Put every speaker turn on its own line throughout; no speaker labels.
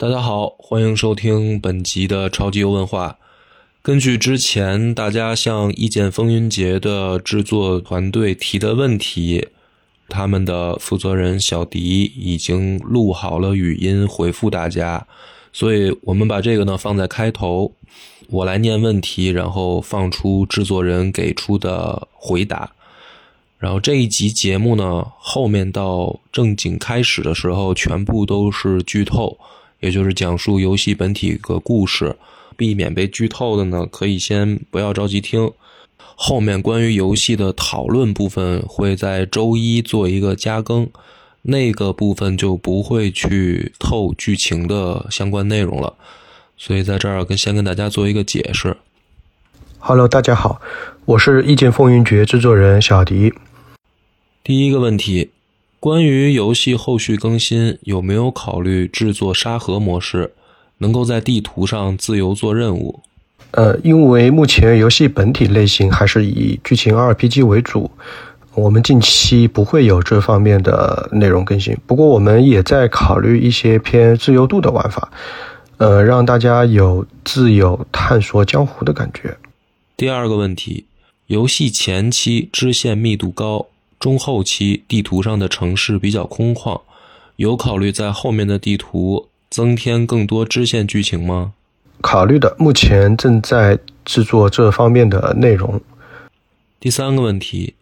大家好，欢迎收听本集的超级优文化。根据之前大家向《一剑风云节》的制作团队提的问题，他们的负责人小迪已经录好了语音回复大家，所以我们把这个呢放在开头，我来念问题，然后放出制作人给出的回答。然后这一集节目呢，后面到正经开始的时候，全部都是剧透，也就是讲述游戏本体个故事。避免被剧透的呢，可以先不要着急听。后面关于游戏的讨论部分会在周一做一个加更，那个部分就不会去透剧情的相关内容了。所以在这儿跟先跟大家做一个解释。
Hello，大家好，我是《一剑风云决》制作人小迪。
第一个问题，关于游戏后续更新，有没有考虑制作沙盒模式，能够在地图上自由做任务？
呃，因为目前游戏本体类型还是以剧情 RPG 为主，我们近期不会有这方面的内容更新。不过，我们也在考虑一些偏自由度的玩法，呃，让大家有自由探索江湖的感觉。
第二个问题，游戏前期支线密度高，中后期地图上的城市比较空旷，有考虑在后面的地图增添更多支线剧情吗？
考虑的，目前正在制作这方面的内容。
第三个问题，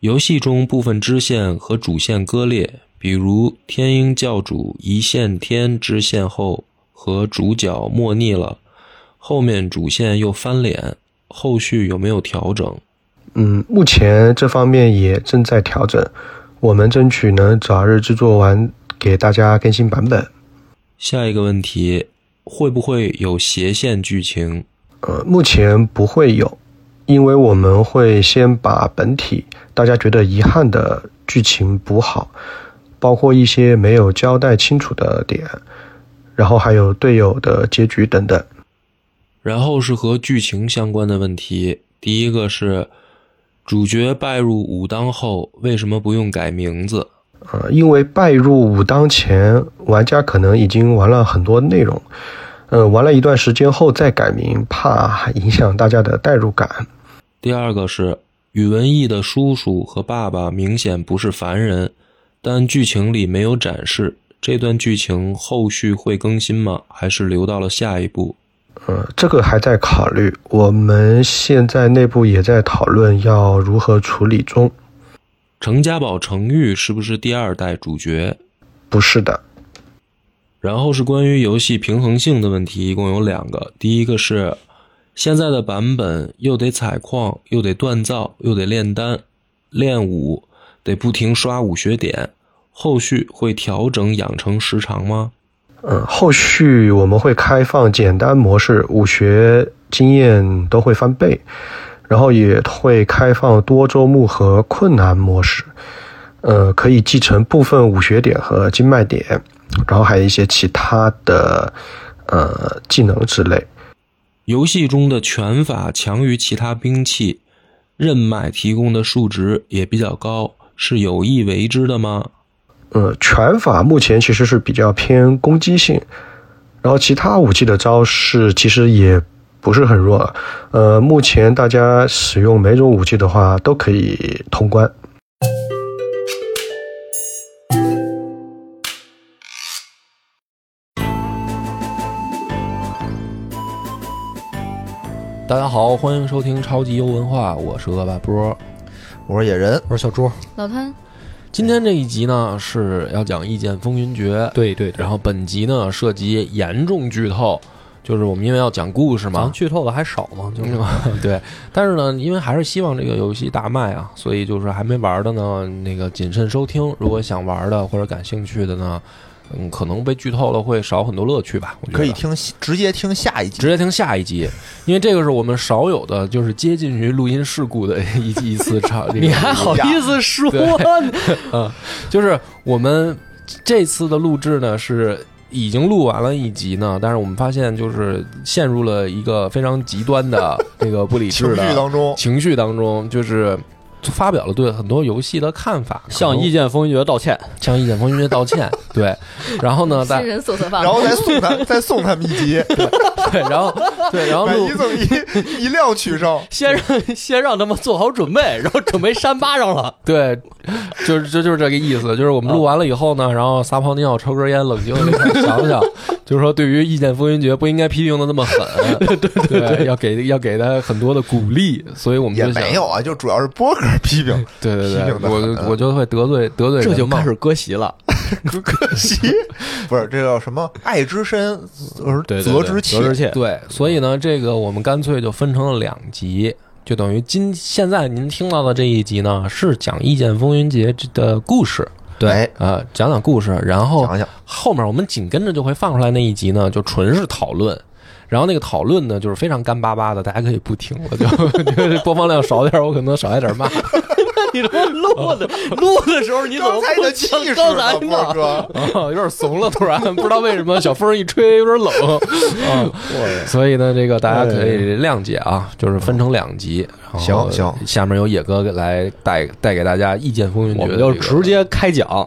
游戏中部分支线和主线割裂，比如天鹰教主一线天支线后和主角莫逆了，后面主线又翻脸，后续有没有调整？
嗯，目前这方面也正在调整，我们争取能早日制作完，给大家更新版本。
下一个问题，会不会有斜线剧情？
呃，目前不会有，因为我们会先把本体大家觉得遗憾的剧情补好，包括一些没有交代清楚的点，然后还有队友的结局等等。
然后是和剧情相关的问题。第一个是主角拜入武当后，为什么不用改名字？
呃，因为拜入武当前，玩家可能已经玩了很多内容，呃，玩了一段时间后再改名，怕影响大家的代入感。
第二个是宇文奕的叔叔和爸爸明显不是凡人，但剧情里没有展示。这段剧情后续会更新吗？还是留到了下一步？
呃，这个还在考虑，我们现在内部也在讨论要如何处理中。
程家宝程昱是不是第二代主角？
不是的，
然后是关于游戏平衡性的问题，一共有两个。第一个是现在的版本又得采矿，又得锻造，又得炼丹、练武，得不停刷武学点。后续会调整养成时长吗？
呃，后续我们会开放简单模式，武学经验都会翻倍，然后也会开放多周目和困难模式，呃，可以继承部分武学点和经脉点，然后还有一些其他的呃技能之类。
游戏中的拳法强于其他兵器，任脉提供的数值也比较高，是有意为之的吗？
呃，拳法目前其实是比较偏攻击性，然后其他武器的招式其实也不是很弱。呃，目前大家使用每种武器的话都可以通关。
大家好，欢迎收听超级优文化，我是恶霸波。
我是野人，
我说小朱，
老潘，
今天这一集呢是要讲《一剑风云决》，
对对
然后本集呢涉及严重剧透，就是我们因为要讲故事
咱
嘛
们，剧透的还少吗？就是
嗯 对。但是呢，因为还是希望这个游戏大卖啊，所以就是还没玩的呢，那个谨慎收听。如果想玩的或者感兴趣的呢，嗯，可能被剧透了会少很多乐趣吧。
啊
我觉得
可以听直接听下一集
直。接听下一集，因为这个是我们少有的，就是接近于录音事故的 一一次场。这个
你还好
哦
意思说？
就是我们这次的录制呢是。已经录完了一集呢，但是我们发现就是陷入了一个非常极端的 这个不理
情
智
绪
的
当中，
情绪当中，就是
发表了对很多游戏的看法，
向意见风云决道歉，
向意见风云决道 歉。对，然后呢，大
新人搜索榜
然，后再送他，再送他们一集，
对，然后对，然后
买
录
一赠一，一辆取胜。
先让先让他们做好准备， 然后准备扇巴掌了。
对，就是就就是这个意思， 就是我们录完了以后
嗯
呢，然后撒泡尿、抽根烟，冷静地想 想，就是说对于《意见风云决》不应该批评的那么 狠，对对对要给要给他很多的鼓励，所以我们
也
就想
没，有啊，就主要是波哥批评，
对对
批
对
评，得
我
很
就我就会得罪得罪人
这就
嘛
开始割席了，
可惜不是这叫什么爱之深而
对
责之切
责，之切，
对，所以呢，这个我们干脆就分成了两集，就等于今现在您听到的这一集呢，是讲《意见风云节》的故事，
哎
呃，讲讲故事，然后
想想
后面我们紧跟着就会放出来那一集呢，就纯是讨论。然后那个讨论呢，就是非常干巴巴的，大家可以不听了， 就就是播放量少点儿，我可能少挨点儿骂。
你他妈录的录的时候你怎么
刚才
不
的气
像
势
刚
啊，
才
波
呢？
哥，
啊， 有点怂了，突然不知道为什么小风一吹有点 冷，啊，所以呢，这个大家可以谅解啊，
哎
就是分成两集。然后
行行
下面由野哥来带带给大家意见风云决
我
的
们
这个，嗯
就直接开讲，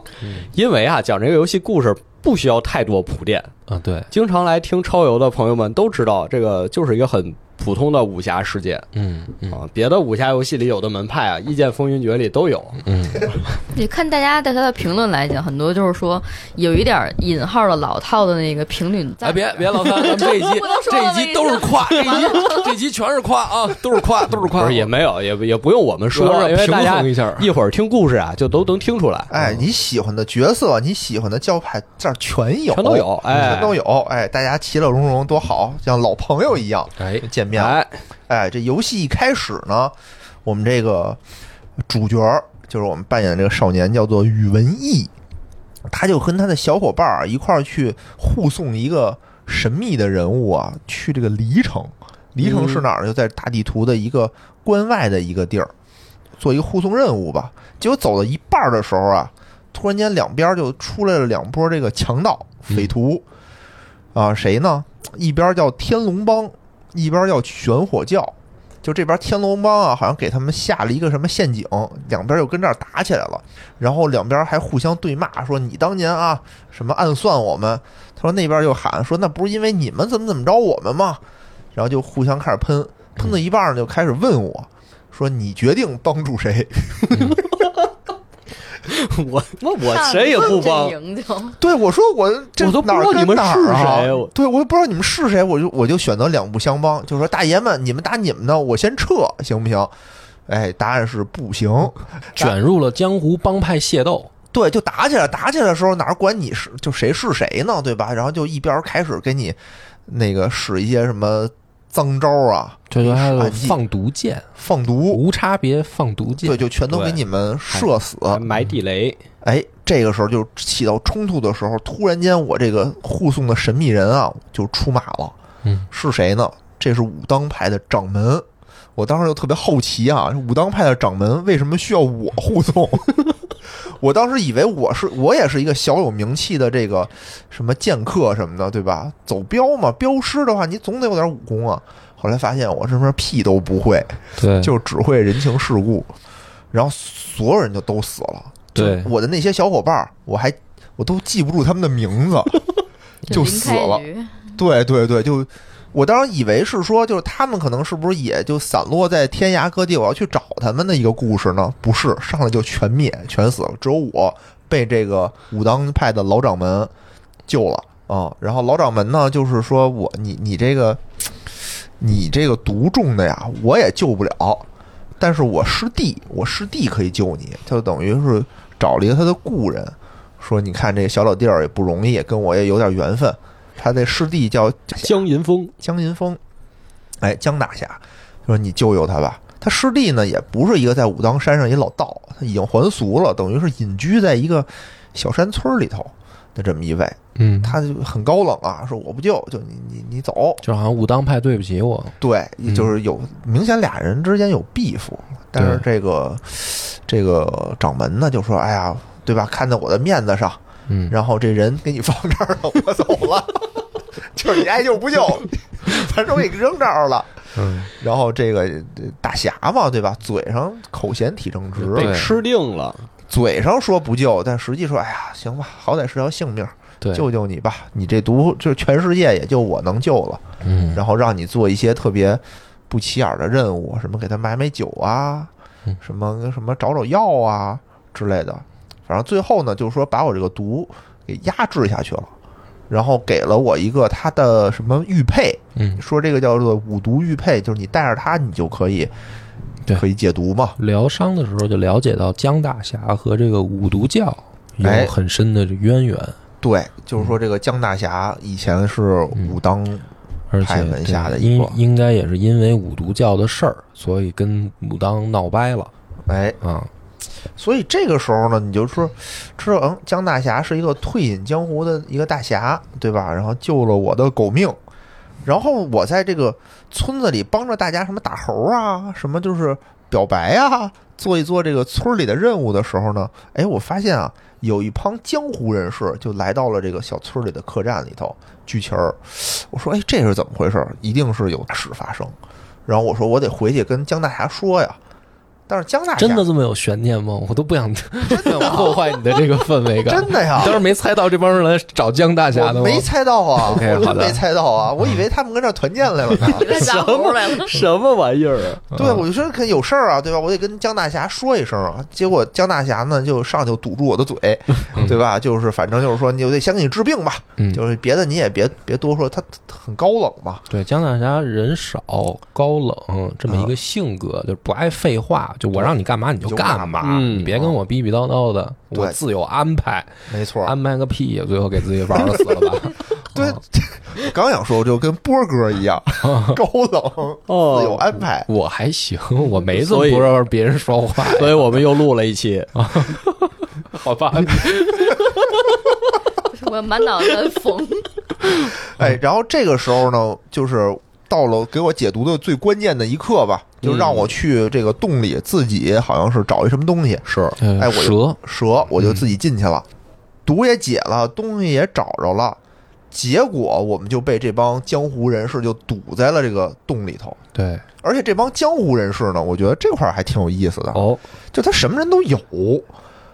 因为啊，讲这个游戏故事不需要太多铺垫。
啊，对，
经常来听超游的朋友们都知道，这个就是一个很普通的武侠世界
嗯嗯
啊。别的武侠游戏里有的门派啊，《意剑风云决》里都有。
嗯，
你看大家对他的评论来讲，很多就是说有一点引号的老套的那个评论在。
哎，别别老三，咱们 这一集
不能说
这
了
一集都是 夸，这一集这集全是夸啊，都是夸，都是
不
夸，
是也没有，也也不用我们说
主要，是
因为大
平
家
衡一下
一会儿听故事啊，就都能听出来，
哎，你喜欢的角色，你喜欢的教派，这儿全有，
全都有，，哎，
全都有，哎，大家其乐融融多好，像老朋友一样
哎，
见面了。
哎，
哎，这游戏一开始呢，我们这个主角儿就是我们扮演的这个少年，叫做宇文义，他就跟他的小伙伴儿一块儿去护送一个神秘的人物啊，去这个黎城。黎城是哪儿呢？就在大地图的一个关外的一个地儿，做一个护送任务吧。结果走到一半儿的时候啊，突然间两边儿就出来了两波这个强盗匪徒，啊，谁呢？一边儿叫天龙帮，一边叫玄火教，就这边天龙帮啊，好像给他们下了一个什么陷阱，两边就跟这儿打起来了，然后两边还互相对骂，说你当年啊什么暗算我们，他说那边就喊说那不是因为你们怎么怎么着我们吗？然后就互相开始喷，喷到一半儿就开始问我。说你决定帮助谁？
我那我
上
谁也不帮
阵，营就
对我说我这
我都不
哪儿
知道
跟
你们
哪儿啊
是谁我
对我也不知道你们是谁，我就我就选择两不相帮，就说大爷们，你们打你们的，我先撤，行不行？哎，答案是不行。
卷入了江湖帮派械斗，
对，就打起来，打起来的时候哪管你是就谁是谁呢，对吧？然后就一边开始给你那个使一些什么脏招啊，
就是还有
暗计
哎放毒箭，
放毒，
无差别放毒箭
对，，就全都给
对
你们射死。
埋地雷，
哎，这个时候就起到冲突的时候，突然间我这个护送的神秘人啊就出马了，
嗯，
是谁呢？这是武当派的掌门。我当时就特别好奇啊，武当派的掌门为什么需要我护送？ 我当时以为我是我也是一个小有名气的这个什么剑客什么的，对吧？走镖嘛，镖师的话你总得有点武功啊。后来发现我什么屁都不会，
对，
就只会人情世故，然后所有人就都死了。
对
就我的那些小伙伴儿，我还我都记不住他们的名字，就
林
死
开
了。
局
对对对，就我当时以为是说，就是他们可能是不是也就散落在天涯各地，我要去找他们的一个故事呢？不是，上来就全灭，全死了，只有我被这个武当派的老掌门救了啊、然后老掌门呢，就是说我你你这个你这个毒中的呀，我也救不了，但是我师弟，我师弟可以救你，就等于是找了一个他的故人。说，你看这个小老弟儿也不容易，跟我也有点缘分。他的师弟叫
江银风
江银峰，哎，江大侠，就说你救救他吧。他师弟呢，也不是一个在武当山上一老道，他已经还俗了，等于是隐居在一个小山村里头的这么一位，
嗯，
他就很高冷啊，说我不救，就你你你走。
就好像武当派对不起我，
对
嗯，
就是有明显俩人之间有 beef，但是这个这个掌门呢就说，哎呀，对吧？看在我的面子上，
嗯，
然后这人给你放这 儿了，我走了，就是你爱救不救，反正我给扔这儿了。
嗯，
然后这个呃大侠嘛，对吧？嘴上口嫌体正直，
被
对
吃定了，
嘴上说不救，但实际说，哎呀，行吧，好歹是条性命，
对，
救救你吧！你这毒，就是全世界也就我能救了。
嗯，
然后让你做一些特别不起眼的任务，什么给他买买酒啊
嗯，
什么什么找找药啊之类的。反正最后呢，就是说把我这个毒给压制下去了，然后给了我一个他的什么玉佩，
嗯，
说这个叫做五毒玉佩，就是你带着它，你就可以
对
可以解毒嘛。
疗伤的时候就了解到江大侠和这个五毒教有
哎
很深的渊源，
对，就是说这个江大侠以前是
嗯
武当，
而且
派门
对
下的一
应
个
应该也是因为五毒教的事儿，所以跟武当闹掰了
哎，
啊。
所以这个时候呢，你就说，知道嗯，江大侠是一个退隐江湖的一个大侠，对吧？然后救了我的狗命，然后我在这个村子里帮着大家什么打猴啊，什么就是表白啊，做一做这个村里的任务的时候呢，哎，我发现啊，有一帮江湖人士就来到了这个小村里的客栈里头聚群儿。我说，哎，这是怎么回事？一定是有大事发生。然后我说，我得回去跟江大侠说呀。但是江大侠
真的这么有悬念吗？我都不想不想破坏你的这个氛围感。
真的呀
你当时没猜到这帮人来找江大侠的
我
吗？
没猜到啊
OK，好
我真
的
没猜到 啊，我以为他们跟这儿团建来了呢。
跟
什
大猴来了
么。什么玩意儿啊？
对，我就说可有事儿啊，对吧？我得跟江大侠说一声啊。结果江大侠呢，就上去就堵住我的嘴，对吧？就是反正就是说，你我得先给你治病吧，
嗯，
就是别的你也别别多说，他他很高冷嘛。
对，姜大侠人少高冷这么一个性格，就是不爱废话，就我让你干嘛你就
就
干
干
嘛，哦
嗯
你别跟我逼逼叨叨的，
对
我自有安排，
没错儿，
安排个屁，最后给自己玩死了 吧？
对，
啊
我刚想说，我就跟波哥 一样高冷，
哦
自啊有安排。
我还行，我没这么
所以
不让别人说话，
所以我们又录了一期，
好吧？
我满脑子 缝，
哎，然后这个时候呢，就是到了给我解毒的最关键的一刻吧，
嗯
就让我去这个洞里自己好像是找一什么东西，
是
呃
哎我
蛇，
蛇，我就自己进去了，毒也解了，东西也找着了，结果我们就被这帮江湖人士就堵在了这个洞里头。
对，
而且这帮江湖人士呢，我觉得这块儿还挺有意思的，
哦，
就他什么人都有，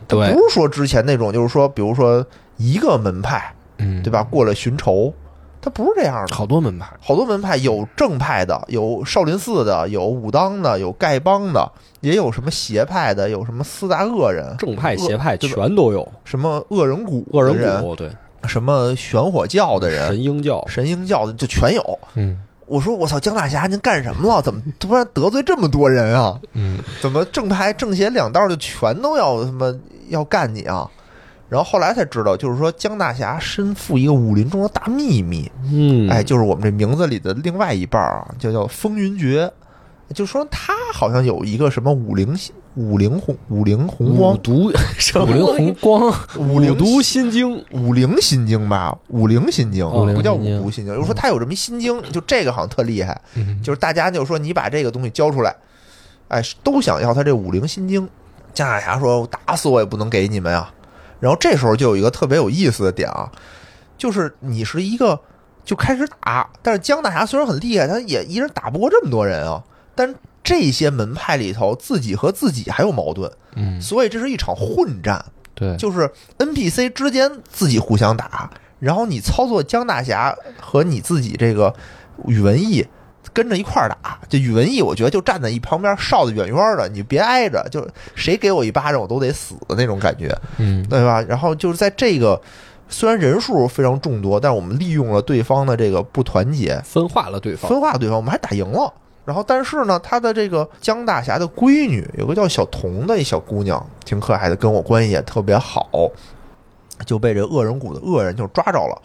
他
对
不是说之前那种，就是说，比如说一个门派，
嗯，
对？吧？过来寻仇，他不是这样的。
好多门派，
好多门派有正派的，有少林寺的，有武当的，有丐帮的，也有什么邪派的，有什么四大恶人，
正派邪派
对吧
全都有，
什么恶人谷
恶
的
人谷对，
什么玄火教的人、
神鹰教，
神鹰教的就全有。
嗯
我说我操，江大侠您干什么了？怎么突然得罪这么多人啊？
嗯，
怎么正牌正邪两道就全都要他妈要干你啊？然后后来才知道，就是说江大侠身负一个武林中的大秘密，
嗯
哎，就是我们这名字里的另外一半儿啊，就叫风云决。就说他好像有一个什么武灵武灵红武灵红
五
光
毒，五灵 红光，
武灵
毒心经，
武灵心经吧，武灵心经
哦
不叫
武
五
灵心经
毒心经。就说他有这么一心经，就这个好像特厉害，
嗯
就是大家就说你把这个东西交出来，哎，都想要他这五灵心经。姜大牙说：“打死我也不能给你们啊！”然后这时候就有一个特别有意思的点啊，就是你是一个就开始打，但是姜大牙虽然很厉害，他也一人打不过这么多人啊。但这些门派里头，自己和自己还有矛盾，
嗯，
所以这是一场混战。
对，
就是 NPC 之间自己互相打，然后你操作江大侠和你自己这个宇文义跟着一块儿打。这宇文义，我觉得就站在一旁边哨的远远的，你别挨着，就谁给我一巴掌我都得死的那种感觉，
嗯
对吧？然后就是在这个虽然人数非常众多，但是我们利用了对方的这个不团结，
分化了对方，
分化对方，我们还打赢了。然后，但是呢，他的这个江大侠的闺女有个叫小童的一小姑娘，挺可爱的，跟我关系也特别好，就被这恶人谷的恶人就抓着了。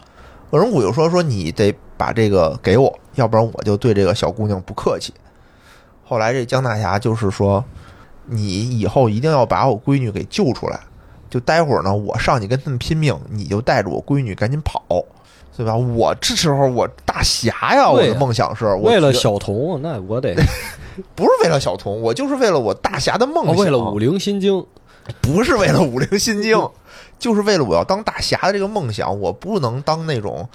恶人谷就说说你得把这个给我，要不然我就对这个小姑娘不客气。后来这江大侠就是说，你以后一定要把我闺女给救出来，就待会儿呢，我上去跟他们拼命，你就带着我闺女赶紧跑，对吧？我这时候我大侠呀，我
对
的
呀
梦想是我
为
觉
了
得
小童，啊那我得
不是为了小童，我就是为了我大侠的梦想，
哦为了武灵心经，
不是为了武灵心经，就是为了我要当大侠的这个梦想，我不能当那种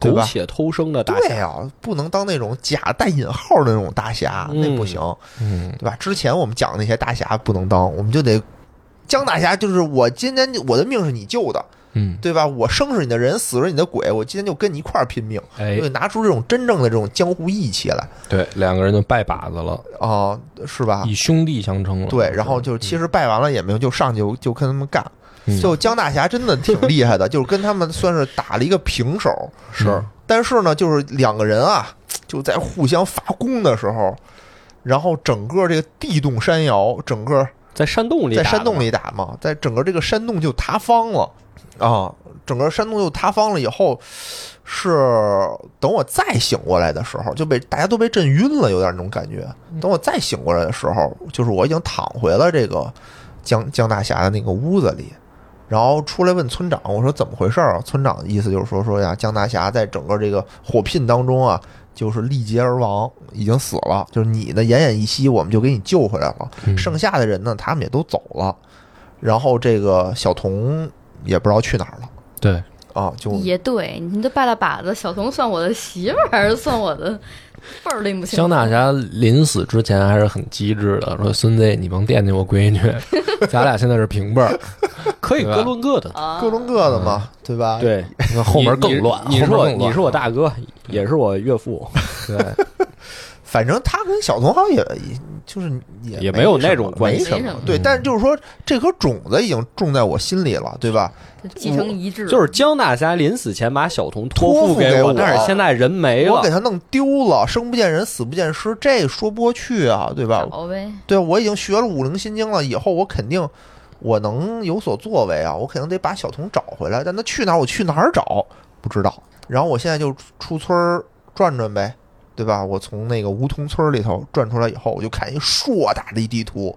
对
苟
吧
且偷生的大
对
侠，
呀、不能当那种假带引号的那种大侠，那不行，
嗯，
对吧？之前我们讲那些大侠不能当，我们就得江大侠，就是我今天我的命是你救的，
嗯，
对吧？我生是你的人，死是你的鬼，我今天就跟你一块儿拼命，
哎
就，拿出这种真正的这种江湖义气来
对，两个人就拜把子了，
啊、是吧？
以兄弟相称了。
对，然
嗯
后就是其实拜完了也没有，就上去就就跟他们干。
嗯
就江大侠真的挺厉害的，就是跟他们算是打了一个平手。
是，
但是呢，就是两个人啊，就在互相发功的时候，然后整个这个地动山摇，整个
在山洞里，
在山洞，里打嘛，在整个这个山洞就塌方了啊！整个山洞就塌方了以后，是等我再醒过来的时候，就被大家都被震晕了，有点那种感觉。等我再醒过来的时候，就是我已经躺回了这个江江大侠的那个屋子里，然后出来问村长，我说怎么回事儿啊？村长的意思就是说说呀，江大侠在整个这个火拼当中啊。就是力竭而亡，已经死了。就是你呢，奄奄一息，我们就给你救回来了。
嗯
剩下的人呢，他们也都走了，然后这个小童也不知道去哪儿了
对，
啊，就
也对，你都拜了把子，小童算我的媳妇儿还是算我的辈儿拎不清。
江大侠临死之前还是很机智的，说：“孙子，你甭惦记我闺女， 咱俩现在是平辈儿，
可以
对吧
各论各的。
啊，
各种各的
嗯
嘛，对吧？，
对，
那后面
你
更乱，
你你是
后
我，
面更乱
你是我大哥，也是我岳父，
对，
反正他跟小童好像也也就是也
也
没
没有
什么
那种关
没
系
什
没什
么
么，
对。但是就是说，这颗种子已经种在我心里了，对吧？
继承一致，
就是江大侠临死前把小童
托
托
付
付
给我
我，但是现在人没
我
了
给，他弄丢了，生不见人，死不见尸，这说不过去啊，对吧？
找呗。
对，我已经学了五灵心经了，以后我肯定我能有所作为啊，我肯定得把小童找回来。但他去哪儿，我去哪儿找不知道。然后我现在就出村儿转转呗，对吧？我从那个梧桐村里头转出来以后，我就看一硕大的一地图，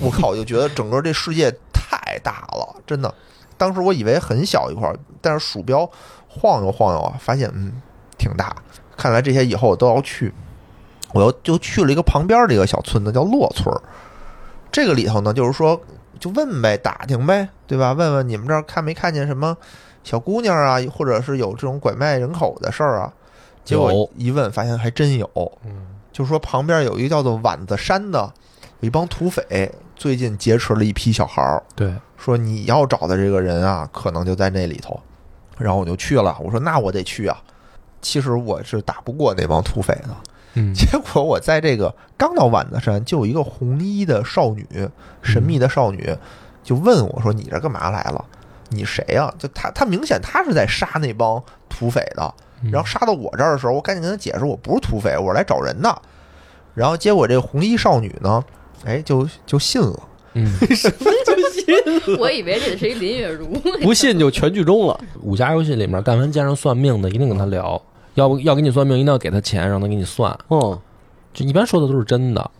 我靠，我就觉得整个这世界太大了，真的。当时我以为很小一块儿，但是鼠标晃悠晃悠啊，发现嗯挺大。看来这些以后我都要去，我又就去了一个旁边的一个小村子，叫洛村儿。这个里头呢，就是说就问呗，打听呗，对吧？问问你们这儿看没看见什么小姑娘啊，或者是有这种拐卖人口的事儿啊？结果
有
一问，发现还真有。就说旁边有一个叫做碗子山的，有一帮土匪，最近劫持了一批小孩儿，
对，
说你要找的这个人啊，可能就在那里头。然后我就去了，我说那我得去啊。其实我是打不过那帮土匪的。
嗯，
结果我在这个刚到碗子山，就有一个红衣的少女，神秘的少女，就问我说：“你这干嘛来了？你谁呀、就她，她明显她是在杀那帮土匪的。
嗯
然后杀到我这儿的时候，我赶紧跟她解释，我不是土匪，我是来找人的。然后结果这个红衣少女呢，哎，就就信了。
嗯，
我以为这是一林月如，
不信就全剧终了。
武侠游戏里面，但凡见上算命的，一定跟他聊，要不要给你算命，一定要给他钱，让他给你算。
嗯，
就一般说的都是真的，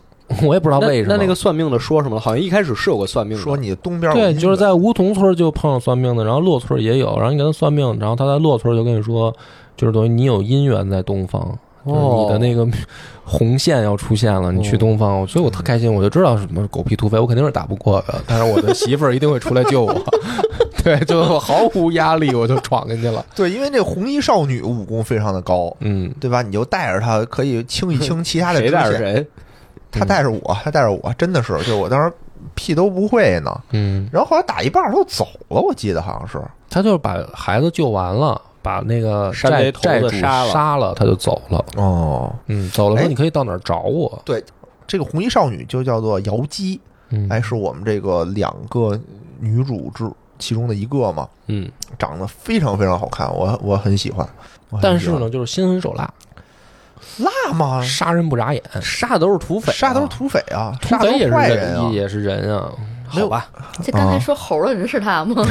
我也不知道
那
为什么。
那那个算命的说什么了？好像一开始是有个算命的，
说你东边
对，
有
就是在梧桐村就碰上算命的，然后洛村也有，然后你给他算命，然后他在洛村就跟你说，就是等于你有姻缘在东方。就是
哦
你的那个红线要出现了，你去东方，所以我特开心，我就知道什么狗屁土匪，我肯定是打不过的，但是我的媳妇儿一定会出来救我， 对，就我毫无压力，我就闯进去了，
对，因为这红衣少女武功非常的高，
嗯，
对吧？你就带着她可以清 一清其他的
谁
支
带着
线。
谁？
她
嗯
带着我，她带着我，真的是，就是我当时屁都不会呢。
嗯，
然后后来打一半儿都走了，我记得好像是。
他就是把孩子救完了，把那个
山
寨
贼头子
债主
杀了
杀了，他就走了，
哦，
嗯，走了说
哎
你可以到哪儿找我，
这个红衣少女就叫做瑶姬，
嗯，
哎，是我们这个两个女主之其中的一个嘛，
嗯，
长得非常非常好看，我我很喜欢。我很
但
喜
是
欢，
呢，就是心狠手辣，
辣吗？
杀人不眨眼，
杀的都是土匪啊，
杀都是土匪啊，
土
杀都
匪也
是
是
坏人啊
人，。也是人啊。
没有
好吧，
这刚才说猴的人是他吗？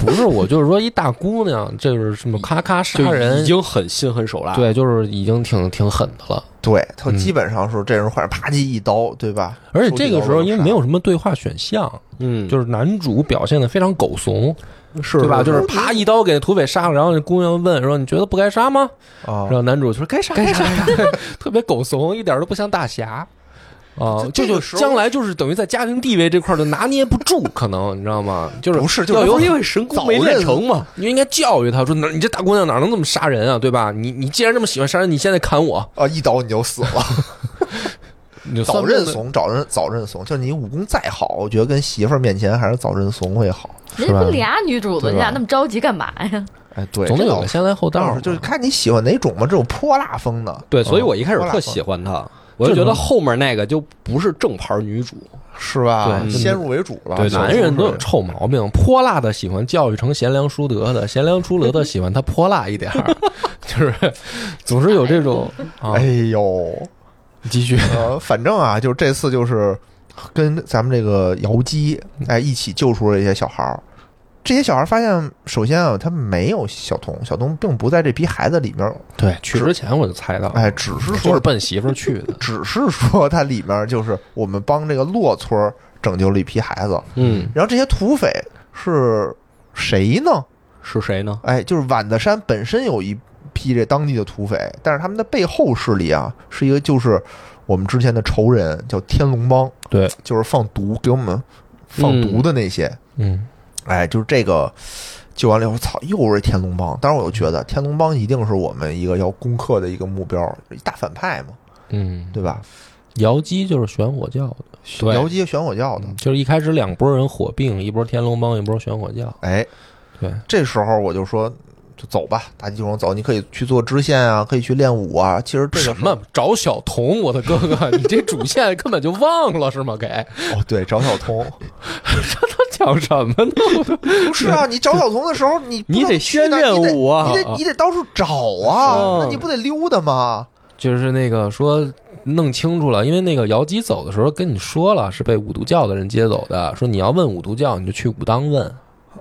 不是我就是说一大姑娘，这就是什么咔咔
就
杀人，
已经很心狠手辣。，
对，就是已经挺挺狠的了。
对他
嗯
基本上是这人坏人，啪叽一刀，对吧？
而且这个时
出
候
去刀
因为没有什么对话选项，
嗯，
就是男主表现的非常狗怂，
是
对吧？就是是啪一刀给土匪杀了，然后那姑娘问说：“你觉得不该杀吗？”
啊
然，后男主就说：“该杀，该杀，该杀特别狗怂，一点都不像大侠。”啊，
这
这
这
就
个时候
将来就是等于在家庭地位这块儿就拿捏不住，可能你知道吗？就是
不是就是
要有
放
因为神功
早
没练
认
成嘛，你就应该教育他说，哪你这大姑娘哪能这么杀人啊，对吧？你你既然这么喜欢杀人，你现在砍我，
啊，一刀你就死了。
你就
早
算
认
命呗。
怂，早认早认怂，就你武功再好，我觉得跟媳妇儿面前还是早认怂会好。
人
是
家
吧
不俩女主子，
对吧
你俩那么着急干嘛呀？
哎，对
总得有个先来后到嘛，
就是看你喜欢哪种嘛。这种泼辣风的，
对，所以我一开始
泼辣
特
风
喜欢她，嗯我就觉得后面那个就不是正牌女主，
是吧？嗯
对
先入为主了。
对，
小
男
时候
人
是
都有臭毛病，泼辣的喜欢教育成贤良淑德的，贤良淑德的喜欢他泼辣一点儿，就是总是有这 种啊。
哎呦，
继续
呃，反正啊，就是这次就是跟咱们这个瑶姬哎一起救出了一些小孩儿。这些小孩儿发现，首先啊，他没有小童，小童并不在这批孩子里面，
对，去之前我就猜到，
哎，，只是
就
说
是奔媳妇儿去的。
只是说它里面就是我们帮这个洛村儿拯救了一批孩子，
嗯，
然后这些土匪是谁呢？
是谁呢？
哎，就是碗子山本身有一批这当地的土匪，但是他们的背后势力啊，是一个就是我们之前的仇人，叫天龙帮，
对，
就是放毒给我们放毒的那些，
嗯，
哎，就是这个。救完了以后，操，又是天龙帮。当然，我又
嗯
觉得天龙帮一定是我们一个要攻克的一个目标，一大反派嘛，
嗯，
对吧？
瑶姬就是玄火教的，
对嗯
姚姬玄火教的，
就是一开始两拨人火并，一波天龙帮，一波玄火教。
哎，
对，
这时候我就说，就走吧，大地球上走，你可以去做支线啊，可以去练武啊。其实这个
什么找小童，我的哥哥，你这主线根本就忘了是吗？给
哦，对，找小童
他 讲什么呢？
不是啊，你找小童的时候，你不
你
能
得
去那儿
先练武啊
你得你得你得到处找啊
啊，
那你不得溜达吗？
就是那个说弄清楚了，因为那个瑶姬走的时候跟你说了，是被五毒教的人接走的，说你要问五毒教，你就去武当问。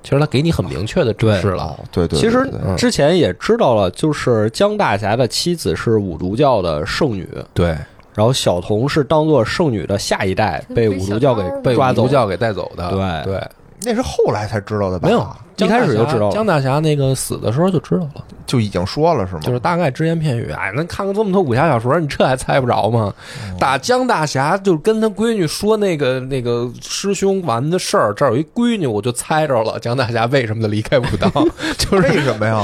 其实他给你很明确的指示了，
嗯对
其实
对
嗯之前也知道了，就是姜大侠的妻子是五毒教的圣女，
对，
然后小童是当做圣女的下一代被五毒教给
被
抓
五
走
毒。教给带走的，
对
对，
那是后来才知道的吧？
没有，
一开始
江
就
大侠
知道了
江大侠那个死的时候就知道了，
就已经说了是吗？
就是大概只言片语。哎，能看过这么多武侠小说，你这还猜不着吗？
哦
打江大侠就跟他闺女说那个那个师兄完的事儿，这儿有一闺女，我就猜着了江大侠为什么的离开武当， 就是
为什么呀？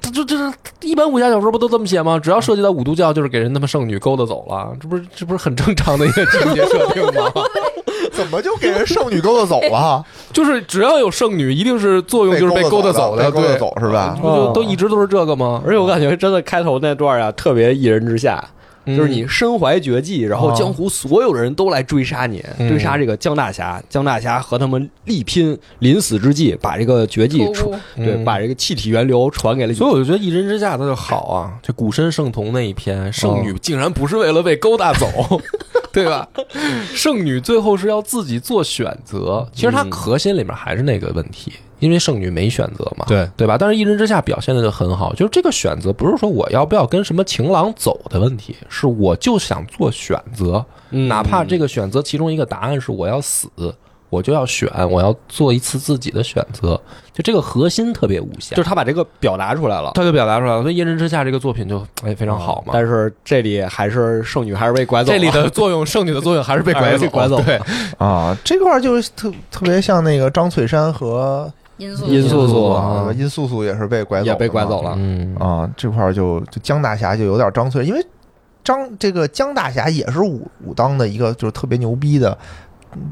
这这这一般武侠小说不都这么写吗？只要涉及到五毒教，就是给人他妈圣女勾搭走了，这不是这不是很正常的一个情节设定吗？
怎么就给人剩女勾搭走了？
就是只要有圣女，一定是作用就是
被
勾搭
走
的，
被勾搭
对，
走是
嗯
吧？
不就都一直都是这个吗？
而且我感觉真的开头那段啊，特别一人之下，
嗯
就是你身怀绝技，然后江湖所有的人都来追杀你，
嗯
追杀这个江大侠。江大侠和他们力拼，临死之际把这个绝技
突
传，
兀
对，
嗯
把这个气体源流传给了你
所以我就觉得一人之下他就好啊，就古参圣童那一篇，圣女竟然不是为了被勾搭走， 对吧？圣女最后是要自己做选择，其实她核心里面还是那个问题，因为圣女没选择嘛，
对
对吧？但是一人之下表现的就很好，就是这个选择不是说我要不要跟什么情郎走的问题，是我就想做选择，
嗯
哪怕这个选择其中一个答案是我要死。我就要选，我要做一次自己的选择，就这个核心特别无瑕，
就是他把这个表达出来了。
他就表达出来了，所以《一人之下》这个作品就哎非常好嘛。
但是这里还是圣女还是被拐走
这
了。
里的呃作用，圣女的作用还是被拐
还是
走，
被拐 走
对，
啊，这块儿就是特特别像那个张翠山和
因素
因素素
啊
啊，殷素素也是被拐走，
也被拐走了。
嗯
啊，这块儿就就江大侠就有点张翠，因为张这个江大侠也是武武当的一个就是特别牛逼的，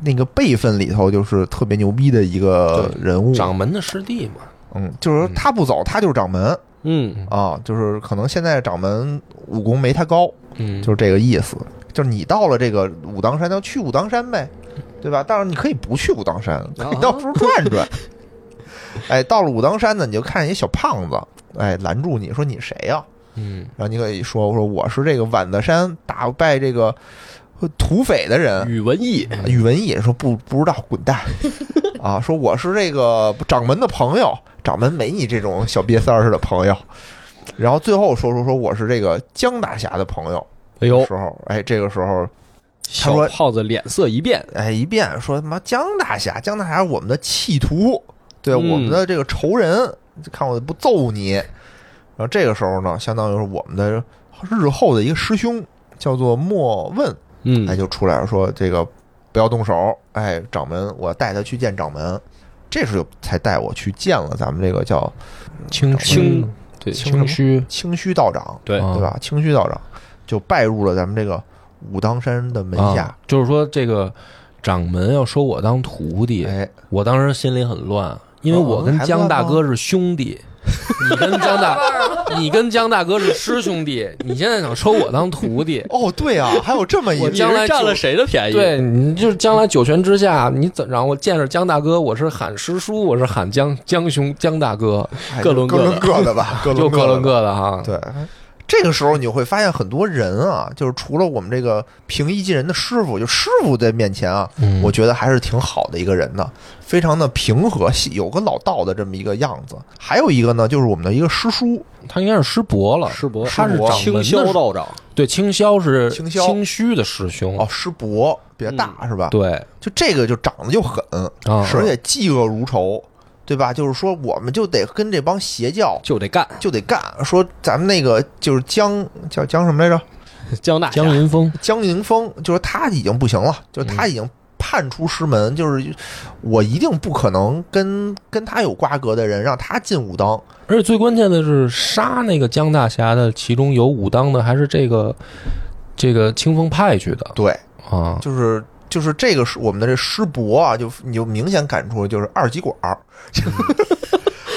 那个辈分里头就是特别牛逼的一个人物。
掌门的师弟嘛，
嗯，就是说他不走，他就是掌门
嗯，
啊，就是可能现在掌门武功没他高，
嗯，
就是这个意思。就是你到了这个武当山，就去武当山呗，对吧？当然你可以不去武当山，可以到处转 转。哎，到了武当山呢，你就看一小胖子，哎，拦住你说你谁呀、
嗯，
然后你可以说，我说我是这个碗子山打败这个土匪的人，
宇文义
宇文义说不不知道滚 蛋啊，说我是这个掌门的朋友，掌门没你这种小瘪三儿似的朋友。然后最后说说说我是这个江大侠的朋友，
哎呦
时候，哎，这个时候，
小
说
胖子脸色一变，
哎，一变说他妈江大侠，江大侠是我们的弃徒，对，
嗯
我们的这个仇人，看我不揍你。然后这个时候呢，相当于是我们的日后的一个师兄，叫做莫问，
嗯
哎，就出来说这个不要动手，哎，掌门，我带他去见掌门，这时候才带我去见了咱们这个叫
清
清对
清虚，
清虚道长，
对
啊
对吧？清虚道长就拜入了咱们这个武当山的门下
啊，，就是说这个掌门要收我当徒弟，
哎，
我当时心里很乱，因为我跟
哦
江大哥是兄 弟，你跟江大，你跟江大哥是师兄弟，你现在想收我当徒弟，
哦，对 啊，还有这么一
我
你
将来
是
就
占了谁的便宜？
对你就是将来九泉之下，你怎让我见着江大哥，我是喊师叔，我是喊江江兄江大哥，
哎
各论
各
各的
论各 的吧，各
就
论
各
的
论
吧
各的哈。
对，这个时候你会发现很多人啊，就是除了我们这个平易近人的师傅，就师傅在面前啊，
嗯
我觉得还是挺好的一个人的，非常的平和，有个老道的这么一个样子。还有一个呢，就是我们的一个师叔，
他应该是师伯了，
师伯
他是掌
清
门的
霄道长，
对清霄是
清霄
清虚的师兄
哦，，师伯比较大、是吧？，
嗯对
就这个就长得就狠，
啊，
而且嫉恶如仇，对吧？就是说，我们就得跟这帮邪教。
就得 干
就得干，说咱们那个就是江叫江什么来着？
江大侠
啊江云峰
江宁峰，就是他已经不行了，就是他已经叛出师门，就是我一定不可能跟跟他有瓜葛的人让他进武当。
而且最关键的是，杀那个江大侠的，其中有武当的，还是这个这个清风派去的
对，
啊。
就是就是这个是我们的这师伯啊，就你就明显感出就是二极管儿，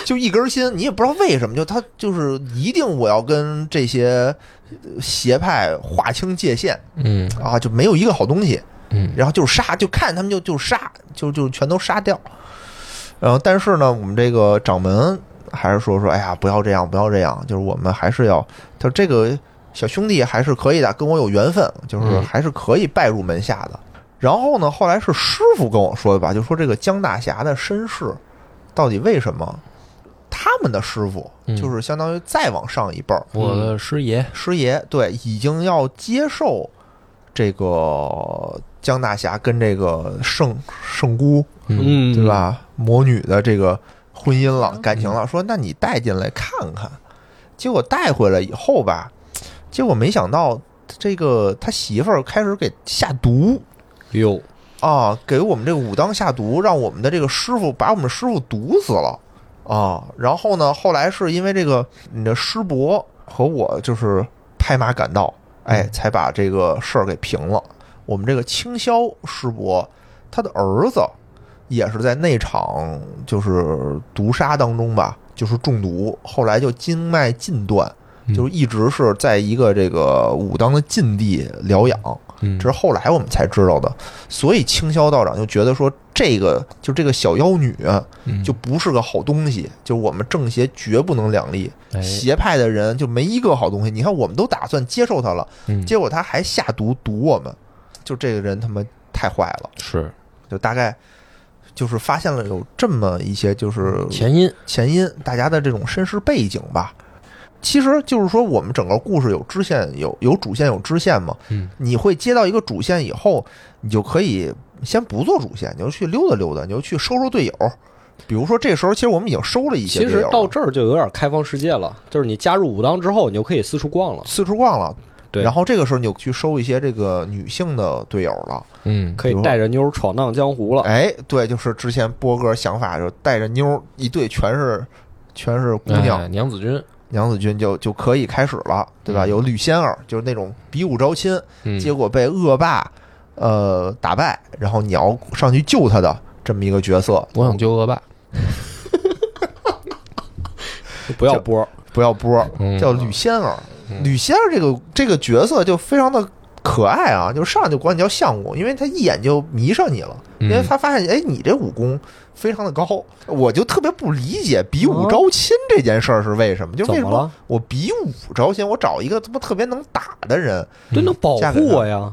就一根筋，你也不知道为什么，就他就是一定我要跟这些呃邪派划清界限
嗯
啊，就没有一个好东西。
嗯，
然后就是杀，就看他们就就杀，就就全都杀掉。然后但是呢，我们这个掌门还是说说，哎呀，不要这样，不要这样，就是我们还是要，他说这个小兄弟还是可以的，跟我有缘分，就是
嗯
还是可以拜入门下的。然后呢，后来是师傅跟我说的吧，就说这个江大侠的身世到底为什么？他们的师傅
嗯
就是相当于再往上一辈儿，
我的师爷，
师爷对已经要接受这个江大侠跟这个圣圣姑
嗯
嗯，
对？吧、魔女的这个婚姻了感情了，说那你带进来看看，结果带回来以后吧，结果没想到这个他媳妇儿开始给下毒
哟，
啊，给我们这个武当下毒，让我们的这个师傅把我们师傅毒死了啊。然后呢，后来是因为这个你的师伯和我就是拍马赶到，哎，才把这个事儿给平了。我们这个清霄师伯，他的儿子也是在那场就是毒杀当中吧，就是中毒，后来就经脉尽断，
嗯
就是一直是在一个这个武当的禁地疗养。
嗯，
这是后来我们才知道的。所以清霄道长就觉得说，这个就这个小妖女啊
嗯
就不是个好东西，就我们正邪绝不能两立，
哎
邪派的人就没一个好东西。你看，我们都打算接受他了，
嗯
结果他还下毒毒我们，就这个人他妈太坏了，
是
就大概。就是发现了有这么一些，就是
前因，
前因，大家的这种身世背景吧。其实就是说，我们整个故事有支线，有有主线，有支线嘛。
嗯，
你会接到一个主线以后，你就可以先不做主线，你就去溜达溜达，你就去收收队友。比如说，这时候其实我们已经收了一些
其
队友
实
了，
到这儿就有点开放世界了，就是你加入武当之后，你就可以四处逛了，
四处逛了，
对
然后这个时候你就去收一些这个女性的队友了。
嗯，
可以带着妞儿闯荡江湖了。
哎，对，就是之前波哥想法，就是带着妞儿一队全是全是姑娘，
哎娘子军，
娘子军就就可以开始了，对吧？
嗯
有吕仙儿，就是那种比武招亲，
嗯
结果被恶霸呃打败，然后你要上去救他的这么一个角色，
我想救恶霸，
不要播儿，
不要波儿
嗯
叫吕仙儿
嗯。
吕仙儿这个这个角色就非常的可爱啊，就上来就管你叫相公，因为他一眼就迷上你了，因为
嗯
他发现哎你这武功非常的高，我就特别不理解比武招亲这件事儿是为什么，就
怎
为什
么
么
了？
我比武招亲，我找一个他妈特别能打的人。
对，能保
嫁给
护我呀。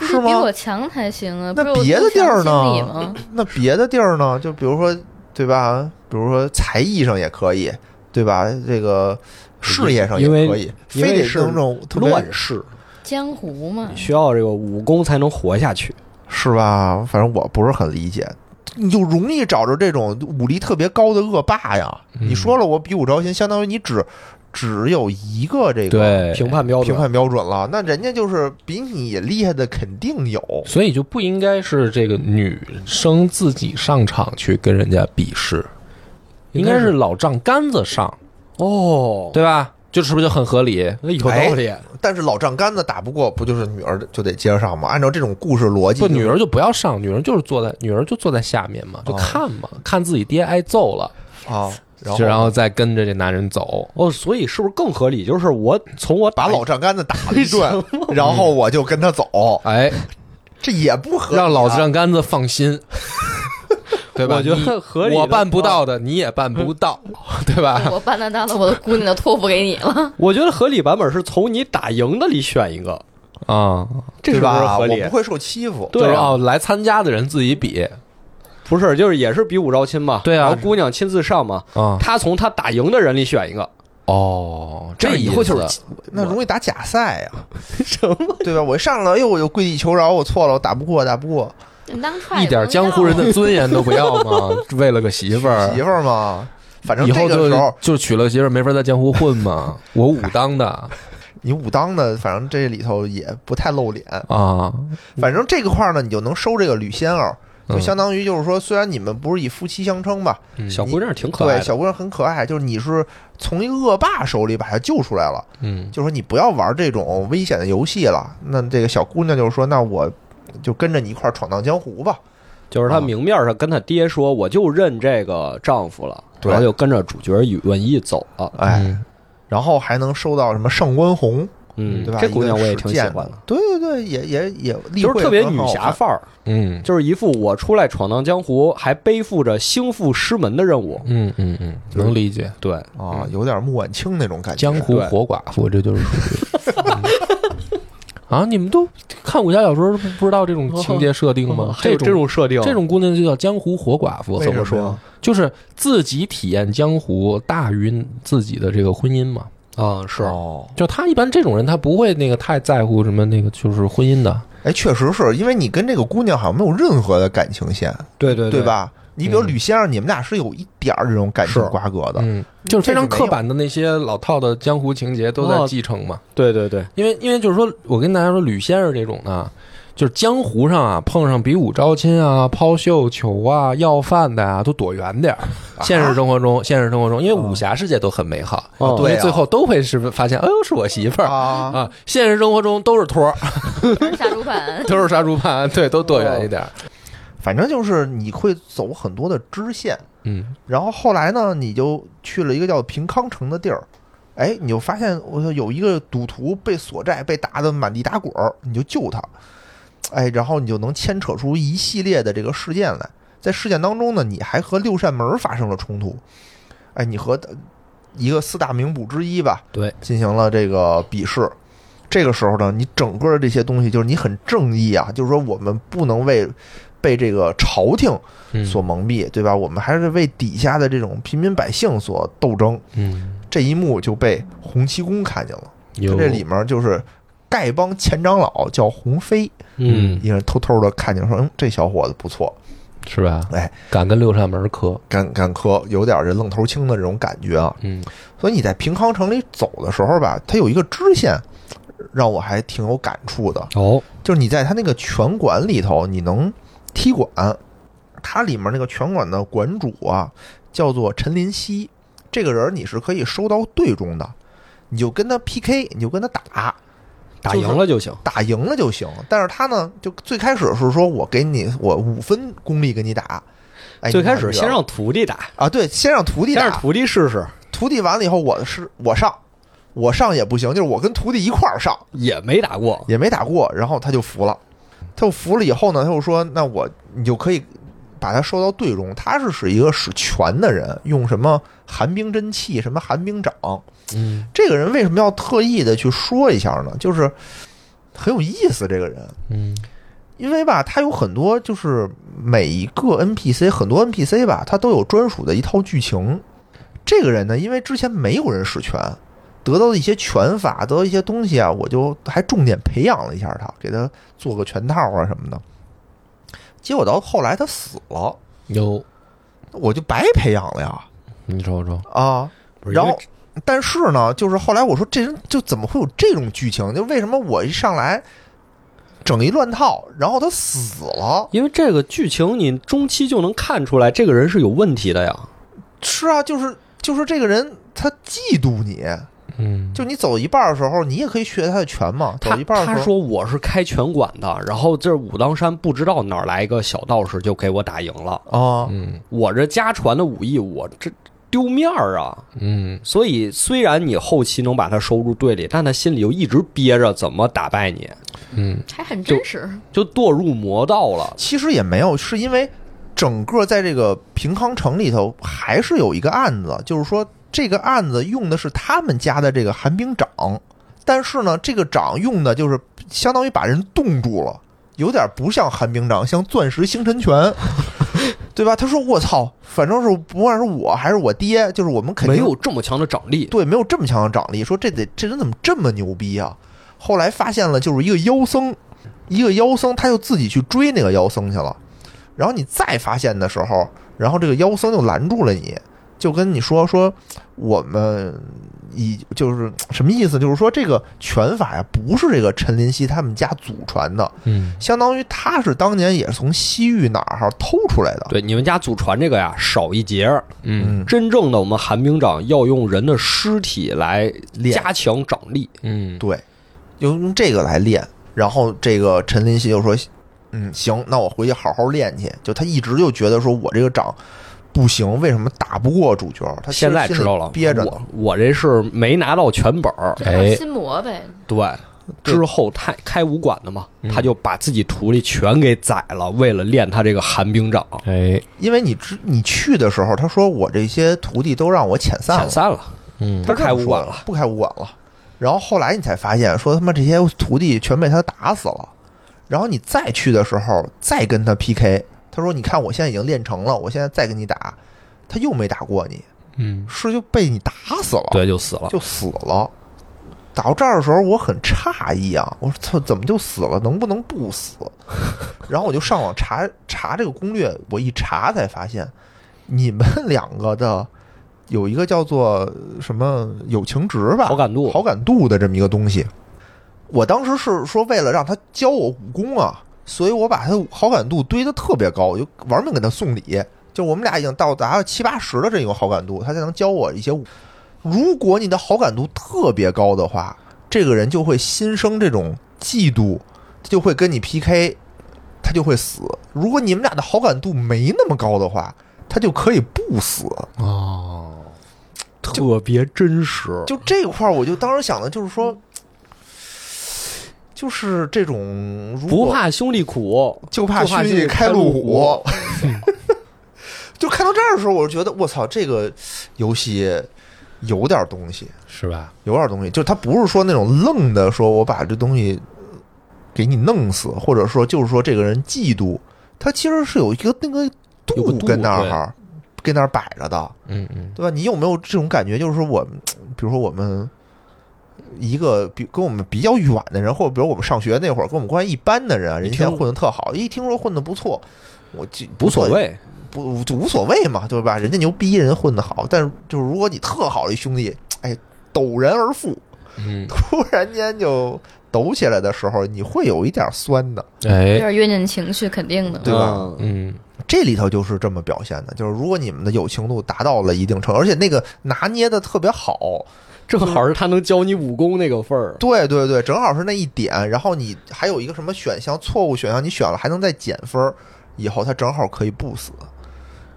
是吗
比我强才行啊！
那
不是我
别的
更
地儿
强心理
呢
吗？
那别的地儿呢？就比如说，对吧？比如说才艺上也可以，对吧？这个事业上也
因为
可以，
因为
非得
是
是那种特别
乱世
江湖嘛，
需要这个武功才能活下去。
是吧？反正我不是很理解。你就容易找着这种武力特别高的恶霸呀！
嗯
你说了，我比武招亲，相当于你只只有一个这个
哎
对，
评判标
评
准，
判标准了，那人家就是比你厉害的肯定有。
所以就不应该是这个女生自己上场去跟人家比试，应该是老丈杆子上，
哦，
对吧？就是不是就很合理？哎
那有道理，
但是老丈杆子打不过，不就是女儿就得接着上吗？按照这种故事逻辑，
哎
不，女儿就不要上，女儿就是坐在女儿就坐在下面嘛，就
哦
看嘛，看自己爹挨揍了，
啊，然后
哦就然后再跟着这男人走。
哦，所以是不是更合理？就是我从我
把
打
老丈杆子打了一顿，然后我就跟他走，
哎，
这也不合理啊
让老子让杆子放 心，对吧？
我觉得
你
合理的啊
我办不到的，你也办不 到，对吧？
我办得到的，我的姑娘都托付给你了。
我觉得合理版本是从你打赢的里选一个，
啊，
这是
对
不是
吧？
合
我
理
不？会受欺负，
就是
对啊，
哦，来参加的人自己比
不是，就是也是比武招亲嘛。
对啊
然后姑娘亲自上嘛，
嗯
啊，
她从她打赢的人里选一个。
哦，这
样以
意
后
思
那容易打假赛啊，什么？对吧？我上来，哎呦，我就跪地求饶，我错了，我打不过，打不过，
你当踹
一点江湖人的尊严都不要 吗？为了个媳妇儿，
媳妇儿嘛。反正
以
这
后
个
就
时候，
就娶了媳妇儿没法在江湖混嘛。我武当的
你武当的，反正这里头也不太露脸。
啊，
反正这个块儿呢，你就能收这个吕仙儿，就
嗯
相当于就是说，虽然你们不是以夫妻相称吧，
嗯
小姑娘挺可爱
对，
的，
小姑娘很可爱，就是你是从一个恶霸手里把她救出来了，
嗯
就说你不要玩这种危险的游戏了。那这个小姑娘就是说，那我就跟着你一块儿闯荡江湖吧。
就是她明面上跟她爹说，我就认这个丈夫了，
对
然后就跟着主角宇文义走了。
哎，
嗯
然后还能收到什么上官红，
嗯，
对吧？
这姑娘我也挺喜
一个
欢
使
的
剑，对对对，也也也例
就
会
是特别
很
女
好
侠
看
范儿，
嗯
就是一副我出来闯荡江湖，还背负着兴复师门的任务。
嗯嗯嗯，能理解。
对，
啊，有点穆婉清那种感觉。
江湖活寡妇，这就是属于。嗯啊，你们都看武侠小说不知道这种情节设定吗？
哦还有这
种
种设定，
这种姑娘就叫江湖活寡妇，
为
怎么
什么
说
呀？
就是自己体验江湖大于自己的这个婚姻嘛。
啊是
哦，
就他一般这种人，他不会那个太在乎什么那个就是婚姻的。
哎，确实是因为你跟这个姑娘好像没有任何的感情线，
对对
对？吧？你比如
嗯
吕先生，你们俩是有一点儿这种感情
是
瓜葛的，
嗯，就是非常
这是没有
刻板的那些老套的江湖情节都在
哦
继承嘛。
对对对，
因为因为就是说我跟大家说，吕先生这种呢，就是江湖上啊碰上比武招亲啊、抛绣球啊、要饭的啊，都躲远点儿。现实生活中，现实生活中， 因为武侠世界都很美好，
哦
因为
对啊
最后都会是发现，哎呦是我媳妇儿
啊
啊。现实生活中都是托儿，
杀猪盘，
都是杀猪盘，对，都躲远一点儿。
反正就是你会走很多的支线。
嗯，
然后后来呢，你就去了一个叫平康城的地儿，哎，你就发现我说有一个赌徒被索债，被打得满地打滚儿，你就救他，哎，然后你就能牵扯出一系列的这个事件来。在事件当中呢，你还和六扇门发生了冲突，哎，你和一个四大名捕之一吧，
对，
进行了这个比试。这个时候呢，你整个这些东西就是你很正义啊，就是说我们不能为被这个朝廷
嗯
所蒙蔽，对吧？我们还是为底下的这种平民百姓所斗争。
嗯，
这一幕就被洪七公看见了，
有
这里面就是丐帮前长老叫洪飞，
嗯
一个人偷偷的看见说，嗯，这小伙子不错，
是吧？
哎，
敢跟六扇门磕，
敢敢磕，有点这愣头青的这种感觉啊。
嗯
所以你在平康城里走的时候吧，它有一个支线，让我还挺有感触的，
哦，
就是你在它那个拳馆里头，你能踢馆，它里面那个拳馆的馆主啊，叫做陈林熙，这个人你是可以收到队中的，你就跟他 PK，你就跟他打，
打赢了就行。
打赢了就行。但是他呢，就最开始是说我给你我五分功力给你打，哎，
最
你打
开始
不赢
先让徒弟打，
啊，对，先让徒弟
先
打，
让徒弟试试，
徒弟完了以后，我是我上，我上也不行，就是我跟徒弟一块儿上，
也没打过。
也没打过，然后他就服了，他就服了以后呢，他就说，那我你就可以把他收到队中，他是使一个使拳的人，用什么寒冰真气，什么寒冰掌，
嗯，
这个人为什么要特意的去说一下呢？就是很有意思，这个人，
嗯，
因为吧，他有很多就是每一个 NPC，很多 NPC 吧，他都有专属的一套剧情。这个人呢，因为之前没有人使拳，得到的一些拳法，得到一些东西啊，我就还重点培养了一下他，给他做个拳套啊什么的。结果到后来他死了，
有
我就白培养了呀
你瞅瞅，
啊！
不是
然后
因为
但是呢，就是后来我说这人就怎么会有这种剧情？就为什么我一上来整一乱套，然后他死了？
因为这个剧情你中期就能看出来，这个人是有问题的呀。
是啊，就是就是这个人他嫉妒你，
嗯，
就你走一半儿的时候，你也可以学他的拳嘛。走
他
一半儿的
他
时候，
说我是开拳馆的，然后这武当山不知道哪儿来一个小道士就给我打赢了，
啊，
嗯
我这家传的武艺我这丢面儿啊。
嗯
所以虽然你后期能把他收入队里，但他心里又一直憋着怎么打败你，
嗯
还很
就
真实。
就堕入魔道了。
其实也没有，是因为整个在这个平康城里头还是有一个案子，就是说这个案子用的是他们家的这个寒冰掌，但是呢，这个掌用的就是相当于把人冻住了，有点不像寒冰掌，像钻石星辰 拳。对吧？他说：“我操，反正是不管是我还是我爹，就是我们肯定
没有这么强的掌力，
对，没有这么强的掌力，说这得这人怎么这么牛逼啊？后来发现了，就是一个妖僧，一个妖僧，他就自己去追那个妖僧去了。然后你再发现的时候，然后这个妖僧就拦住了你，就跟你说说我们以就是什么意思？就是说这个拳法呀，不是这个陈林熙他们家祖传的，
嗯
相当于他是当年也是从西域哪儿哈偷出来的。
对你们家祖传这个呀，少一节儿。
嗯
嗯，
真正的我们寒冰掌要用人的尸体来
练
加强掌力，
嗯
对，用用这个来练。然后这个陈林熙就说：“嗯，行，那我回去好好练去。”就他一直就觉得说我这个掌不行，为什么打不过主角？他其实
现在
心里
知道了。
憋着呢
我我这是没拿到全本儿，
哎
心魔呗，
对。
对
之后太开武馆的嘛，
嗯
他就把自己徒弟全给宰了，为了练他这个寒冰掌，
哎
因为你知你去的时候，他说我这些徒弟都让我遣散
遣
了，
散了。
嗯
他开武馆了，
不开武馆了。然后后来你才发现，说他妈这些徒弟全被他打死了。然后你再去的时候，再跟他 PK，他说：“你看我现在已经练成了，我现在再跟你打，他又没打过你，
嗯
是就被你打死了。”
对，就死了。
就死了。打到这儿的时候，我很诧异啊！我说他怎么就死了？能不能不死？ 然后我就上网查查这个攻略，我一查才发现，你们两个的有一个叫做什么友情值吧，
好感度
好感度的这么一个东西。我当时是说为了让他教我武功啊，所以我把他的好感度堆得特别高，我就玩命给他送礼。就我们俩已经到达了七八十的这种好感度，他才能教我一些武如果你的好感度特别高的话，这个人就会心生这种嫉妒，他就会跟你 PK，他就会死。如果你们俩的好感度没那么高的话，他就可以不死。
哦，
特别真实，
就这块儿，我就当时想的就是说，就是这种如果
不怕兄弟苦，
就怕
就怕
兄
兄
弟
弟
开
开
路
路
虎
虎。
就看到这儿的时候，我就觉得我操，这个游戏有点东西。
是吧？
有点东西，就是他不是说那种愣的，说我把这东西给你弄死，或者说就是说这个人嫉妒，他其实是有一个那个
有个
度
度
跟那儿哈，跟那儿摆着的，
嗯嗯
对吧？你有没有这种感觉？就是说我们，比如说我们一个比跟我们比较远的人，或者比如我们上学那会儿跟我们关系一般的人啊，人
一
家
听
现在混的特好，一听说混的不错，我就
无所谓。
不就无所谓嘛，对吧？人家牛逼，人混的好，但是就是如果你特好的一兄弟，哎，陡然而富，
嗯，
突然间就抖起来的时候，你会有一点酸的。
有
哎
点怨念情绪，肯定的。
对吧
嗯
嗯
这里头就是这么表现的，就是如果你们的友情度达到了一定程度，而且那个拿捏的特别好，
正好是他能教你武功那个份儿，
对对对，正好是那一点。然后你还有一个什么选项，错误选项你选了还能再减分儿，以后他正好可以不死。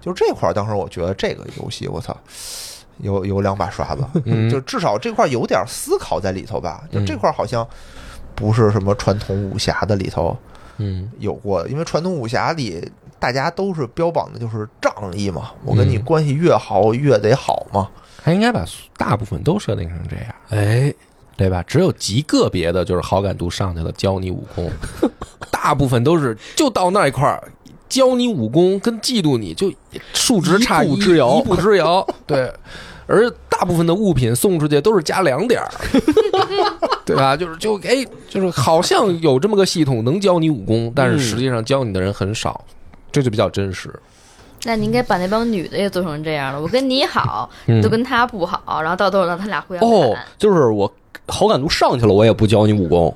就是这块儿，当时我觉得这个游戏，我操，有有两把刷子，
嗯
就至少这块儿有点思考在里头吧。就
嗯
这块儿好像不是什么传统武侠的里头。
嗯
有过的，因为传统武侠里大家都是标榜的就是仗义嘛，我跟你
嗯
关系越好越得好嘛。
他应该把大部分都设定成这样，
哎，
对吧？只有极个别的，就是好感度上去了，教你武功，大部分都是就到那一块儿。教你武功跟嫉妒你就数值差
一步
一
之遥
一步之遥。对，而大部分的物品送出去都是加两点儿，对吧？就是就哎，就是好像有这么个系统能教你武功，但是实际上教你的人很少，这就比较真实。
那你应该把那帮女的也做成这样了。我跟你好，
嗯
都跟他不好，然后到头让他俩互相
哦
砍，
就是我好感度上去了，我也不教你武功，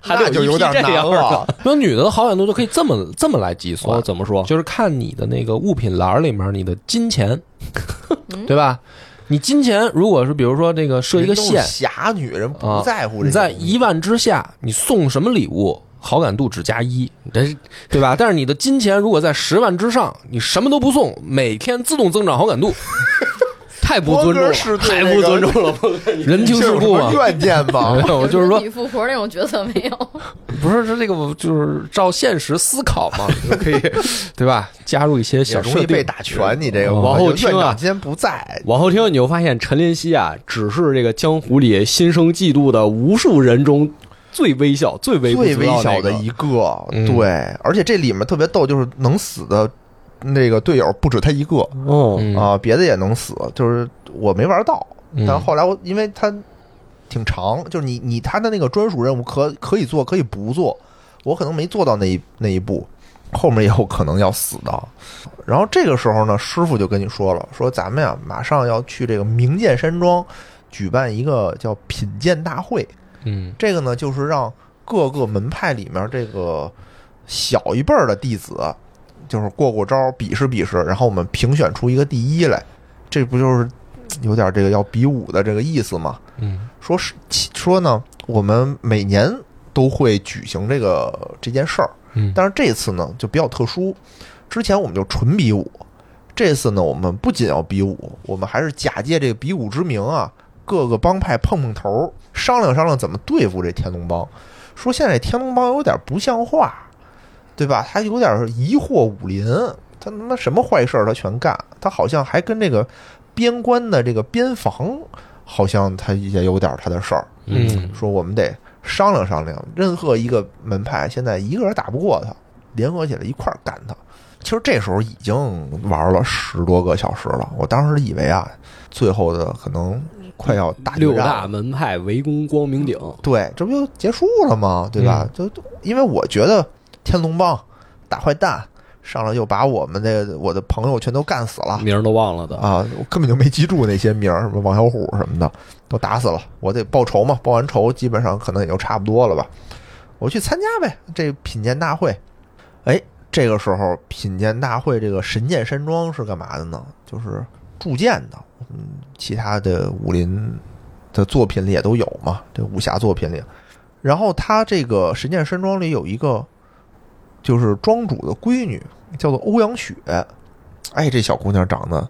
还得
那就
有
有
一批
点
这
难
样
了。
那女的的好感度就可以这么这么来计算
哦，，怎么说？
就是看你的那个物品栏里面你的金钱，对吧？你金钱如果是比如说这个设一个
人
线
都是侠女人不
啊，
在乎这
你
些东
在
西，
一万之下，你送什么礼物？好感度只加一，这是对吧？但是你的金钱如果在十万之上，你什么都不送，每天自动增长好感度，太不尊重
波哥
了，
是对
太
这
不
个
尊重了，波 哥人情
这
世
有什
故
么
嘛。
怨念吗？
没有，就是说
女富婆那种角色没有。
不是是这个，就是照现实思考嘛，就可 以对吧？加入一些
也
小
容
设
易被
定。哦
打拳，你这个
往
我就
后听啊
院长今天不在，
往后听，你就发现陈林熙啊，只是这个江湖里心生嫉妒的无数人中最微小、最微不
最
足
微
道那
小的
个
一个，
嗯
对，而且这里面特别逗，就是能死的那个队友不止他一个
哦，
嗯
啊，别的也能死，就是我没玩到，
嗯
但后来我因为他挺长，就是你你他的那个专属任务可可以做，可以不做，我可能没做到那一那一步，后面也有可能要死的。然后这个时候呢，师傅就跟你说了，说咱们呀马上要去这个明鉴山庄举办一个叫品鉴大会，
嗯
这个呢，就是让各个门派里面这个小一辈儿的弟子，就是过过招，比试比试，然后我们评选出一个第一来，这不就是有点这个要比武的这个意思吗？
嗯
说是其说呢，我们每年都会举行这个这件事儿，
嗯，
但是这次呢就比较特殊，之前我们就纯比武，这次呢我们不仅要比武，我们还是假借这个比武之名啊，各个帮派碰碰头儿，商量商量怎么对付这天龙帮。说现在天龙帮有点不像话，对吧？他有点疑惑武林，他他妈什么坏事儿他全干，他好像还跟这个边关的这个边防，好像他也有点他的事儿。
嗯
说我们得商量商量，任何一个门派现在一个人打不过他，联合起来一块儿干他。其实这时候已经玩了十多个小时了，我当时以为啊，最后的可能快要打决
六
战
大
了
门派围攻光明顶，
对，这不就结束了吗？对吧？
嗯
就因为我觉得天龙帮打坏蛋上来就把我们的我的朋友全都干死了，
名儿都忘了的。
啊，我根本就没记住那些名儿，什么王小虎什么的，都打死了。我得报仇嘛，报完仇基本上可能也就差不多了吧。我去参加呗，这品鉴大会。哎，这个时候品鉴大会这个神剑山庄是干嘛的呢？就是铸剑的，嗯，其他的武林的作品里也都有嘛，这武侠作品里。然后他这个神剑山庄里有一个，就是庄主的闺女，叫做欧阳雪。哎，这小姑娘长得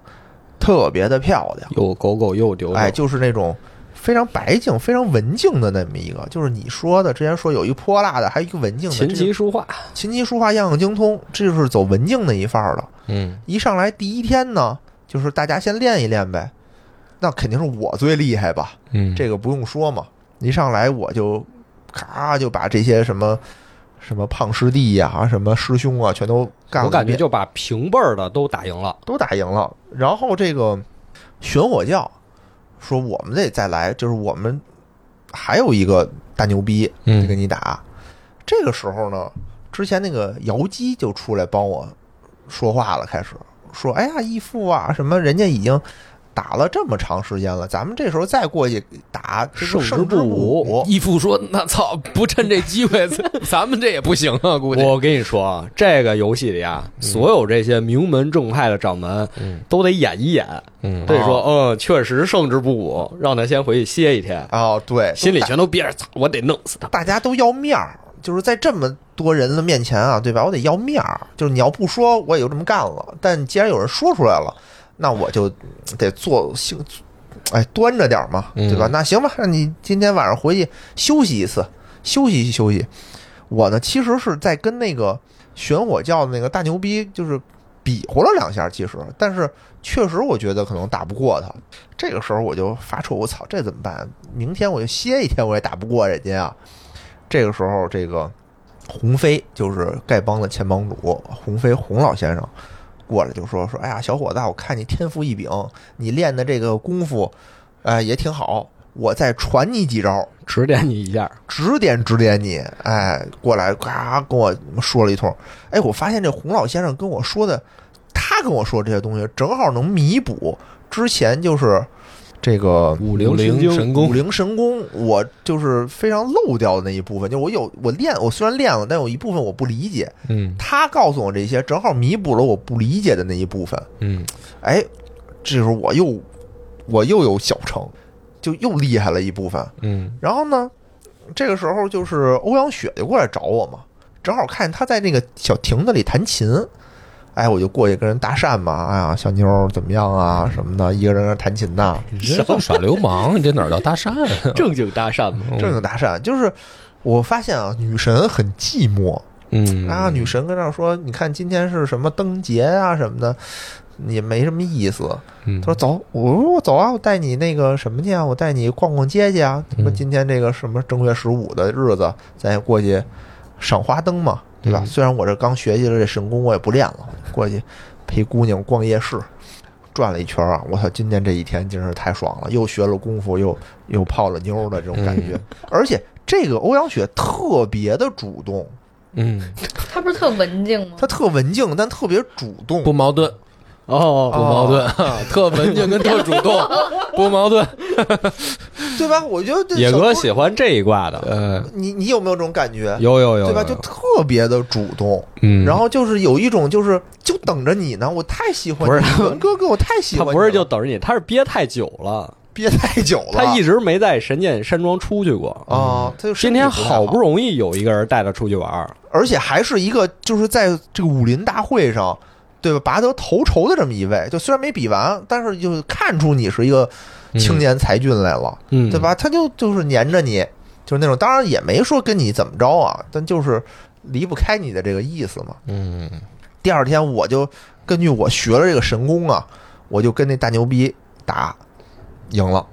特别的漂亮，
又狗狗又丢
哎，就是那种非常白净、非常文静的那么一个，就是你说的之前说有一泼辣的，还有一个文静的，
琴
这
棋
是
书画，
琴棋书画样样精通，这就是走文静那一范儿的。
嗯
一上来第一天呢，就是大家先练一练呗，那肯定是我最厉害吧，
嗯，
这个不用说嘛，一上来我就咔就把这些什么什么胖师弟呀、什么师兄啊，全都干了
我
一
感觉
遍
就把平辈儿的都打赢了。
都打赢了。然后这个玄火教说我们得再来，就是我们还有一个大牛逼
嗯
得跟你打。这个时候呢，之前那个姚姬就出来帮我说话了，开始说：“哎呀，义父啊，什么人家已经。”打了这么长时间了，咱们这时候再过去打，这
胜
就
之
胜之
不
武。
武
义父说：“那操，不趁这机会，咱们这也不行啊，估计。
我跟你说啊，这个游戏里啊，
嗯
所有这些名门正派的掌门
嗯
都得演一演，”
嗯
得说，嗯，确实胜之不武，让他先回去歇一 天，
哦，对，
心里全都憋着，操我得弄 死他。
大家都要面儿，就是在这么多人的面前啊，对吧？我得要面儿，就是你要不说，我也就这么干了。但既然有人说出来了，那我就得做行，哎，端着点儿嘛，对吧？
嗯
那行吧，那你今天晚上回去休息一次，休息休息。我呢，其实是在跟那个玄火教的那个大牛逼，就是比划了两下，其实，但是确实我觉得可能打不过他。这个时候我就发愁，我操，这怎么办？明天我就歇一天，我也打不过人家啊。这个时候，这个洪飞就是丐帮的前帮主洪飞洪老先生过来就说说，哎呀，小伙子啊，我看你天赋异禀，你练的这个功夫，哎，也挺好，我再传你几招，
指点你一下，
指点指点你，哎，过来咔跟我说了一通，哎，我发现这洪老先生跟我说的他跟我说这些东西，正好能弥补之前就是这个
武
武
神
灵
经
神
武
功，
灵神功，我就是非常漏掉的那一部分，就是我有我练，我虽然练了，但有一部分我不理解。
嗯
他告诉我这些，正好弥补了我不理解的那一部分。
嗯，
哎，这时候我又我又有小成，就又厉害了一部分。
嗯
然后呢，这个时候就是欧阳雪就过来找我嘛，正好看见他在那个小亭子里弹琴，哎，我就过去跟人搭讪嘛，哎呀，小妞儿怎么样啊什么的，一个人在那弹琴呐，
你这叫耍流氓，你这哪儿叫搭讪啊？
正经搭讪嘛。
嗯
正经搭讪。就是我发现啊，女神很寂寞
嗯
啊，女神跟那儿说，你看今天是什么灯节啊什么的。也没什么意思。
嗯
他说：“走，我说我走啊，我带你那个什么去啊，我带你逛逛街去啊。他说
嗯
今天这个什么正月十五的日子，咱也过去赏花灯嘛，对吧？
嗯
虽然我这刚学习了这神功，我也不练了，过去陪姑娘逛夜市，转了一圈啊！我操，今天这一天真是太爽了，又学了功夫，又又泡了妞的这种感觉。
嗯
而且这个欧阳雪特别的主动，
嗯，
他不是特文静吗？
她特文静，但特别主动。
不矛盾，不
哦，
矛
啊
盾，特文静跟特主动，不矛盾。
对吧？我觉得这
野
小
哥
姑
喜欢这一挂的，
呃，
你你有没有这种感觉？
有有有，
对吧？
有
就特别的主动，
嗯，
然后就是有一种就是就等着你呢，我太喜欢
不是
你了， 文哥哥，我太喜
他
欢你了。
不是就等着你，他是憋太久了，
憋太久了，
他一直没在神剑山庄出去过。
啊，他就
今
身体
天
不太
好
好
不容易有一个人带他出去玩儿，
而且还是一个就是在这个武林大会上，对吧？拔得头筹的这么一位，就虽然没比完，但是就看出你是一个青年才俊来了，
嗯
对？吧？他就就是粘着你，就是那种，当然也没说跟你怎么着啊，但就是离不开你的这个意思嘛。
嗯
第二天我就根据我学了这个神功啊，我就跟那大牛逼打，赢了，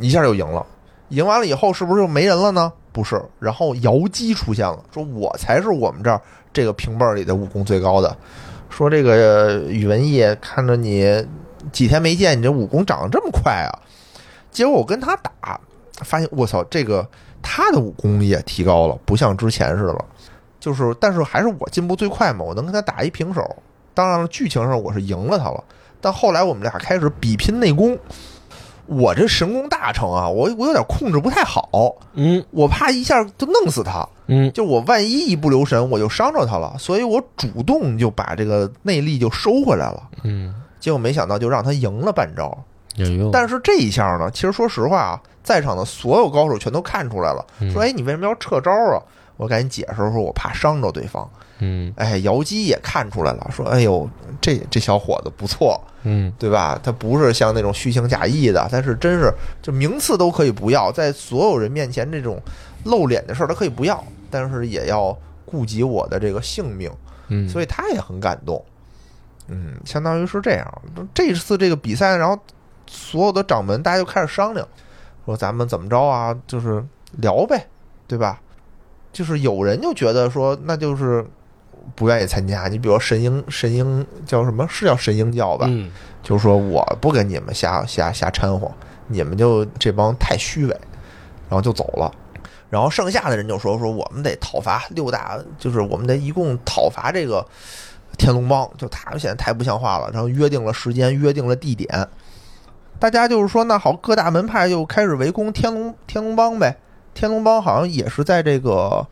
一下就赢了。赢完了以后是不是就没人了呢？不是，然后姚姬出现了，说我才是我们这儿这个平辈儿里的武功最高的。说这个宇文义看着你几天没见，你这武功长得这么快啊！结果我跟他打，发现我操，这个他的武功也提高了，不像之前似的了。就是，但是还是我进步最快嘛，我能跟他打一平手。当然了，剧情上我是赢了他了，但后来我们俩开始比拼内功。我这神功大成啊，我我有点控制不太好，
嗯
我怕一下就弄死他。
嗯
就我万一一不留神，我就伤着他了，所以我主动就把这个内力就收回来了。
嗯，哎
结果没想到就让他赢了半招。
也有，
但是这一下呢，其实说实话啊，在场的所有高手全都看出来了，
嗯
说：“哎，你为什么要撤招啊？”我赶紧解释说：“我怕伤着对方。”
嗯
哎，姚姬也看出来了，说：“哎呦，这这小伙子不错，
嗯
对吧？他不是像那种虚情假意的，但是真是就名次都可以不要，在所有人面前这种露脸的事儿他可以不要，但是也要顾及我的这个性命。
嗯，
所以他也很感动。嗯，相当于是这样。这次这个比赛，然后所有的掌门大家就开始商量，说咱们怎么着啊？就是聊呗，对吧？就是有人就觉得说，那就是不愿意参加。你比如神鹰，神鹰叫什么？是叫神鹰教吧？
嗯，
就是说我不跟你们瞎瞎瞎掺和，你们就这帮太虚伪，然后就走了。然后剩下的人就说说我们得讨伐六大，就是我们得一共讨伐这个天龙帮，就他们现在太不像话了。然后约定了时间，约定了地点，大家就是说那好，各大门派就开始围攻天龙天龙帮呗。天龙帮好像也是在这个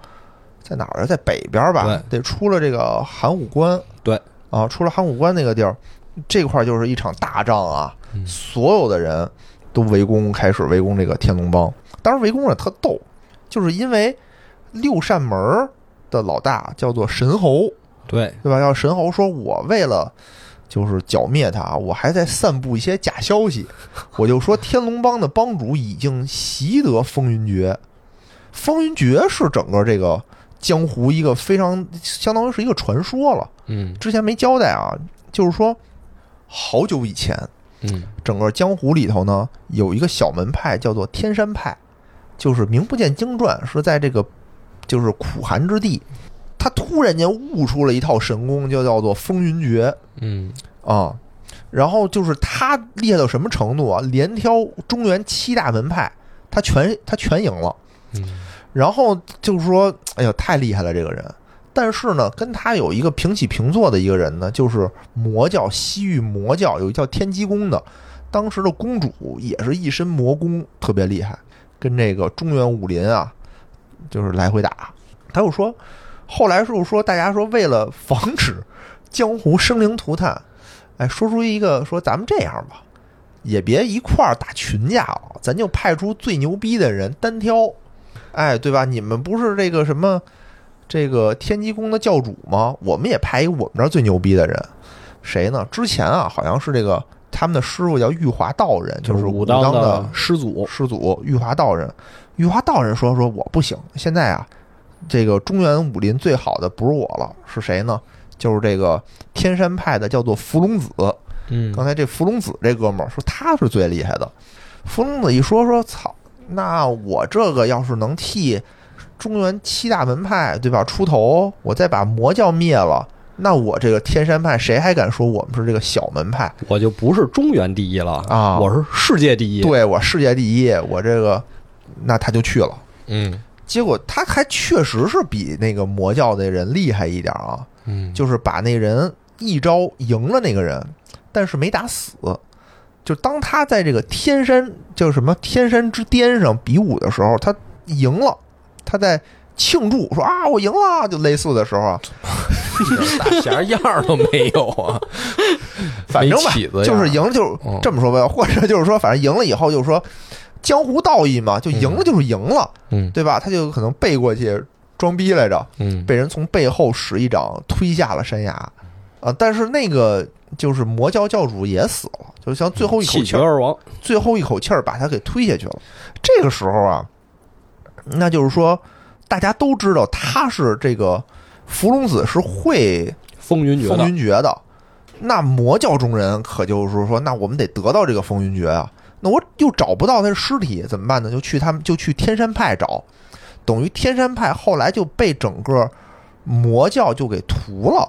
在哪儿啊，在北边吧，得出了这个函谷关。
对
啊，出了函谷关那个地儿，这块儿就是一场大仗啊，所有的人都围攻，开始围攻这个天龙帮。当时围攻着特逗，就是因为六扇门儿的老大叫做神猴，
对，
对吧？要神猴说，我为了就是剿灭他，我还在散布一些假消息，我就说天龙帮的帮主已经习得风云诀，风云诀是整个这个江湖一个非常相当于是一个传说了。
嗯
之前没交代啊，就是说好久以前，
嗯
整个江湖里头呢有一个小门派叫做天山派，就是名不见经传，是在这个就是苦寒之地，他突然间悟出了一套神功，就叫做风云诀
嗯
啊。然后就是他厉害到什么程度啊？连挑中原七大门派，他全他全赢了。
嗯
然后就是说，哎呦，太厉害了这个人。但是呢，跟他有一个平起平坐的一个人呢，就是魔教西域魔教有一叫天机宫的，当时的公主也是一身魔功，特别厉害，跟这个中原武林啊，就是来回打。他又说，后来就是说，大家说为了防止江湖生灵涂炭，哎，说出一个说咱们这样吧，也别一块儿打群架了，咱就派出最牛逼的人单挑，哎，对吧？你们不是这个什么这个天机宫的教主吗？我们也派一个我们这儿最牛逼的人，谁呢？之前啊，好像是这个他们的师傅叫玉华道人，就是
武
当
当
的
师祖，
师祖玉华道人，玉华道人说说我不行，现在啊，这个中原武林最好的不是我了，是谁呢？就是这个天山派的叫做伏龙子。
嗯
刚才这伏龙子这哥们儿说他是最厉害的，伏龙子一说说操，那我这个要是能替中原七大门派对吧出头，我再把魔教灭了，那我这个天山派谁还敢说我们是这个小门派？
我就不是中原第一了
啊
我是世界第一。，
对我世界第一，我这个那他就去了。
嗯
结果他还确实是比那个魔教的人厉害一点啊，
嗯，
就是把那人一招赢了那个人，但是没打死。就当他在这个天山叫什么天山之巅上比武的时候，他赢了，他在庆祝说啊我赢了，就类似的时候 啊，
一点样儿都没有啊，
反正吧
没起子样
就是赢了就
嗯
这么说吧，或者就是说反正赢了以后就是说江湖道义嘛，就赢了就是赢了，
嗯
对吧？他就可能背过去装逼来着，
嗯，
被人从背后使一掌推下了山崖，啊、但是那个就是魔教教主也死了，就像最后一口
嗯气
气
绝
儿，
而亡。
最后一口气儿把他给推下去了。这个时候啊，那就是说大家都知道他是这个伏龙子是会
风云决
风
的，
云诀的，那魔教中人可就是说，那我们得得到这个风云诀啊。那我又找不到他的尸体怎么办呢？就去他们就去天山派找，等于天山派后来就被整个魔教就给屠了，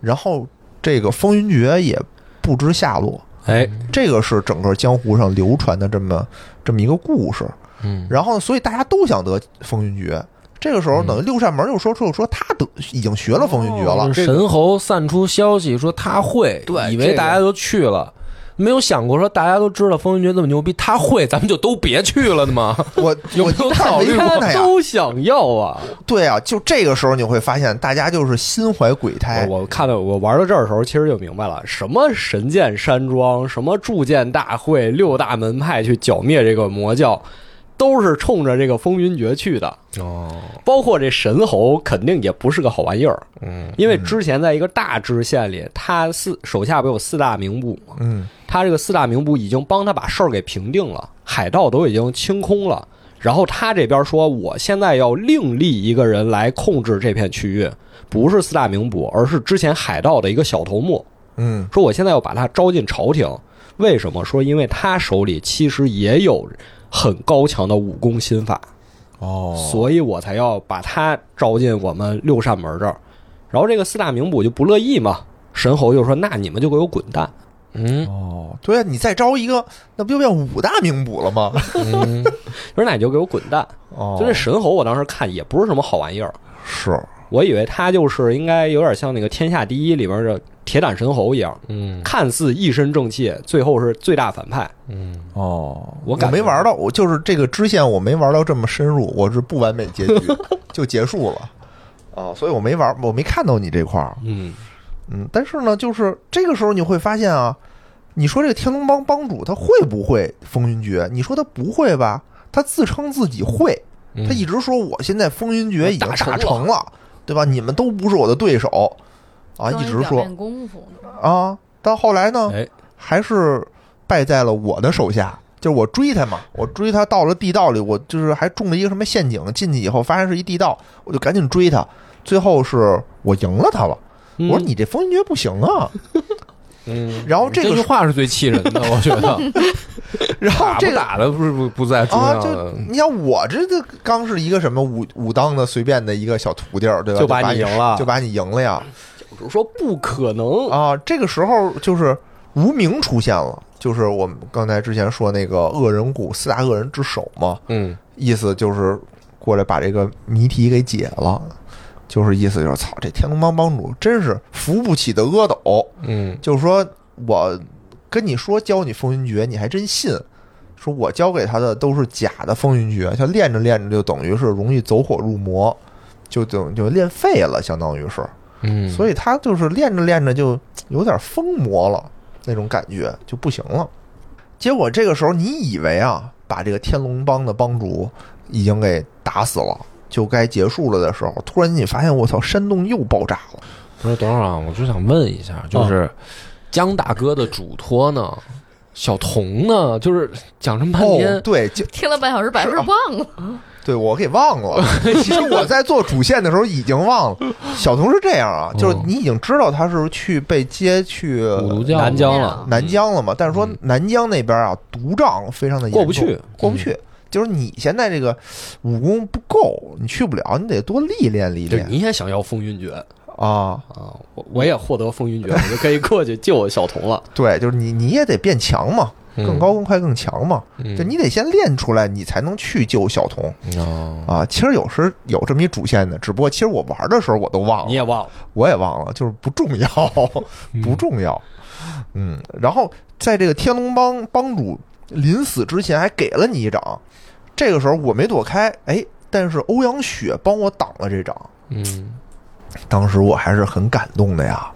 然后这个风云诀也不知下落。
哎，
这个是整个江湖上流传的这么这么一个故事。
嗯，
然后呢所以大家都想得风云诀。这个时候，等于六扇门又说出说他得已经学了风云诀了，
就是神猴散出消息说他会，
对
以为大家都去了。没有想过说大家都知道风云决这么牛逼，他会，咱们就都别去了的吗？
我
有
我
没有
一看
考
没
虑
看他
他
呀，
都想要啊！
对啊，就这个时候你会发现，大家就是心怀鬼胎，
我我看到我玩到这儿的时候，其实就明白了，什么神剑山庄，什么铸剑大会，六大门派去剿灭这个魔教，都是冲着这个风云决去的。
哦，
包括这神猴，肯定也不是个好玩意儿，
嗯，
因为之前在一个大支线里，他四手下不有四大名捕吗？
嗯，
他这个四大名捕已经帮他把事儿给平定了，海盗都已经清空了。然后他这边说，我现在要另立一个人来控制这片区域，不是四大名捕，而是之前海盗的一个小头目。
嗯
说我现在要把他招进朝廷，为什么？说因为他手里其实也有很高强的武功心法，
哦
所以我才要把他招进我们六扇门这儿。然后这个四大名捕就不乐意嘛，神猴就说：“那你们就给我滚蛋。”
嗯
哦，对啊，你再招一个，那不就变五大名捕了吗？
嗯，
我说那你就给我滚蛋！
哦
就这神猴，我当时看也不是什么好玩意儿，
是
我以为他就是应该有点像那个《天下第一》里边的铁胆神猴一样，
嗯
看似一身正气，最后是最大反派。
嗯，
哦，
我
我
感觉
没玩到，我就是这个支线我没玩到这么深入，我是不完美结局就结束了。哦，所以我没玩，我没看到你这块儿。
嗯，
嗯，但是呢，就是这个时候你会发现啊，你说这个天龙帮帮主他会不会风云决？你说他不会吧？他自称自己会，他一直说我现在风云决已经
我打成
打
了
成了，对吧？你们都不是我的对手啊，一直说
功夫
啊，到后来呢，
哎，
还是败在了我的手下。就是我追他嘛，我追他到了地道里，我就是还中了一个什么陷阱，进去以后发现是一地道，我就赶紧追他，最后是我赢了他了。我说
嗯
你这风云决不行啊，
嗯，
然后这
这
个
句话是最气人的，我觉得。
然后
打
这
不
个
打的不是不不在重
啊，
要
就
的，
你像我这这刚是一个什么武武当的随便的一个小徒弟儿，对吧？就
就把你赢了
就把你赢了呀！
我说不可能，
啊，这个时候就是无名出现了，就是我们刚才之前说那个恶人谷四大恶人之首嘛，
嗯
意思就是过来把这个谜题给解了。就是意思就是操，这天龙帮帮主真是扶不起的阿斗，
嗯
就是说我跟你说教你风云诀，你还真信。说我教给他的都是假的风云诀，他练着练着就等于是容易走火入魔，就等就练废了，相当于是。
嗯，
所以他就是练着练着就有点疯魔了，那种感觉就不行了。结果这个时候，你以为啊，把这个天龙帮的帮主已经给打死了，就该结束了的时候，突然你发现，我操，山洞又爆炸了。
不是等会儿啊，我就想问一下，
嗯
就是江大哥的嘱托呢，小童呢，就是讲这么半
哦，
天，
对，就
听了半小时，把事儿忘了。
对我给忘了。其实我在做主线的时候已经忘了。小童是这样啊，就是
嗯
你已经知道他是去被接去
五毒教
南疆了，
呃南疆了嘛，但是说南疆那边啊，毒瘴非常的严重
嗯过不去，嗯
过不去。就是你现在这个武功不够，你去不了，你得多历练历
就是
练
你也想要风云诀
啊。
啊？我我也获得风云诀，我就可以过去救小童了。
对，就是你你也得变强嘛，
嗯
更高更快更强嘛。
嗯
就你得先练出来，你才能去救小童
哦，
啊。其实有时有这么一主线的，只不过其实我玩的时候我都忘了
你，也忘了，
我也忘了，就是不重要， 不重要。嗯，然后在这个天龙帮帮主临死之前还给了你一掌，这个时候我没躲开，哎，但是欧阳雪帮我挡了这掌，
嗯
当时我还是很感动的呀，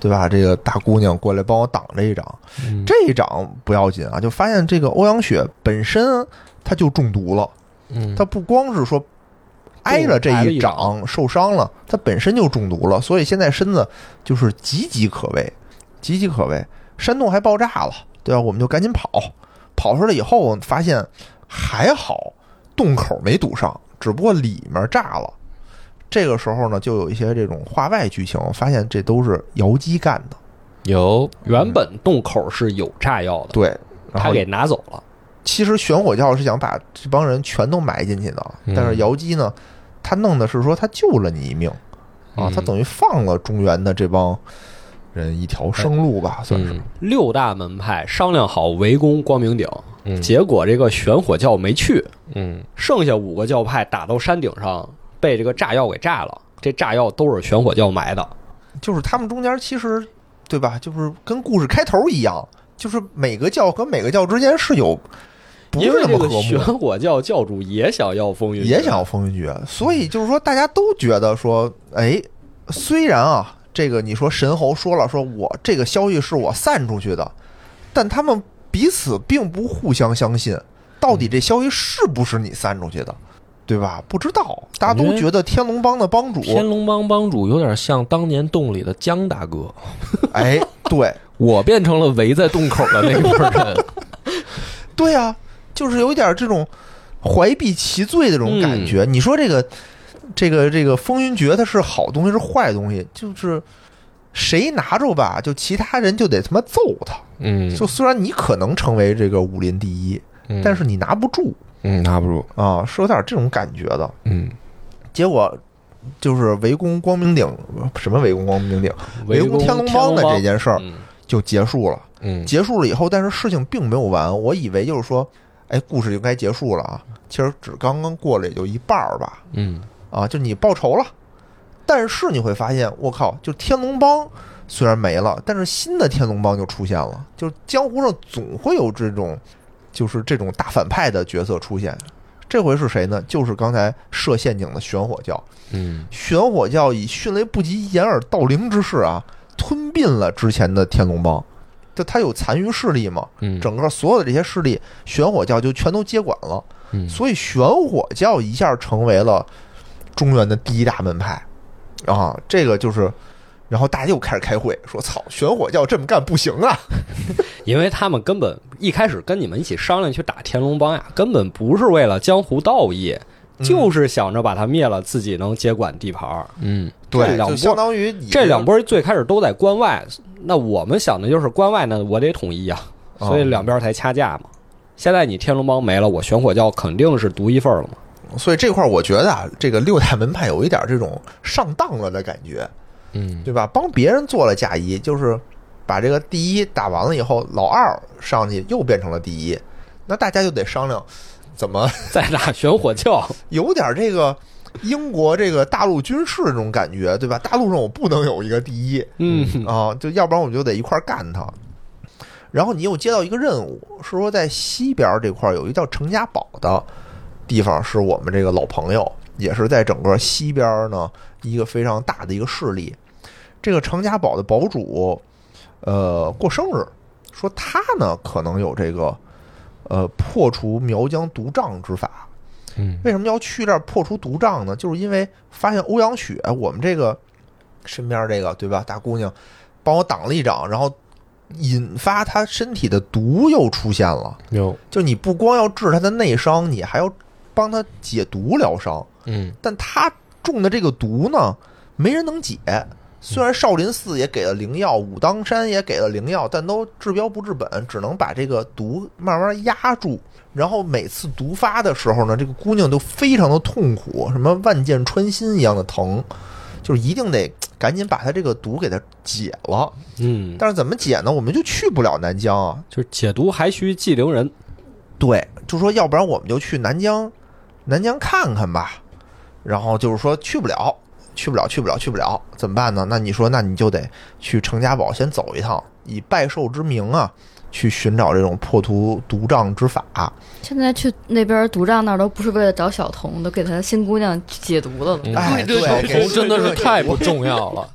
对吧？这个大姑娘过来帮我挡这一掌，
嗯
这一掌不要紧啊，就发现这个欧阳雪本身啊她就中毒了，
嗯，
她不光是说挨了这
挨了
一
一
掌受伤了，她本身就中毒了，所以现在身子就是岌岌可危，岌岌可危。山洞还爆炸了，对吧？我们就赶紧跑，跑出来以后发现还好洞口没堵上，只不过里面炸了。这个时候呢，就有一些这种话外剧情，发现这都是瑶姬干的，
有
原本洞口是有炸药的，
对。然
他
后
给拿走了。
其实玄火教是想把这帮人全都埋进去的，
嗯
但是瑶姬呢，他弄的是说他救了你一命啊，
嗯
他等于放了中原的这帮人一条生路吧，算是
嗯
六大门派商量好围攻光明顶，
嗯
结果这个玄火教没去，
嗯
剩下五个教派打到山顶上，被这个炸药给炸了。这炸药都是玄火教埋的，
就是他们中间其实对吧，就是跟故事开头一样，就是每个教和每个教之间是有不
因
是
为
那
这
么
个
和
玄
睦。
火教教主也想要风云，
也想嗯要风云决，所以就是说，大家都觉得说，哎，虽然啊，这个你说神猴说了，说我这个消息是我散出去的，但他们彼此并不互相相信，到底这消息是不是你散出去的，对吧？不知道，大家都觉得天龙帮的帮主，
天龙帮帮主有点像当年洞里的江大哥，
哎，对，
我变成了围在洞口的那波人，
对啊，就是有一点这种怀璧其罪的这种感觉。你说这个，这个，这个风云决它是好东西是坏东西？就是谁拿着吧，就其他人就得他妈揍他。
嗯，
就虽然你可能成为这个武林第一，
嗯
但是你拿不住
嗯拿不住，
啊，是有点这种感觉的。
嗯
结果就是围攻光明顶，什么围攻光明顶，围攻天龙帮的这件事儿
嗯
就结束了。
嗯
结束了以后，但是事情并没有完。我以为就是说，哎，故事就该结束了啊，其实只刚刚过了也就一半儿吧。
嗯
啊，就你报仇了，但是你会发现，我靠，就天龙帮虽然没了，但是新的天龙帮就出现了。就是江湖上总会有这种，就是这种大反派的角色出现。这回是谁呢？就是刚才设陷阱的玄火教。
嗯
玄火教以迅雷不及掩耳盗铃之势啊，吞并了之前的天龙帮。就他有残余势力嘛，
嗯，
整个所有的这些势力，玄火教就全都接管了。
嗯
所以玄火教一下成为了中原的第一大门派啊，这个就是。然后大家又开始开会，说：“操，玄火教这么干不行啊
因为他们根本一开始跟你们一起商量去打天龙帮呀，根本不是为了江湖道义，
嗯
就是想着把他灭了，自己能接管地盘儿。
嗯！”
这
对，
两
就
波
相当于你
这两波最开始都在关外，那我们想的就是关外呢，我得统一啊，
哦
所以两边才掐架嘛。现在你天龙帮没了，我玄火教肯定是独一份儿了嘛。
所以这块儿我觉得啊，这个六大门派有一点这种上当了的感觉，
嗯
对吧？帮别人做了嫁衣，就是把这个第一打完了以后，老二上去又变成了第一，那大家就得商量怎么
再打玄火教，
有点这个英国这个大陆军事这种感觉，对吧？大陆上我不能有一个第一
嗯，
啊，就要不然我们就得一块儿干他。然后你又接到一个任务，是说在西边这块儿有一个叫程家堡的地方，是我们这个老朋友，也是在整个西边呢一个非常大的一个势力。这个程家堡的堡主，呃，过生日，说他呢可能有这个呃破除苗疆毒瘴之法。
嗯，
为什么要去这儿破除毒瘴呢？就是因为发现欧阳雪，哎我们这个身边这个对吧，大姑娘帮我挡了一掌，然后引发她身体的毒又出现了。
有，
就你不光要治她的内伤，你还要帮她解毒疗伤。
嗯
但她中的这个毒呢，没人能解。虽然少林寺也给了灵药，武当山也给了灵药，但都治标不治本，只能把这个毒慢慢压住。然后每次毒发的时候呢，这个姑娘都非常的痛苦，什么万箭穿心一样的疼，就是一定得赶紧把她这个毒给她解了。
嗯，
但是怎么解呢？我们就去不了南疆啊。
就是解毒还需济陵人。
对，就说要不然我们就去南疆，南疆看看吧。然后就是说去不了，去不了，去不了，去不了，怎么办呢？那你说，那你就得去程家堡先走一趟，以拜寿之名啊，去寻找这种破除毒瘴之法。
现在去那边毒瘴那儿都不是为了找小童，都给他新姑娘解毒了都。
哎，对，
小
给
童真的是太不重要了。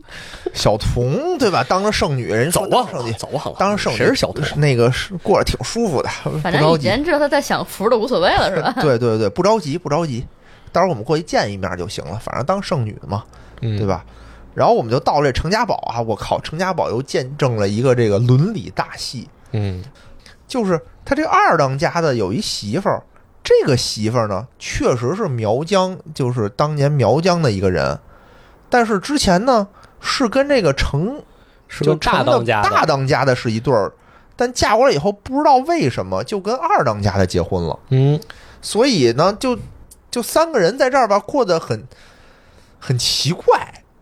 小童对吧？当着剩女，人家
走
说
啊
当着剩女，，
走啊，
当着剩女
谁是小童？
那个是过着挺舒服的，不
反正
着
以
急
前知道他在享福的无所谓了，是吧？
对对对，不着急不着急，到时候我们过去见一面就行了，反正当剩女嘛，
嗯
对吧？然后我们就到这程家堡啊，我靠，程家堡又见证了一个这个伦理大戏，
嗯
就是他这二当家的有一媳妇儿，这个媳妇儿呢，确实是苗疆，就是当年苗疆的一个人，但是之前呢是跟这个程
是
就
个大
成的
当家的
大当家的是一对儿，但嫁过来以后不知道为什么就跟二当家的结婚了。
嗯，
所以呢，就就三个人在这儿吧，过得很很奇怪，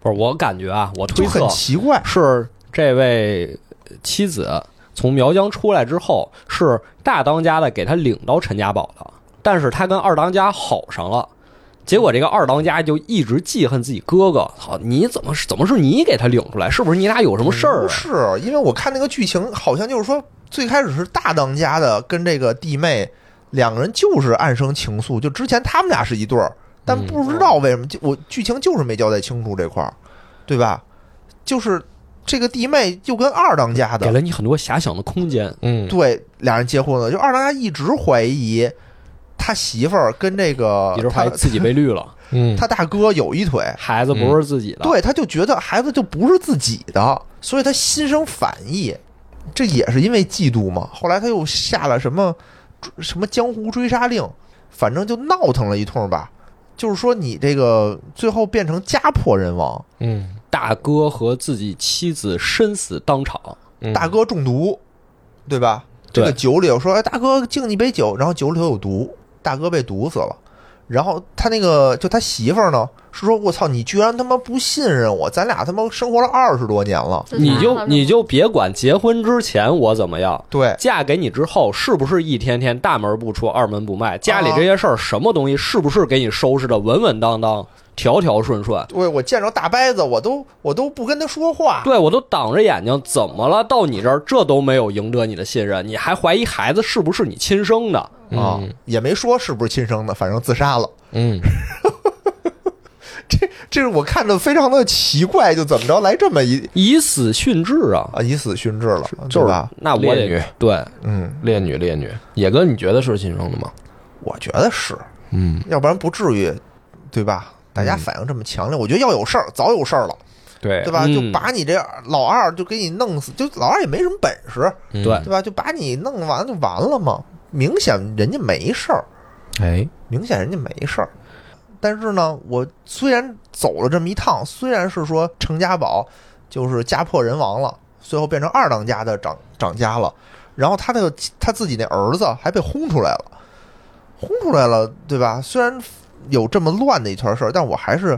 不是，我感觉啊，我推
就很
测
奇怪。
是这位妻子从苗疆出来之后，是大当家的给他领到陈家堡的，但是他跟二当家好上了。结果这个二当家就一直记恨自己哥哥，好，你怎么是怎么是你给他领出来？是不是你俩有什么事儿啊
不？是，因为我看那个剧情，好像就是说，最开始是大当家的跟这个弟妹两个人就是暗生情愫，就之前他们俩是一对儿，但
嗯
不知道为什么，就我剧情就是没交代清楚这块儿，对吧？就是这个弟妹就跟二当家的
给了你很多遐想的空间。
嗯，
对，俩人结婚了，就二当家一直怀疑他媳妇儿跟这个
一直怀疑
呃他
自己被 绿了，
嗯，
他大哥有一腿，
孩子不是自己的。，
对，他就觉得孩子就不是自己的，所以他心生反意，这也是因为嫉妒嘛。后来他又下了什么什么江湖追杀令，反正就闹腾了一通吧。就是说，你这个最后变成家破人亡，
嗯
大哥和自己妻子身死当场。
嗯，
大哥中毒，对吧？这
对
个酒里有说，哎，大哥敬你杯酒，然后酒里头有毒，大哥被毒死了。然后他那个就他媳妇儿呢，是说我操，你居然他妈不信任我，咱俩他妈生活了二十多年了，
你
嗯
就你就别管结婚之前我怎么样，
对，
嫁给你之后是不是一天天大门不出二门不迈，家里这些事儿什么东西是不是给你收拾的稳稳当当、条条顺顺？
对我见着大伯子，我都我都不跟他说话。
对我都挡着眼睛，怎么了？到你这儿这都没有赢得你的信任，你还怀疑孩子是不是你亲生的？
啊、也没说是不是亲生的，反正自杀了。
嗯，
这是我看着非常的奇怪，就怎么着来这么一
以死殉志啊！
啊以死殉志了，
就是
对吧？
那我
烈
得
女
对，
嗯，
烈女烈女，野哥，你觉得是亲生的吗？
我觉得是，
嗯，
要不然不至于，对吧？大家反应这么强烈，我觉得要有事儿，早有事儿了，
对
对吧？
嗯
就把你这老二就给你弄死，就老二也没什么本事，
嗯
对
对吧？就把你弄完就完了嘛。明显人家没事儿，
哎，
明显人家没事儿。但是呢，我虽然走了这么一趟，虽然是说程家堡就是家破人亡了，最后变成二当家的掌掌家了，然后他的他自己那儿子还被轰出来了，轰出来了，对吧？虽然有这么乱的一团事儿，但我还是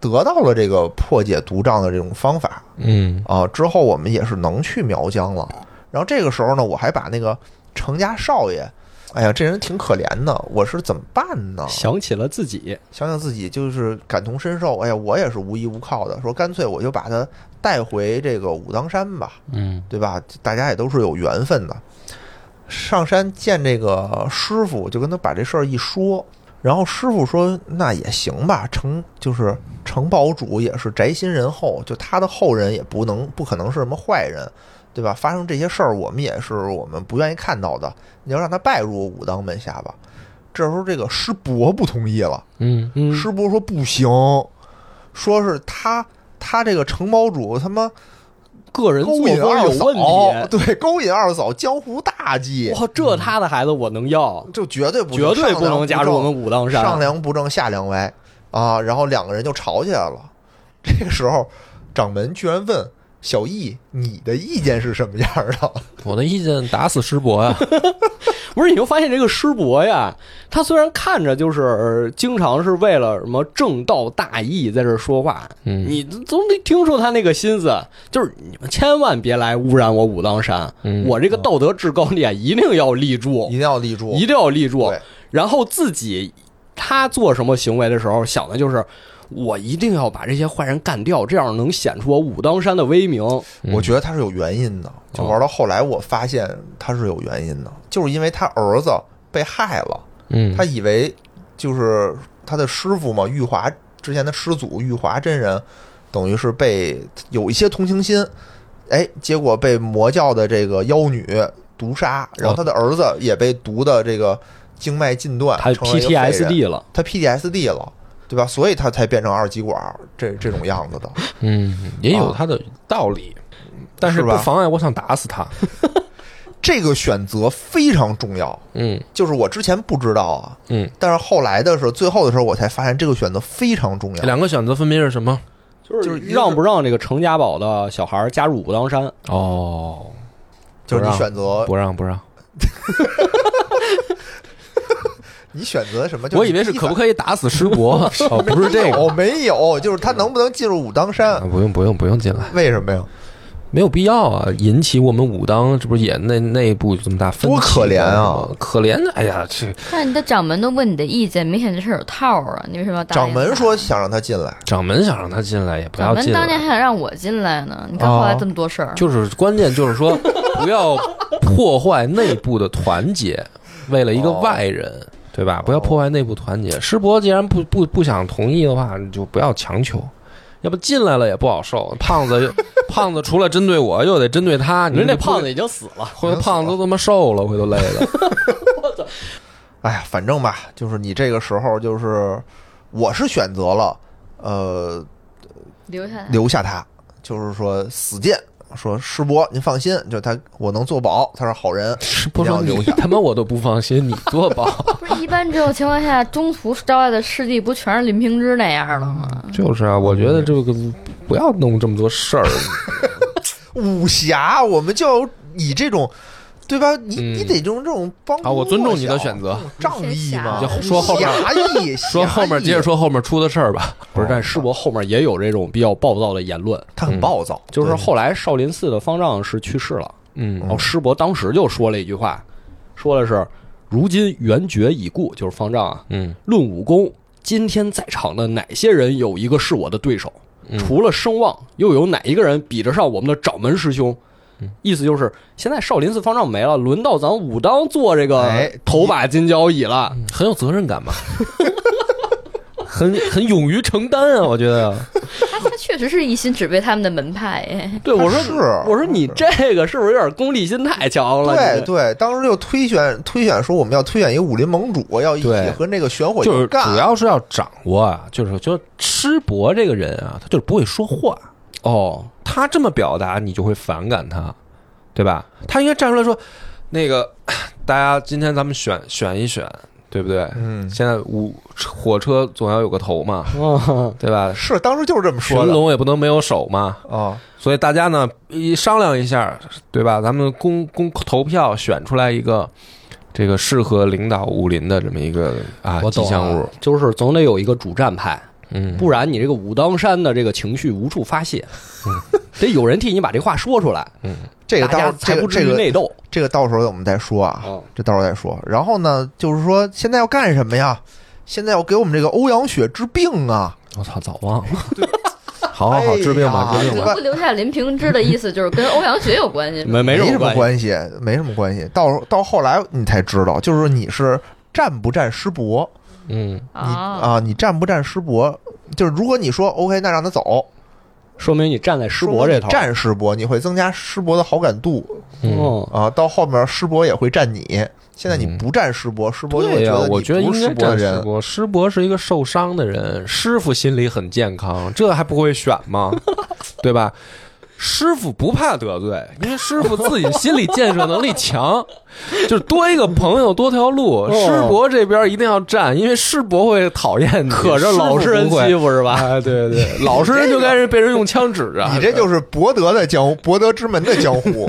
得到了这个破解毒瘴的这种方法。
嗯
啊，之后我们也是能去苗疆了。然后这个时候呢，我还把那个程家少爷哎呀，这人挺可怜的，我是怎么办呢？
想起了自己，
想想自己就是感同身受，哎呀，我也是无依无靠的，说干脆我就把他带回这个武当山吧，
嗯，
对吧？大家也都是有缘分的。上山见这个师傅，就跟他把这事儿一说，然后师傅说：“那也行吧，程就是程堡主也是宅心仁厚，就他的后人也不能不可能是什么坏人，对吧？发生这些事儿，我们也是我们不愿意看到的。你要让他拜入武当门下吧。”这时候，这个师伯不同意了。
嗯
嗯
师伯说不行，说是他他这个城堡主他妈
个人作
勾
风
引二
有
嫂，
问题。
对，勾引二嫂，江湖大忌，
哇，这他的孩子我能要，
就绝对不
绝对不能加入我
们。
们武当
上
山。
梁不正下梁歪啊，然后两个人就吵起来了。这个时候，掌门居然问小易：“你的意见是什么样的
我的意见打死啊师伯呀、
不是，你就发现这个师伯呀，他虽然看着就是呃经常是为了什么正道大义在这儿说话，
嗯
你总得听出他那个心思，就是你们千万别来污染我武当山，
嗯
我这个道德制高点一定要立？”住
一，定要立
嗯
住，
一定要立住
对。
然后自己他做什么行为的时候，想的就是我一定要把这些坏人干掉，这样能显出我武当山的威名。
我觉得他是有原因的。就玩到后来，我发现他是有原因的，就是因为他儿子被害了，
嗯，
他以为就是他的师傅嘛，玉华之前的师祖玉华真人，等于是被有一些同情心，哎，结果被魔教的这个妖女毒杀，然后他的儿子也被毒的这个经脉尽断，
他
成为一个废人
PTSD 了，
他 PTSD 了，对吧？所以他才变成二极管儿这这种样子的。
嗯，也有他的道理，但是
是
不
吧
妨碍我想打死他。
这个选择非常重要，
嗯
就是我之前不知道啊，
嗯，
但是后来的时候，最后的时候我才发现这个选择非常重要。
两个选择分别是什么？
就是
一个
让不让这个程家宝的小孩加入武当山。
哦，
就是
不
你
让
选择，
不让不让，
你选择什么？就
我以为是
第一
可不
反
可以打死师伯？哦，不是这个，
哦，没有，就是他能不能进入武当
啊
山？
不用不用不用进来，
为什么呀？
没有必要啊！引起我们武当这不是也内内部这么大分歧
多可怜啊！
可怜的，哎呀，这
但是你的掌门都问你的意见，明显这事儿有套儿啊！你为什么要答应他
掌门说想让他进来，
掌门想让他进来也不
掌
要
门
进
当年
来，
还想让我进来呢，你看后来这么多事儿，
就是关键就是说 不要破坏内部的团结，为了一
哦
个外人。对吧？不要破坏内部团结。师伯既然不不不想同意的话，你就不要强求，要不进来了也不好受。胖子， 胖子除了针对我，又得针对他。你
人家
不
胖子已经死了，
回头胖子都他妈瘦了，回头累 的。
哎呀，反正吧，就是你这个时候就是，我是选择了，呃，
留下来。
留下他，就是说死谏，说师伯您放心，就他我能做保，他是好人，
师伯
一定要
说
留
你
下。
他妈我都不放心，你做 吧。
不是一般这种情况下，中途招来的师弟不全是林平之那样的吗？
就是啊，我觉得这个不要弄这么多事儿。
武侠我们就要以这种。对吧？你你得用这种帮
嗯啊好我尊重你的选择，啊
这种仗义嘛，
就
说后面
侠义，
说后面
侠义
接着，说后面出的事儿吧。
不是，但师伯后面也有这种比较暴躁的言论，
他很暴躁，
就是后来少林寺的方丈是去世了，
嗯
然后师伯当时就说了一句话，说的是如今元觉已故，就是方丈啊，
嗯，
论武功，今天在场的哪些人有一个是我的对手？除了声望，又有哪一个人比得上我们的掌门师兄？意思就是，现在少林寺方丈没了，轮到咱武当做这个
哎
头把金交椅了。
很有责任感嘛， 很很勇于承担啊，我觉得。
他他确实是一心只为他们的门派哎。
对，我说
他是
我说你这个是不是有点功利心太强了？
对
你
对，当时就推选推选说我们要推选一个武林盟主，要一起
对
和那个玄火
就是
一干。
主要是要掌握啊，就是就师伯这个人啊，他就是不会说话哦，他这么表达你就会反感他，对吧？他应该站出来说，那个 大家今天咱们选选一选，对不对？
嗯
现在五火车总要有个头嘛，
嗯
对吧？
是当时就是这么
神
说的
龙也不能没有手嘛，
啊，
所以大家呢一商量一下，对吧？咱们公公投票选出来一个这个适合领导武林的这么一个啊
我
吉
懂了
祥物，
就是总得有一个主战派，
嗯，
不然你这个 武当山的这个情绪无处发泄，得有人替你把这话说出来。嗯，
这个
大家
到这
才
个
不至
这
于
个
内斗。
这个到时候我们再说啊，
哦
这到时候再说。然后呢，就是说现在要干什么呀？现在要给我们这个欧阳雪治病啊！
我操，早忘 了。好好好，治病吧，
哎
治
呀
病吧。
留不留下林平之的意思就是跟欧阳学有关系吗，
没没
没
什么
么
系。
关系，没什么关系。到时候到后来你才知道，就是说你是战不战师伯，
嗯，
你
哦
啊，你战不战师伯，就是如果你说 OK，那让他走，
说明你站在师伯这头。
战师伯，你会增加师伯的好感度
嗯，
啊。到后面师伯也会站你。现在你
嗯
不站师伯，师伯就会
对呀、我觉
觉
得
你不
应
是
该
师伯的
站师
人。
伯。师伯是一个受伤的人，师傅心里很健康，这还不会选吗？ 对吧？师傅不怕得罪，因为师傅自己心理建设能力强，就是多一个朋友多条路。
哦
师伯这边一定要站，因为师伯会讨厌你，
可着老实人欺
负
负是吧？
嗯
哎，对对，老实人就该是被人用枪指
啊
着。
你这就是博德的江湖，博德之门的江 湖，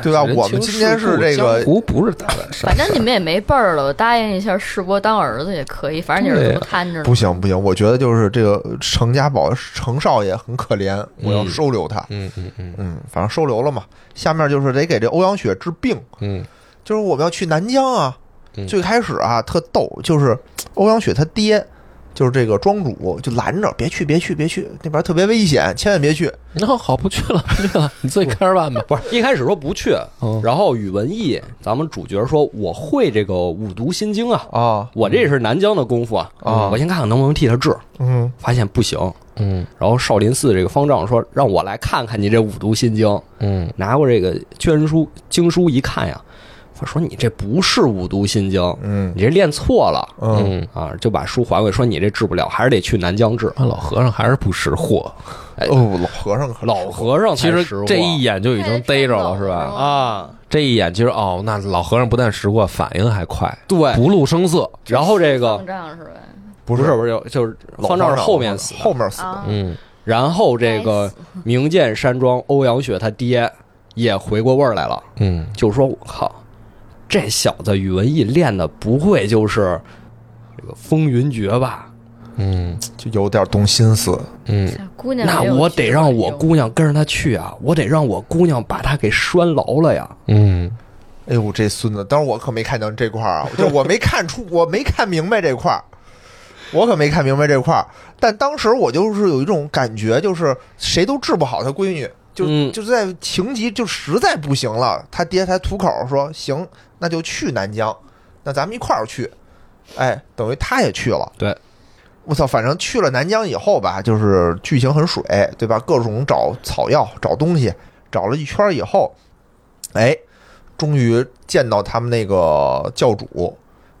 对吧？
人
我们
情
今天
世
是
故
这
江
个
湖不是大的事儿。
反正你们也没辈儿了，我答应一下世伯当儿子也可以，反正你儿子不摊着呢
不。行不行，我觉得就是这个程家宝程少爷很可怜，我要
嗯
收留他。
嗯嗯嗯
嗯，反正收留了嘛。下面就是得给这欧阳雪治病，
嗯
就是我们要去南疆啊。
嗯
最开始啊，特逗，就是欧阳雪他爹，就是这个庄主，就拦着，别去，别去，别去，那边特别危险，千万别去。
那、好，不去 了，不去了，你自己看着办吧。
不是一开始说不去
嗯，
然后宇文义，咱们主角说我会这个五毒心经啊，
啊，
我这是南疆的功夫啊，
啊
我先看看能不能替他治。
嗯，
发现不行，
嗯
然后少林寺这个方丈说让我来看看你这五毒心经，
嗯，
拿过这个捐书经书一看呀，我说你这不是五毒心经，
嗯
你这练错了。
嗯，
嗯，
啊，就把书还回，说你这治不了，还是得去南疆治。
啊那老和尚还是不识货，
哎
哦，老和尚可
老和尚
其
才识
实
货
这一眼就已经逮着了，是吧？
哦
啊，
这一眼其实哦，那老和尚不但识货，反应还快，
对。
不露声色。
然后这
啊
个
放账是吧？
不
不
是
是不是就就是
老
方丈是后面
老和
死
尚
的，
后面死的。
啊，
嗯，
然后这个名剑山庄欧阳雪他爹也回过味儿来了，
嗯，
就说：“我靠，这小子宇文义练的不会就是这个风云诀吧？
嗯
就有点动心思，
嗯，
哎姑娘
那
没有
我
机会
得让我
用
姑娘跟着他去啊，我得让我姑娘把他给拴牢了呀。
嗯，
哎呦，这孙子，当时我可没看到这块儿啊，就我没看出，我没看明白这块儿，我可没看明白这块儿。但当时我就是有一种感觉，就是谁都治不好他闺女，就、
嗯
就在情急就实在不行了，他爹才吐口说行，那就去南疆，那咱们一块儿去。哎，等于他也去了。
对，
我操，反正去了南疆以后吧，就是剧情很水，对吧？各种找草药、找东西，找了一圈以后，哎，终于见到他们那个教主。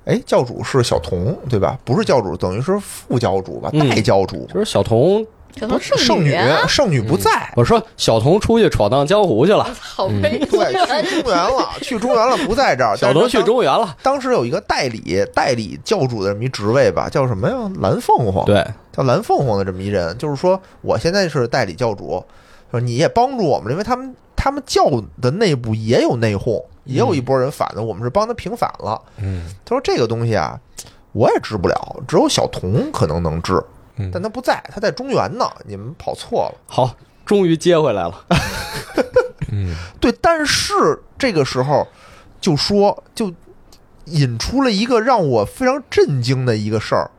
哎，教主是小童对吧？不是教主，等于是副教主吧，
嗯
代教主。
就是小童，
可能
圣
圣
女
啊，，
圣女不在，
我说小童出去闯荡江湖去 了，
好悲
嗯对，
剧。
去中原了，去中原了，不在这儿。
小童
童
去中原了。
当时有一个代理代理教主的这么一职位吧，叫什么呀？蓝凤凰，
对，
叫蓝凤凰的这么一人，就是说我现在是代理教主，说你也帮助我们，因为他们他们教的内部也有内讧，也
嗯
有一波人反的，我们是帮他平反了。
嗯，
他说这个东西啊，我也治不了，只有小童可能能治
嗯，
但他不在，他在中原呢，你们跑错了。
好，终于接回来了。
对，但是这个时候就说就引出了一个让我非常震惊的一个事儿，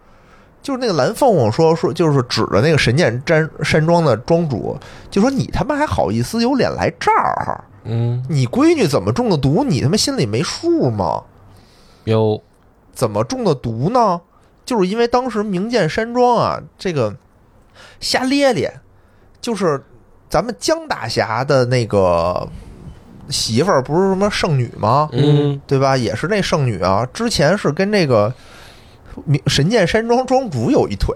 就是那个蓝凤凰说说就是指着那个神剑山山庄的庄主，就说你他妈还好意思有脸来这儿？啊
嗯，
你闺女怎么中的毒？你他妈心里没数吗？
有，
怎么中的毒呢？就是因为当时明剑山庄啊，这个瞎咧咧，就是咱们江大侠的那个媳妇儿，不是什么圣女吗？
嗯，
对吧？也是那圣女啊，之前是跟那个明神剑山庄庄主有一腿，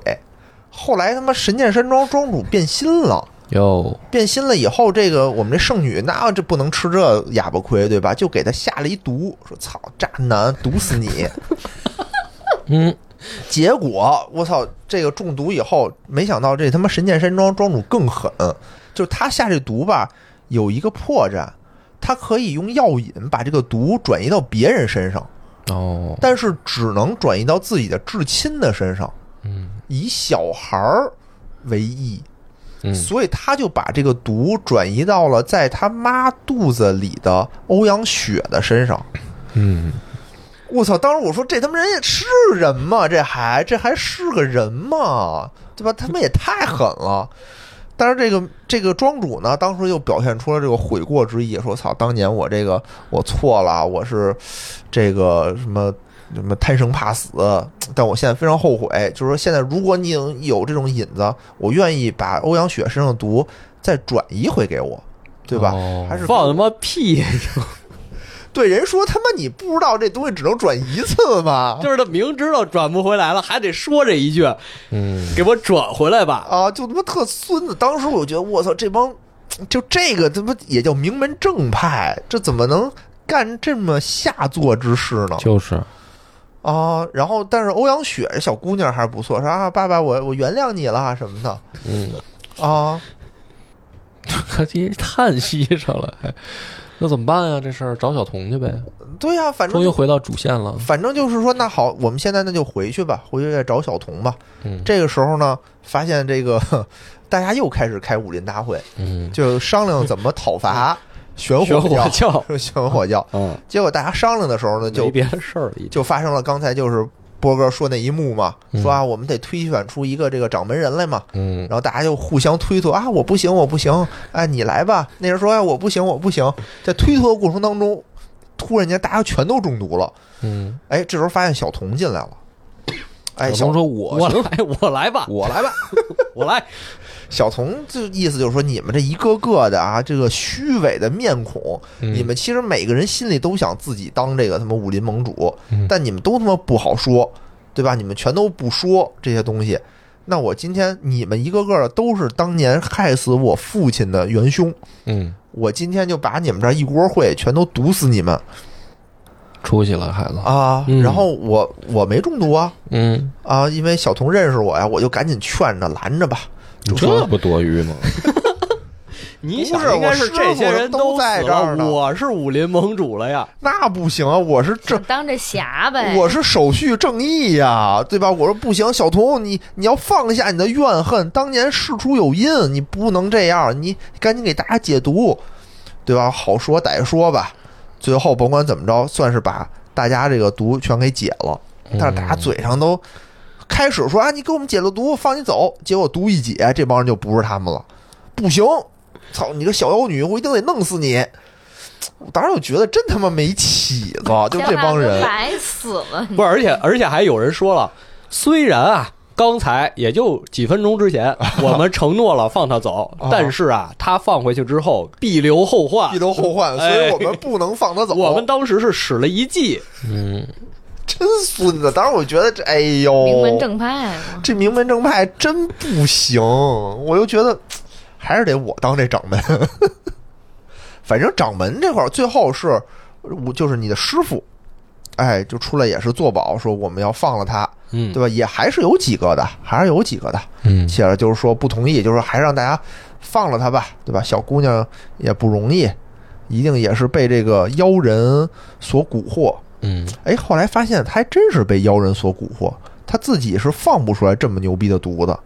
后来他妈神剑山庄庄主变心了。
有，
变心了以后，这个我们这圣女那这不能吃这哑巴亏，对吧？就给他下了一毒，说操，渣男毒死你！
嗯，
结果我操，这个中毒以后，没想到这他妈神剑山庄庄主更狠，就是他下这毒吧，有一个破绽，他可以用药引把这个毒转移到别人身上，
哦，
但是只能转移到自己的至亲的身上，
嗯
以小孩儿为宜。
嗯
所以他就把这个毒转移到了在他妈肚子里的欧阳雪的身上。
嗯，
我操！当时我说这他妈人也是人吗？这还这还是个人吗？对吧？他们也太狠了。但是这个这个庄主呢，当时又表现出了这个悔过之意，说：“操，当年我这个我错了，我是这个什么什么贪生怕死，但我现在非常后悔。就是说，现在如果你有有这种引子，我愿意把欧阳雪身上的毒再转移回给我，对吧？
哦
还是
放他妈屁！
对人说他妈你不知道这东西只能转一次吗？
就是他明知道转不回来了，还得说这一句，
嗯，
给我转回来吧。
啊，就他妈特孙子。当时我觉得，我操，这帮就这个他妈也叫名门正派，这怎么能干这么下作之事呢？
就是
啊，然后但是欧阳雪这小姑娘还是不错，说啊，爸爸，我我原谅你了啊什么的
嗯，
啊。
他这叹息上了，还那怎么办啊呀？这事儿找小童去呗。
对呀、反正
终于
就
回到主线了，
反正就是说，那好，我们现在那就回去吧，回去再找小童吧。
嗯
这个时候呢，发现这个 呵大家又开始开武林大会，
嗯，
就商量怎么讨伐玄
学
火
火
教。
教，
玄火教，
嗯，
结果大家商量的时候呢，
没
就
别的事儿了已经。
就发生了刚才就是波哥说那一幕嘛，
嗯
说啊，我们得推选出一个这个掌门人来嘛。
嗯，
然后大家就互相推脱啊，我不行，我不行，哎，你来吧。那人说，哎，我不行，我不行。在推脱的过程当中，突然间大家全都中毒了。
嗯，
哎，这时候发现小童进来了。哎，
小嗯
小
童说我
我来，我来吧，
我来吧。
我来。
小童就意思就是说，你们这一个个的啊，这个虚伪的面孔，
嗯
你们其实每个人心里都想自己当这个他妈武林盟主，
嗯
但你们都他妈不好说，对吧？你们全都不说这些东西。那我今天你们一个个的都是当年害死我父亲的元凶，
嗯，
我今天就把你们这一锅烩全都毒死你们
出息了孩子，
啊！
嗯
然后我我没中毒啊
嗯，
啊，因为小童认识我呀，我就赶紧劝着拦着吧，就说
这不多余吗？
你
不是
想应该
我
是
师
这些
傅
人
都
死
在这儿
了，
呢
我是武林盟主了呀。
那不行啊，我是这
想当这侠呗。
我是手续正义呀、对吧？我说不行，小童，你你要放下你的怨恨，当年事出有因，你不能这样，你赶紧给大家解毒，对吧？好说歹说吧，最后甭管怎么着，算是把大家这个毒全给解了。但是大家嘴上都开始说啊，你给我们解了毒，放你走。结果毒一解，这帮人就不是他们了，不行，操你个小妖女，我一定得弄死你！我当时就觉得真他妈没起子，就这帮人哦
天哪都。白死了。
不是，而且而且还有人说了，虽然啊，刚才也就几分钟 之前，我们承诺了放他走，但是啊，他放回去之后必留后患
必。留后患，所
哎
以我们不能放他走。
我们当时是使了一计，
嗯，
真孙子！当时我觉得这，哎呦，
名门正派嘛，
这名门正派真不行，我就觉得嘖还是得我当这掌门。 反正掌门这块儿最后是，我就是你的师傅，哎，就出来也是作保，说我们要放了他，
嗯
对吧？也还是有几个的，还是有几个的，
嗯
写着就是说不同意，就是还是让大家放了他吧，对吧？小姑娘也不容易，一定也是被这个妖人所蛊惑。
嗯，
哎，后来发现他还真是被妖人所蛊惑，他自己是放不出来这么牛逼的毒的，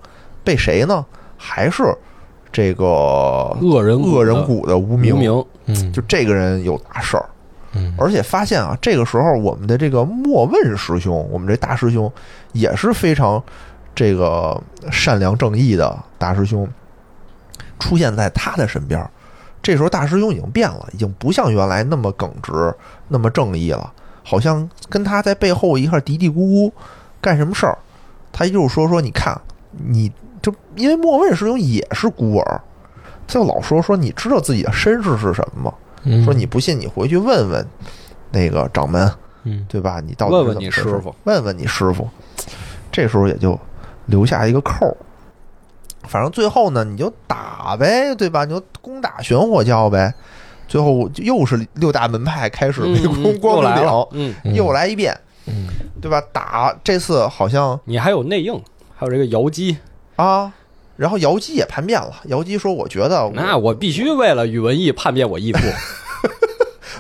被谁呢？还是这个
恶人
恶人谷的无名。
无名，
嗯，
就这个人有大事儿，
嗯
而且发现啊，这个时候我们的这个莫问师兄，我们这大师兄也是非常这个善良正义的大师兄，出现在他的身边儿。这时候大师兄已经变了，已经不像原来那么耿直、那么正义了，好像跟他在背后一块儿嘀嘀咕咕干什么事儿。他就是说说，你看，你就因为莫问师兄也是孤儿，他就老说说，你知道自己的身世是什么吗？
嗯
说你不信，你回去问问那个掌门，
嗯
对吧？你到底
问
是
问
怎么
你
回
师
事
傅，
问问你师傅。这时候也就留下一个扣儿。反正最后呢，你就打呗，对吧？你就攻打玄火教呗。最后就又是六大门派开始围攻
嗯
光
又
明
来了
顶，，
嗯，
又来一遍，
嗯
对吧？打这次好像
你还有内应，还有这个瑶姬，
啊，然后姚姬也叛变了。姚姬说：“我觉得我
那我必须为了宇文义叛变我义父，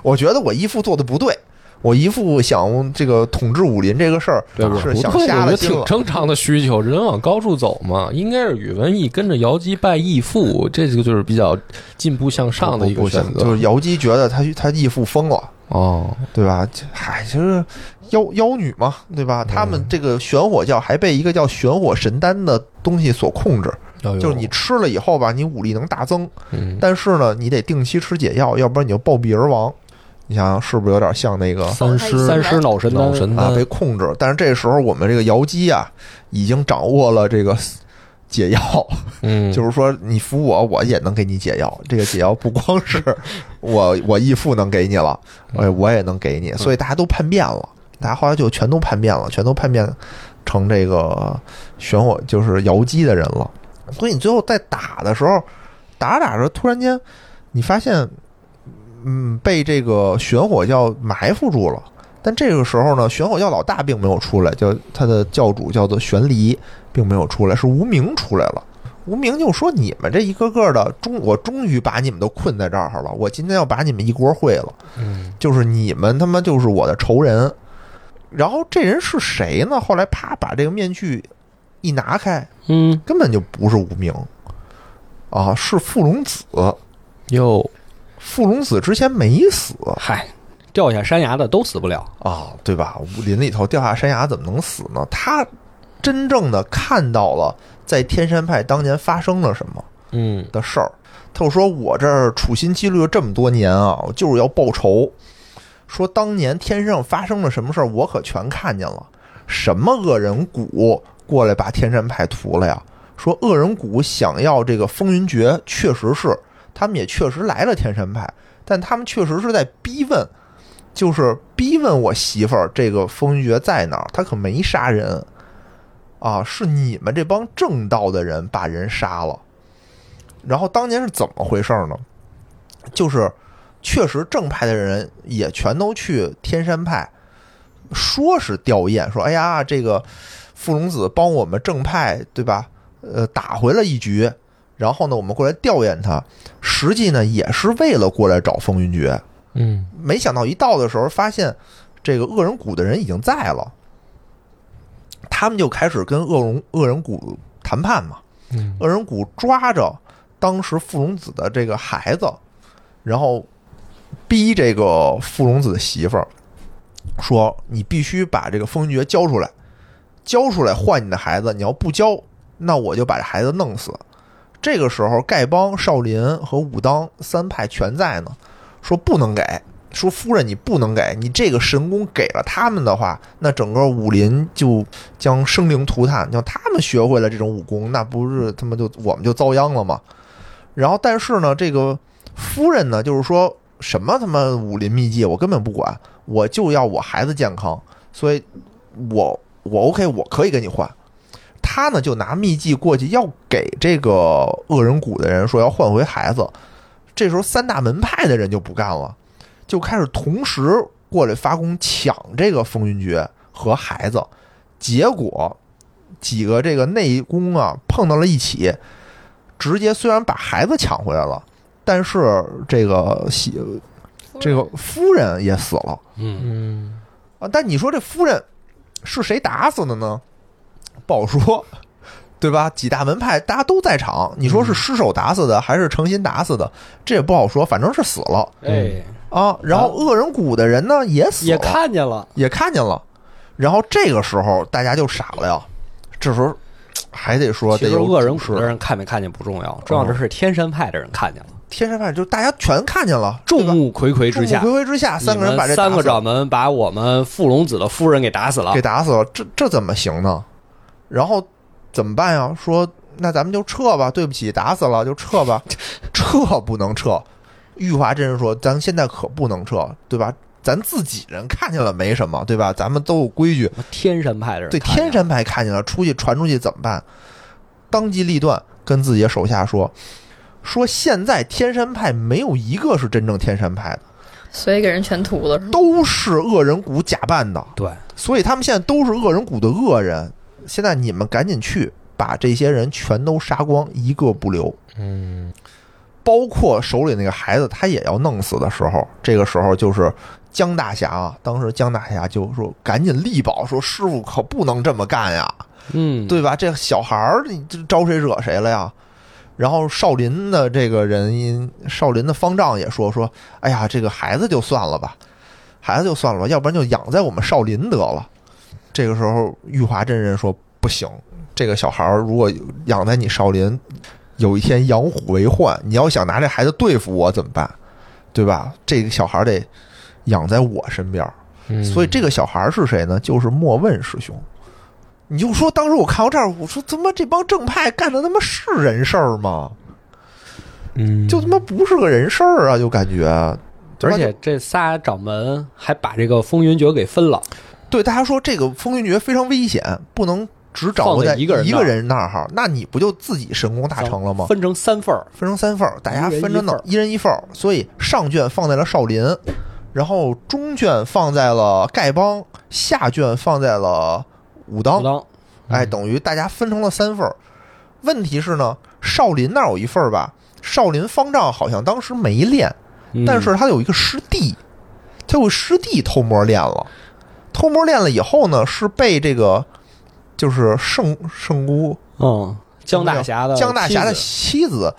我觉得我义父做的不对，我一副想这个统治武林这个事儿，
对，我
是
不
想
退，
瞎
我觉
了
得
心
挺
了。
正常的需求，人往高处走嘛。应该是宇文义跟着姚姬拜义父，这个就是比较进步向上的一个
不不
选
行
择。
就是姚姬觉得他他义父疯了，
哦，
对吧？这嗨，就是妖妖女嘛，对
嗯
吧？他们这个玄火教还被一个叫玄火神丹的东西所控制，
哎呦
就是你吃了以后吧，你武力能大增，
嗯
但是呢，你得定期吃解药，要不然你就暴毙而亡。你想想是不是有点像那个
三师
三
三尸脑神丹
脑，神
啊
丹
被控制？但是这时候我们这个瑶姬啊，已经掌握了这个解药，
嗯，
就是说你服我，我也能给你解药。这个解药不光是我我义父能给你了，哎，我也能给你，所以大家都叛变了。大家后来就全都叛变了，全都叛变成这个玄火就是瑶姬的人了。所以你最后在打的时候，打着打着，突然间你发现，嗯，被这个玄火教埋伏住了。但这个时候呢，玄火教老大并没有出来，叫他的教主叫做玄离，并没有出来，是无名出来了。无名就说：“你们这一个个的，终我终于把你们都困在这儿了。我今天要把你们一锅烩了。
嗯
就是你们他妈就是我的仇人。”然后这人是谁呢？后来啪把这个面具一拿开，
嗯，
根本就不是无名啊，是傅龙子。
又
傅龙子之前没死
嗨，掉下山崖的都死不了。
啊，对吧？武林里头掉下山崖怎么能死呢？他真正的看到了在天山派当年发生了什么。
嗯
的事儿。他就说：“我这儿处心积虑了这么多年啊，我就是要报仇。说当年天上发生了什么事儿，我可全看见了。什么恶人谷过来把天山派屠了呀？说恶人谷想要这个风云决，确实是他们也确实来了天山派，但他们确实是在逼问，就是逼问我媳妇儿这个风云决在哪儿，他可没杀人啊，是你们这帮正道的人把人杀了。”然后当年是怎么回事呢？就是确实正派的人也全都去天山派，说是吊唁，说哎呀，这个傅龙子帮我们正派，对吧？呃，打回了一局，然后呢，我们过来吊唁他，实际呢也是为了过来找风云决。
嗯
没想到一到的时候，发现这个恶人谷的人已经在了，他们就开始跟恶龙恶人谷谈判嘛。
嗯
恶人谷抓着当时傅龙子的这个孩子，然后逼这个傅龙子的媳妇儿说：“你必须把这个风云决交出来，交出来换你的孩子。你要不交，那我就把这孩子弄死。”这个时候，丐帮、少林和武当三派全在呢，说不能给，说夫人你不能给，你这个神功给了他们的话，那整个武林就将生灵涂炭。你像他们学会了这种武功，那不是他们就我们就遭殃了吗？然后，但是呢，这个夫人呢，就是说什么他妈武林秘籍，我根本不管，我就要我孩子健康，所以我我 OK，我可以跟你换。他呢就拿秘籍过去要给这个恶人谷的人说要换回孩子，这时候三大门派的人就不干了，就开始同时过来发功抢这个风云决和孩子，结果几个这个内功啊碰到了一起，直接虽然把孩子抢回来了，但是这个媳这个夫人也死了
嗯，
嗯，
啊。但你说这夫人是谁打死的呢？不好说，对吧？几大门派大家都在场，你说是失手打死的，还是诚心打死的，这也不好说，反正是死了
嗯
哎，
啊。然后恶人谷的人呢也死了，
也看见了，
也看见了。然后这个时候大家就傻了呀，这时候还得说
其
得
实
有
恶人
是
谷的人看没看见不重要，重要的是天山派的人看见
哦
了，
天山派就大家全看见了，
众
对吧
目睽睽之下
众，目睽睽之下，三个人把这
你们三
打
个啊
死了
掌门把我们傅龙子的夫人给打死了
给。打死了，这这怎么行呢？然后怎么办呀？说那咱们就撤吧，对不起，打死了就撤 吧，撤不能撤。玉华真人说：“咱现在可不能撤，对吧？咱自己人看见了没什么，对吧？咱们都有规矩，
天山派的人
对
看见
天
了
山派看见了，出去传出去怎么办？当机立断，跟自己的手下说，说现在天山派没有一个是真正天山派的，
嗯
所以给人全屠了，是吗
都是恶人谷假扮的，
对，
所以他们现在都是恶人谷的恶人。现在你们赶紧去把这些人全都杀光，一个不留。嗯，包括手里那个孩子，他也要弄死的时候，这个时候就是江大侠啊。当时江大侠就说：“赶紧力保，说师傅可不能这么干呀，
嗯，
对吧？这小孩儿，你这招谁惹谁了呀？”然后少林的这个人，少林的方丈也说：“说，哎呀，这个孩子就算了吧，孩子就算了吧，要不然就养在我们少林得了。”这个时候，玉华真人说：“不行，这个小孩儿如果养在你少林，有一天养虎为患，你要想拿这孩子对付我怎么办？对吧？这个小孩得养在我身边儿。
嗯
所以这个小孩是谁呢？就是莫问师兄。你就说当时我看到这儿，我说他妈这帮正派干的他妈是人事儿吗？
嗯，
就他妈不是个人事儿啊！就感觉，对
而
吧
且这仨掌门还把这个风云决给分了，
对大家说这个风云决非常危险，不能只掌握
放在
在
一个人
一
那
个
儿
人那儿哈，那你不就自己神功大成了吗？
分成三份儿，
分成三份儿，大家分着弄，
一
一人一份儿。所以上卷放在了少林，然后中卷放在了丐帮，下卷放在了武当
武。当嗯
哎，等于大家分成了三份儿。问题是呢，少林那儿有一份儿吧，少林方丈好像当时没练，
嗯
但是他有一个师弟，他有师弟偷摸练了，偷摸练了以后呢，是被这个就是圣圣姑
嗯，江大侠的
江大侠的妻
妻子
子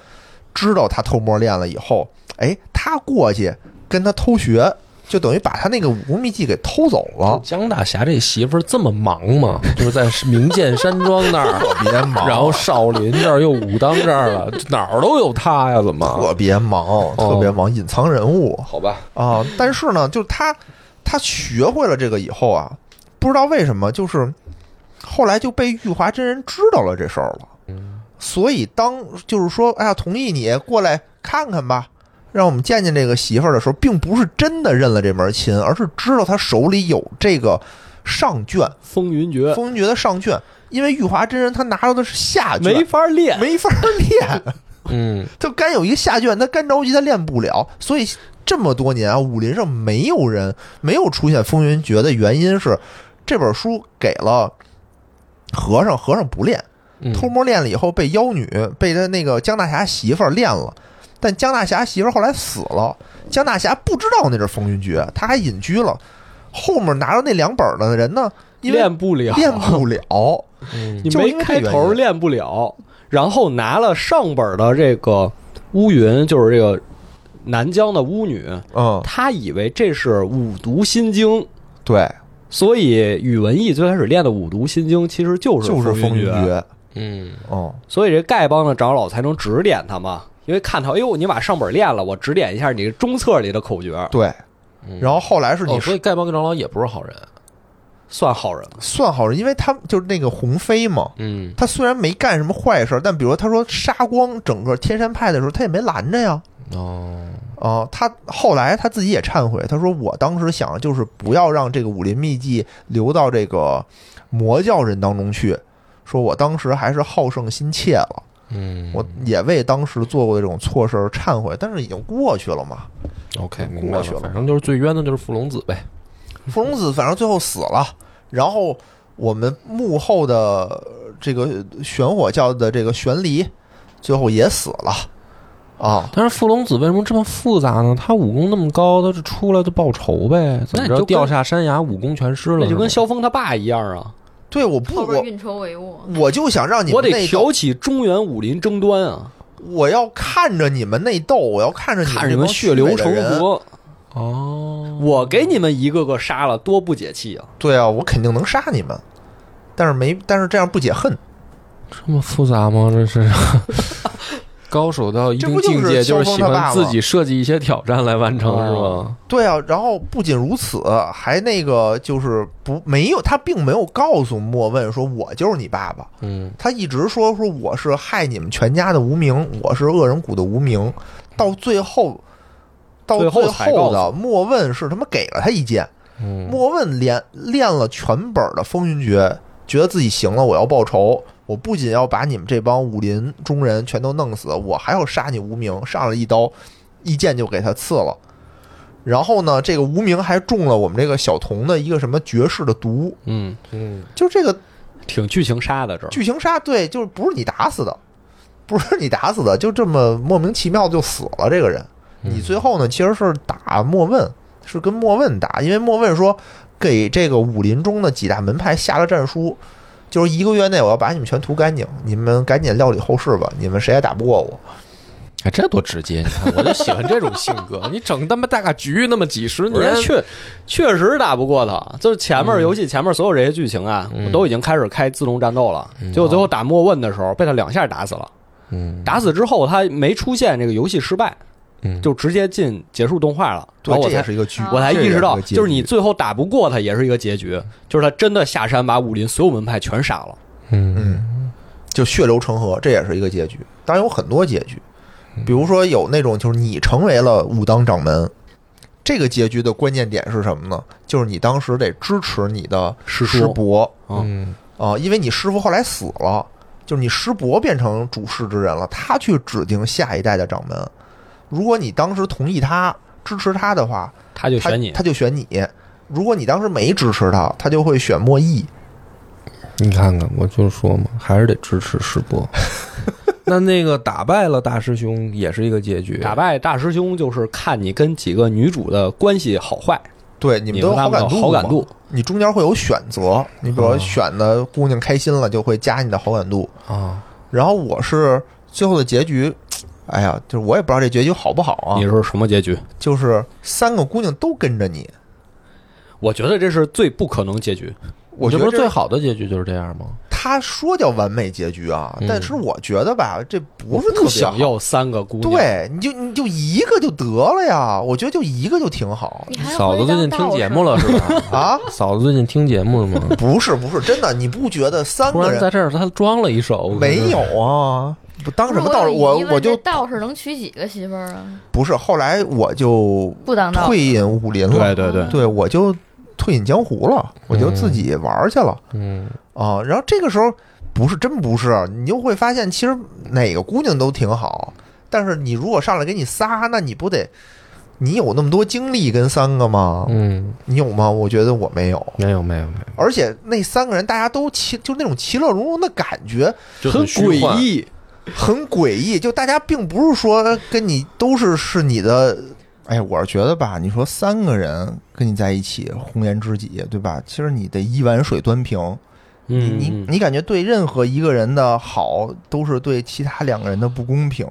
知道他偷摸练了以后，哎，他过去跟他偷学，就等于把他那个武功秘籍给偷走了。
江大侠这媳妇儿这么忙吗？就是在明剑山庄那儿特别忙，然后少林这儿又武当这儿了，哪儿都有他呀？怎么？
特别
哦
忙，特别忙，隐藏人物
好吧，
啊！但是呢，就是他，他学会了这个以后啊，不知道为什么，就是后来就被玉华真人知道了这事儿了。
嗯
所以当就是说，哎呀，同意你过来看看吧，让我们见见这个媳妇儿的时候，并不是真的认了这门亲，而是知道他手里有这个上卷
风云决
风云决的上卷，因为玉华真人他拿到的是下卷，
没法练，
没法练。
嗯，
他干有一个下卷，他干着急，他练不了，所以这么多年啊，武林上没有人没有出现风云决的原因是，这本书给了和尚，和尚不练，
嗯
偷摸练了以后被妖女被他那个江大侠媳妇儿练了，但江大侠媳妇儿后来死了，江大侠不知道那是风云决，他还隐居了，后面拿着那两本儿的人呢，因为
练不了，
练不了，
你
就是
没
因为这
开
原
头
因
练不了，然后拿了上本的这个乌云，就是这个南疆的巫女，
嗯，
她以为这是五毒心经，
对，
所以宇文义最开始练的五毒心经其实就是
就是
风
风云
诀，
决，
嗯，
哦，
所以这丐帮的长老才能指点他嘛。因为看他，哎呦，你把上本练了，我指点一下你中册里的口诀，
对。然后后来是你
哦，
说。
所以丐帮跟长老也不是好人，
算好人。
算好人，因为他就是那个鸿飞嘛，
嗯
他虽然没干什么坏事儿，但比如他说杀光整个天山派的时候，他也没拦着呀。
哦，
啊、他后来他自己也忏悔，他说我当时想就是不要让这个武林秘籍流到这个魔教人当中去，说我当时还是好胜心切了，
嗯
我也为当时做过这种错事儿忏悔，但是已经过去了嘛。
，OK，明白
过去了
反正就是最冤的就是傅龙子呗。
芙蓉子反正最后死了，然后我们幕后的呃这个玄火教的这个玄离，最后也死了啊。
但是傅龙子为什么这么复杂呢？他武功那么高，他就出来就报仇呗，怎么
那你就
着
跟
掉下山崖，武功全失了是吗，
那就跟萧峰他爸一样啊，
对，我不
后边
我
运筹帷幄。
我就想让你
我
们
得
内斗，
挑起中原武林争端啊，
我要看着你们内斗，我要看着你
看着你
这
们
帮
血
虚
流
伪的
成
人。
河，
哦，
我给你们一个个杀了，多不解气啊！
对啊，我肯定能杀你们，但是没，但是这样不解恨。
这么复杂吗？这是高手到一定境界，
这
就是喜欢
不就是萧峰他爸
自
吗
己设计一些挑战来完成，是吗？
对啊，然后不仅如此，还那个就是不没有他并没有告诉莫问说我就是你爸爸，
嗯，
他一直说说我是害你们全家的无名，我是恶人谷的无名，到最后，到
最
最
后才告
后
诉嗯
的莫问是他妈给了他一剑，莫问练练了全本的风云诀，觉得自己行了，我要报仇，我不仅要把你们这帮武林中人全都弄死，我还要杀你无名，上了一刀，一剑就给他刺了。然后呢，这个无名还中了我们这个小童的一个什么绝世的毒，
嗯，
就这个
挺剧情杀的这儿。
剧情杀，对，就是不是你打死的，不是你打死的，就这么莫名其妙就死了这个人。你最后呢，其实是打莫问，是跟莫问打，因为莫问说给这个武林中的几大门派下了战书，就是一个月内我要把你们全屠干净，你们赶紧料理后事吧，你们谁也打不过我。
哎，这多直接！你看， 我就喜欢这种性格。你整他妈大局，那么几十
人
年
家，确确实打不过他，就是前面游戏前面所有这些剧情啊，我都已经开始开自动战斗了，结果最后打莫问的时候被他两下打死了。
嗯
打死之后他没出现这个游戏失败，
嗯，
就直接进结束动画了。然
对，
后
这
我
也
才
是一个局，
我才意识
这
到，
也一个结局
就是你最后打不过他也是一个结局，就是他真的下山把武林所有门派全杀了。
嗯
嗯，就血流成河，这也是一个结局。当然有很多结局，
嗯
比如说有那种就是你成为了武当掌门，这个结局的关键点是什么呢？就是你当时得支持你的
师
师
叔，
伯
嗯
啊、因为你师傅后来死了，就是你师伯变成主事之人了，他去指定下一代的掌门。如果你当时同意他支持他的话，
他就
他
选你
他就选你。如果你当时没支持他，他就会选莫弈。
你看看，我就说嘛，还是得支持师伯。那那个打败了大师兄也是一个结局，
打败大师兄，就是看你跟几个女主的关系好坏，
对，你们
你
都有
和他
好
们
感
的
度，
好感度。
你中间会有选择，你比如
嗯
说选的姑娘开心了，就会加你的好感度。
啊，
然后我是最后的结局，哎呀，就是我也不知道这结局好不好啊
你。是什么结局？
就是三个姑娘都跟着你，
我觉得这是最不可能结局。
我觉
这
得
不是
这
最好的结局就是这样吗？
他说叫完美结局啊，
嗯
但是我觉得吧，这不是特
不
别
想
好。
要三个姑娘，，
对，你就你就一个就得了呀，我觉得就一个就挺 好
你还要
嫂子
回
最
当
近听
道
节
士
目了是 吧？
啊。
嫂子最近听节目了吗？
不是不是，真的，你不觉得三
突
个
然
人
在这儿他装了一手，
没有啊？不当什么道士，
不是有
我
疑问
我就
这道士能娶几个媳妇儿啊？
不是。后来我就
不当道士
退隐武林了，
对对对，嗯
对，我就退隐江湖了，我就自己玩儿去了
嗯，
啊。然后这个时候不是真不是，你就会发现其实哪个姑娘都挺好，但是你如果上来给你仨，那你不得你有那么多精力跟三个吗？
嗯，
你有吗？我觉得我没有，
没有没有没有，
而且那三个人大家都其就那种其乐融融的感觉
就
很
虚幻
诡异。
很诡异，就大家并不是说跟你都是是你的。哎，我是觉得吧，你说三个人跟你在一起红颜知己，对吧？其实你得一碗水端平，你
嗯，
你你感觉对任何一个人的好，都是对其他两个人的不公平，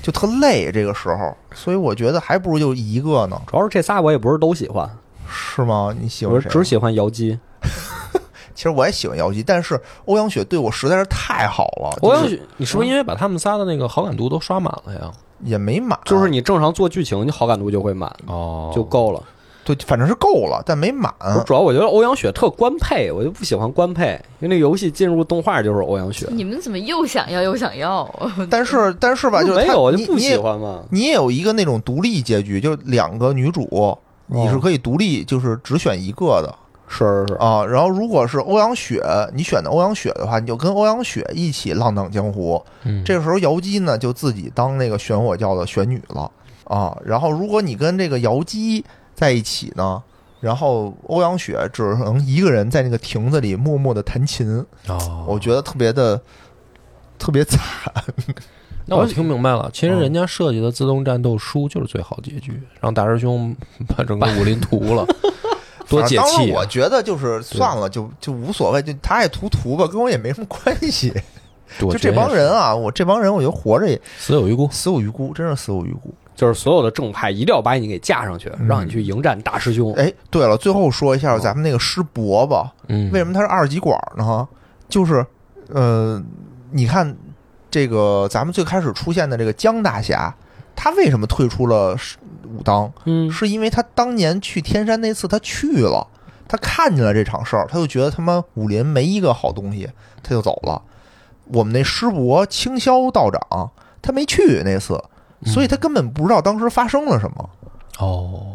就特累这个时候。所以我觉得还不如就一个呢，
主要是这仨我也不是都喜欢，
是吗？你喜
我
欢
是
谁？
只喜欢瑶姬。
其实我也喜欢姚姬，但是欧阳雪对我实在是太好了，
欧阳
就是
雪，你是不是因为把他们仨的那个好感度都刷满了呀？
也没满，
就是你正常做剧情，你好感度就会满，
哦
就够了。
对，反正是够了，但没满。
我主要我觉得欧阳雪特官配，我就不喜欢官配，因为那个游戏进入动画就是欧阳雪。
你们怎么又想要又想要？啊
但是但是吧，就是
没
他
有我
你
就不
你也
喜欢嘛。
你也有一个那种独立结局，就两个女
哦
主，你是可以独立，就是只选一个的。
是是是，
啊，然后如果是欧阳雪，你选的欧阳雪的话，你就跟欧阳雪一起浪荡江湖。
嗯
这个时候姚姬呢，就自己当那个玄火教的玄女了啊。然后如果你跟这个姚姬在一起呢，然后欧阳雪只能一个人在那个亭子里默默的弹琴，
哦
我觉得特别的特别惨。
那我听明白了，其实人家设计的自动战斗书就是最好结局，让大师兄把整个武林屠了， 多解
反正当
气
然
啊
我！觉得就是算了，就就无所谓，就他爱图图吧，跟我也没什么关系。
我
就
觉
这
得
帮
也是
人啊，我这帮人，我觉得活着也
死有余辜。
死有余辜，真是死有余辜。
就是所有的正派一定要把你给架上去，让你去迎战大师兄。
哎，对了，最后说一下咱们那个师伯吧，
嗯，
为什么他是二极管呢？就是，呃，你看这个咱们最开始出现的这个江大侠，他为什么退出了是武当？
嗯，
是因为他当年去天山那次他去了，他看见了这场事儿，他就觉得他妈武林没一个好东西，他就走了。我们那师伯清霄道长他没去那次，所以他根本不知道当时发生了什么。
哦，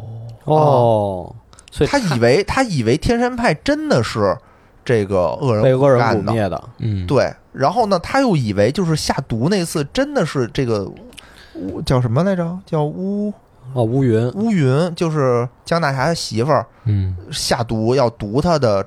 哦，所以
他以为他以为天山派真的是这个恶人
被恶人
啊干
蛊
的，
灭的，
嗯，，
对。然后呢，他又以为就是下毒那次真的是这个乌叫什么来着？叫乌
哦，乌云
乌云，就是江大侠的媳妇儿
嗯，
下毒要毒他的。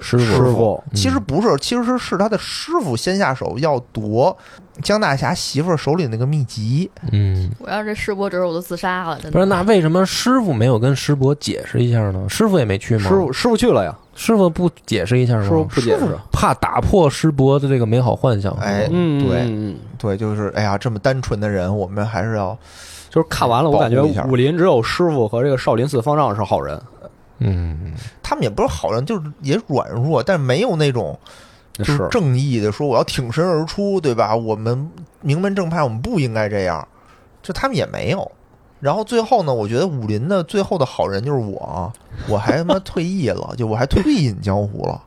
师
师
傅，
傅
其实不是，其实是他的师傅先下手要夺江大侠媳妇儿手里那个秘籍，
嗯，
我要是世伯侄儿，我都自杀了。真的
不是，那为什么师傅没有跟师伯解释一下呢？师傅也没去吗？
师傅师傅去了呀，
师傅不解释一下吗？
嗯
师傅不解释。
怕打破师伯的这个美好幻想。
哎
嗯，
对
嗯，嗯
对，就是哎呀，这么单纯的人，我们还是要
就是看完了，我感觉
保护一下
武林只有师傅和这个少林寺方丈是好人，
嗯，
他们也不是好人，就是也软弱，但没有那种就是正义的说我要挺身而出，对吧？我们名门正派，我们不应该这样，就他们也没有。然后最后呢，我觉得武林的最后的好人就是我，我还他妈退役了， 就我还退隐江湖了。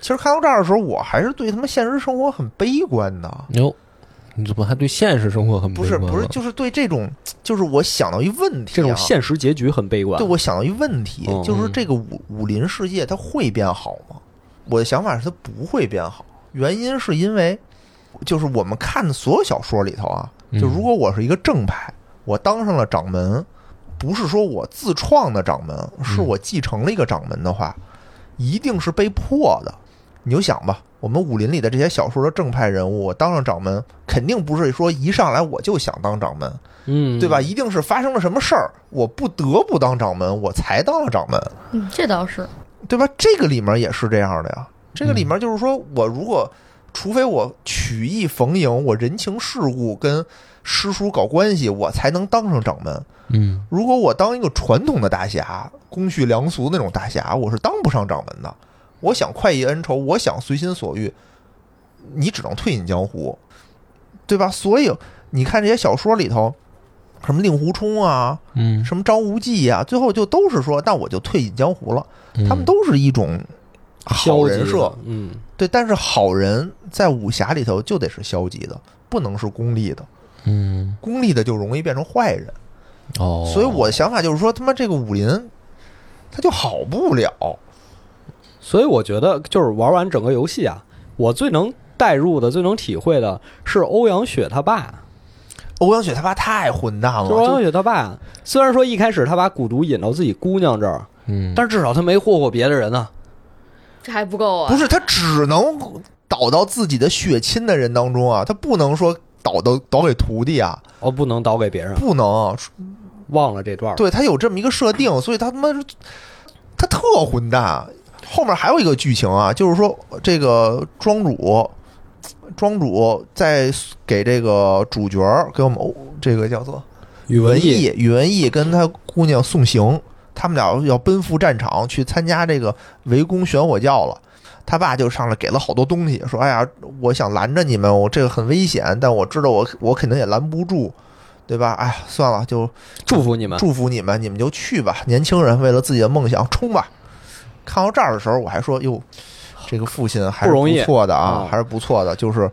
其实看到这儿的时候，我还是对他妈现实生活很悲观的，
哟，你怎么还对现实生活很
不是
悲观
不是，
了
就是对这种，就是我想到一问题、啊，
这种现实结局很悲观
对，。我想到一问题，
嗯
就是这个武武林世界它会变好吗？我的想法是它不会变好，原因是因为就是我们看的所有小说里头啊，
嗯
就如果我是一个正派，我当上了掌门，不是说我自创的掌门，是我继承了一个掌门的话，一定是被迫的。你就想吧，我们武林里的这些小说的正派人物，我当上掌门，肯定不是说一上来我就想当掌门，
嗯，
对吧？？一定是发生了什么事儿，我不得不当掌门，我才当了掌门，
嗯，这倒是，
对吧？这个里面也是这样的呀。这个里面就是说我如果，除非我曲意逢迎，我人情世故跟师叔搞关系，我才能当上掌门。
嗯
如果我当一个传统的大侠，公序良俗那种大侠，我是当不上掌门的。我想快意恩仇，我想随心所欲，你只能退隐江湖，对吧？所以你看这些小说里头，什么令狐冲啊，
嗯，
什么张无忌呀、最后就都是说，那我就退隐江湖了。他们
都
都是一种好
嗯消极
人
的
设，，
嗯，
对，但是好人在武侠里头就得是消极的，不能是功利的，
嗯
功利的就容易变成坏人。
哦，
所以我的想法就是说，他妈这个武林，他就好不了。
所以我觉得就是玩完整个游戏啊，我最能代入的、最能体会的是欧阳雪他爸。
欧阳雪他妈太混蛋了，
就是欧阳
哦就
雪他爸，虽然说一开始他把蛊毒引到自己姑娘这儿，
嗯，
但是至少他没霍霍别的人啊。
这还不够啊！
不是他只能倒到自己的血亲的人当中啊，他不能说倒到倒给徒弟啊，
哦，不能倒给别人，
不能。啊
忘了这段儿。
对他有这么一个设定，所以他他妈是他特混蛋。后面还有一个剧情啊，就是说这个庄主，庄主在给这个主角儿给我们欧这个叫做
宇
文艺，宇文艺跟他姑娘送行，他们俩要奔赴战场去参加这个围攻玄火教了。他爸就上来给了好多东西，说：“哎呀，我想拦着你们，我这个很危险，但我知道我我肯定也拦不住，对吧？哎呀，算了，就
祝福你们。
祝福你们，你们就去吧。年轻人为了自己的梦想冲吧！看到这儿的时候，我还说哟，这个父亲还是
不容易
不错的啊
嗯，
还是不错的，就是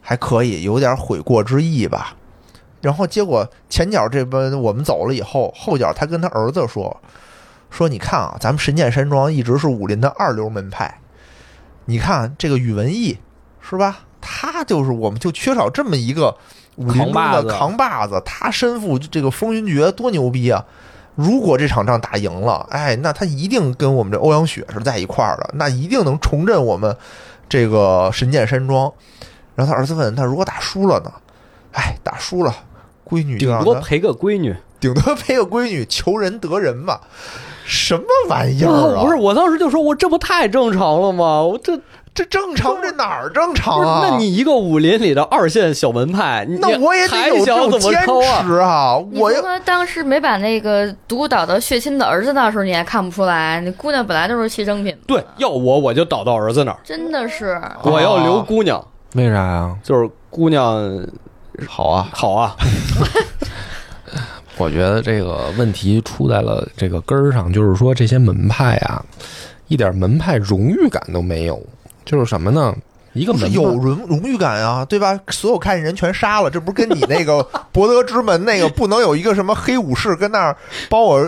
还可以，有点悔过之意吧。然后结果前脚这边我们走了以后，后脚他跟他儿子说说你看啊，咱们神剑山庄一直是武林的二流门派，你看这个宇文义是吧？他就是我们就缺少这么一个武林中
扛把
的
子
扛把子，他身负这个风云决多牛逼啊！如果这场仗打赢了，哎，那他一定跟我们这欧阳雪是在一块儿的，那一定能重振我们这个神剑山庄。然后他儿子问他，如果打输了呢？哎，打输了，闺女就
顶
让
多
他
陪个闺女，
顶多陪个闺女，求人得人吧。什么玩意儿啊？
不是，我当时就说，我这不太正常了吗？我这
这正常，这哪儿正常
不是，
啊？
那你一个武林里的二线小门派，你
那我也得
还
有这
想
种
怎么
坚
抠啊？
持啊！
你
我
说
要
他当时没把那个毒倒到血亲的儿子那时候，你还看不出来，那姑娘本来就是牺牲品，
对，要我我就倒到儿子那儿，
真的是。
我要
啊
留姑娘，
为啥呀？
就是姑娘好啊，好啊，
我觉得这个问题出在了这个根儿上，就是说这些门派啊，一点门派荣誉感都没有，就是什么呢？一个
不是
门
有
派
荣荣誉感啊，对吧？所有看见人全杀了，这不是跟你那个博德之门那个不能有一个什么黑武士跟那儿帮我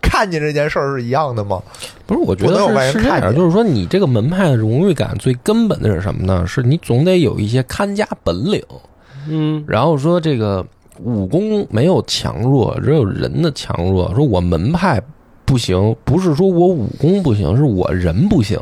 看见这件事儿是一样的吗？
不是，我觉
不能有外
得
人
是是这
看
样，
见
就是说你这个门派的荣誉感最根本的是什么呢？是你总得有一些看家本领，
嗯，
然后说这个武功没有强弱，只有人的强弱。说我门派不行，不是说我武功不行，是我人不行。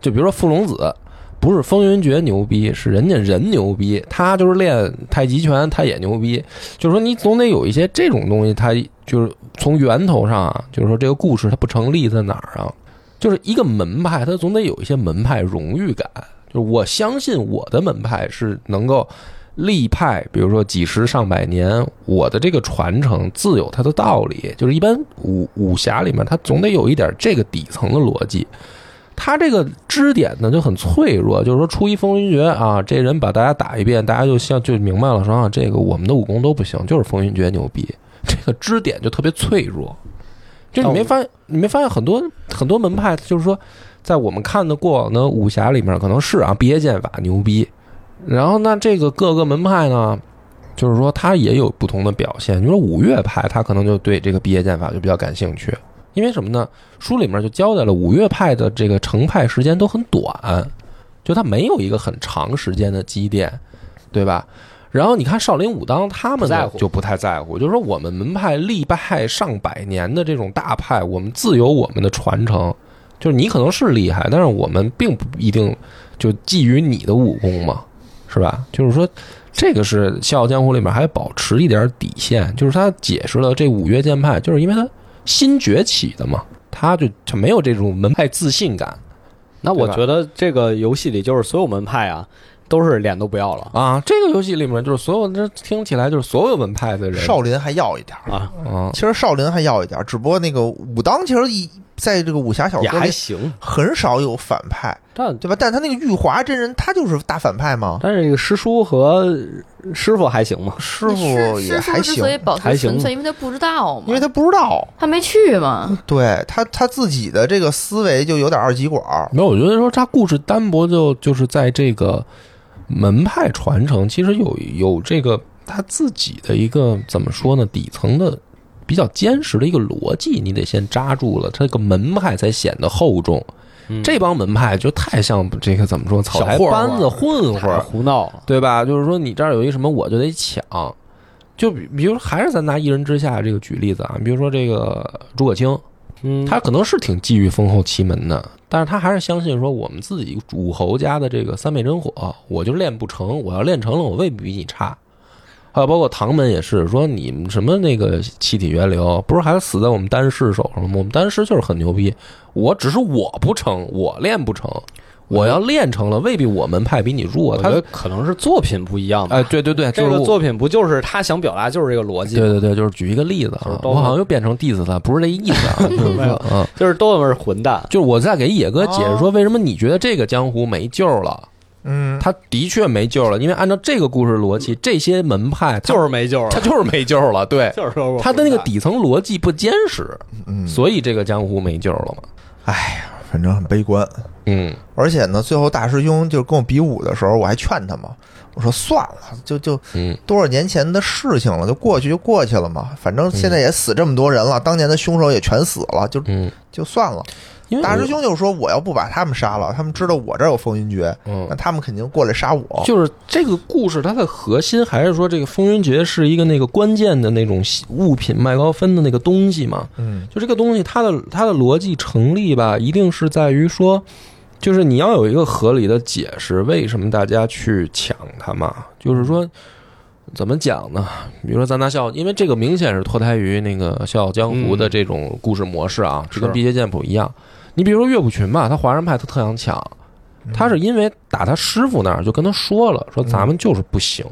就比如说傅龙子，不是风云决牛逼，是人家人牛逼，他就是练太极拳，他也牛逼。就是说，你总得有一些这种东西，他就是从源头上啊，就是说这个故事它不成立在哪儿啊？就是一个门派，它总得有一些门派荣誉感。就是我相信我的门派是能够立派，比如说几十上百年，我的这个传承自有它的道理。就是一般武武侠里面，它总得有一点这个底层的逻辑。他这个支点呢就很脆弱，就是说出一风云决啊，这人把大家打一遍，大家就像就明白了说啊，这个我们的武功都不行，就是风云决牛逼。 这个支点就特别脆弱，就你没发现，你没发现很多很多门派，就是说在我们看的过往的武侠里面，可能是啊，别剑法牛逼，然后那这个各个门派呢，就是说它也有不同的表现。你说五岳派，他可能就对这个别剑法就比较感兴趣，因为什么呢？书里面就交代了，五岳派的这个成派时间都很短，就它没有一个很长时间的积淀，对吧？然后你看少林武当，他们
不在
呢
乎
就不太在乎，就是说我们门派历拜上百年的这种大派，我们自有我们的传承。就是你可能是厉害，但是我们并不一定就觊觎你的武功嘛，是吧？就是说，这个是《笑傲江湖》里面还保持一点底线，就是他解释了这五岳剑派，就是因为他新崛起的嘛，他就就没有这种门派自信感
那我
对吧
觉得这个游戏里就是所有门派啊，都是脸都不要了
啊。这个游戏里面就是所有，这听起来就是所有门派的人
少林还要一点儿，
啊，
啊，
其实少林还要一点儿，只不过那个武当其实一在这个武侠小
也
说
还
里
行，
很少有反派，
但
对吧？但他那个玉华真人，他就是大反派嘛。
但是这个师叔和师傅还行嘛，
师
那
傅
师
也
师
还
叔之
行
所，以啊保
还
持
行
纯粹，因为他不知道嘛，
因为他不知道，
他没去嘛。
对他他自己的这个思维就有点二极管儿。
没有，我觉得说他故事单薄就，就是在这个门派传承，其实有有这个他自己的一个怎么说呢，底层的比较坚实的一个逻辑，你得先扎住了，这个门派才显得厚重。这帮门派就太像这个怎么说，草台
嗯小混混
班子混混
太
儿，
胡闹了。
对吧？就是说你这儿有一什么，我就得抢。就比比如还是咱拿一人之下这个举例子啊，比如说这个诸葛青，
嗯，
他可能是挺觊觎封后奇门的，但是他还是相信说我们自己武侯家的这个三昧真火，我就练不成，我要练成了，我未必比你差。还有包括唐门也是说你们什么那个气体源流，不是还死在我们丹师手上吗？我们丹师就是很牛逼，我只是我不成，我练不成，我要练成了，未必我门派比你弱。
我觉
他
得可能是作品不一样吧。
哎，对对对，
这
就是
个
我
作品不就是他想表达就是这个逻辑
对
吗，
对对，就是举一个例子
就是
啊，
刀
我
锋
好像又变成 diss 他，不是这意 思啊，就是
明白
说
了
嗯。
就是都是混蛋。
就是我在给野哥解
哦
释说，为什么你觉得这个江湖没救了？
嗯，
他的确没救了，因为按照这个故事逻辑，这些门派他
就是没救了，
他 就是没救了，对，
就是说我
他的那个底层逻辑不坚实，
嗯
所以这个江湖没救了嘛。
哎反正很悲观。
嗯，
而且呢，最后大师兄就是跟我比武的时候，我还劝他嘛，我说算了，就就
嗯
多少年前的事情了，就过去就过去了嘛。反正现在也死这么多人了，当年的凶手也全死了，就
嗯，
就算了。
因为
大师兄就说，我要不把他们杀了，他们知道我这儿有风云决，
嗯
那他们肯定过来杀我。
就是这个故事它的核心还是说，这个风云决是一个那个关键的那种物品麦高芬的那个东西嘛。
嗯
就这个东西，它的它的逻辑成立吧，一定是在于说，就是你要有一个合理的解释，为什么大家去抢它嘛？就是说，怎么讲呢？比如说咱拿笑，因为这个明显是脱胎于那个《笑傲江湖》
嗯
的这种故事模式啊，就跟《碧血剑谱》一样。你比如说岳不群吧，他华人派他特想抢，
嗯
他是因为打他师傅那儿就跟他说了，说咱们就是不行，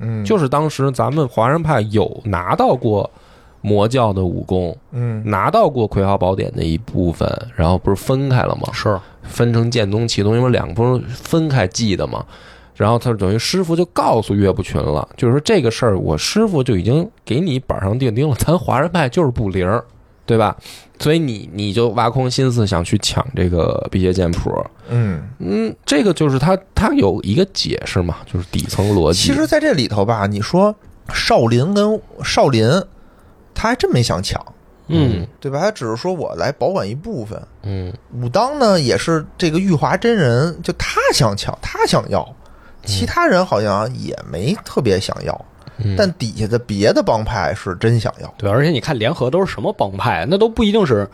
嗯，
就是当时咱们华人派有拿到过魔教的武功。
嗯
拿到过《葵花宝典》的一部分，然后不是分开了吗？
是
分成剑宗、气宗，因为两个不是分开记的嘛。然后他等于师傅就告诉岳不群了，就是说这个事儿，我师傅就已经给你板上钉钉了，咱华人派就是不灵儿，对吧？所以你你就挖空心思想去抢这个辟邪剑谱，
嗯。
嗯，这个就是他他有一个解释嘛，就是底层逻辑。
其实，在这里头吧，你说少林跟少林，他还真没想抢，
嗯
对吧？他只是说我来保管一部分。
嗯，
武当呢，也是这个玉华真人，就他想抢，他想要，其他人好像也没特别想要，
嗯
但底下的别的帮派是真想要。
对，而且你看联合都是什么帮派，那都不一定是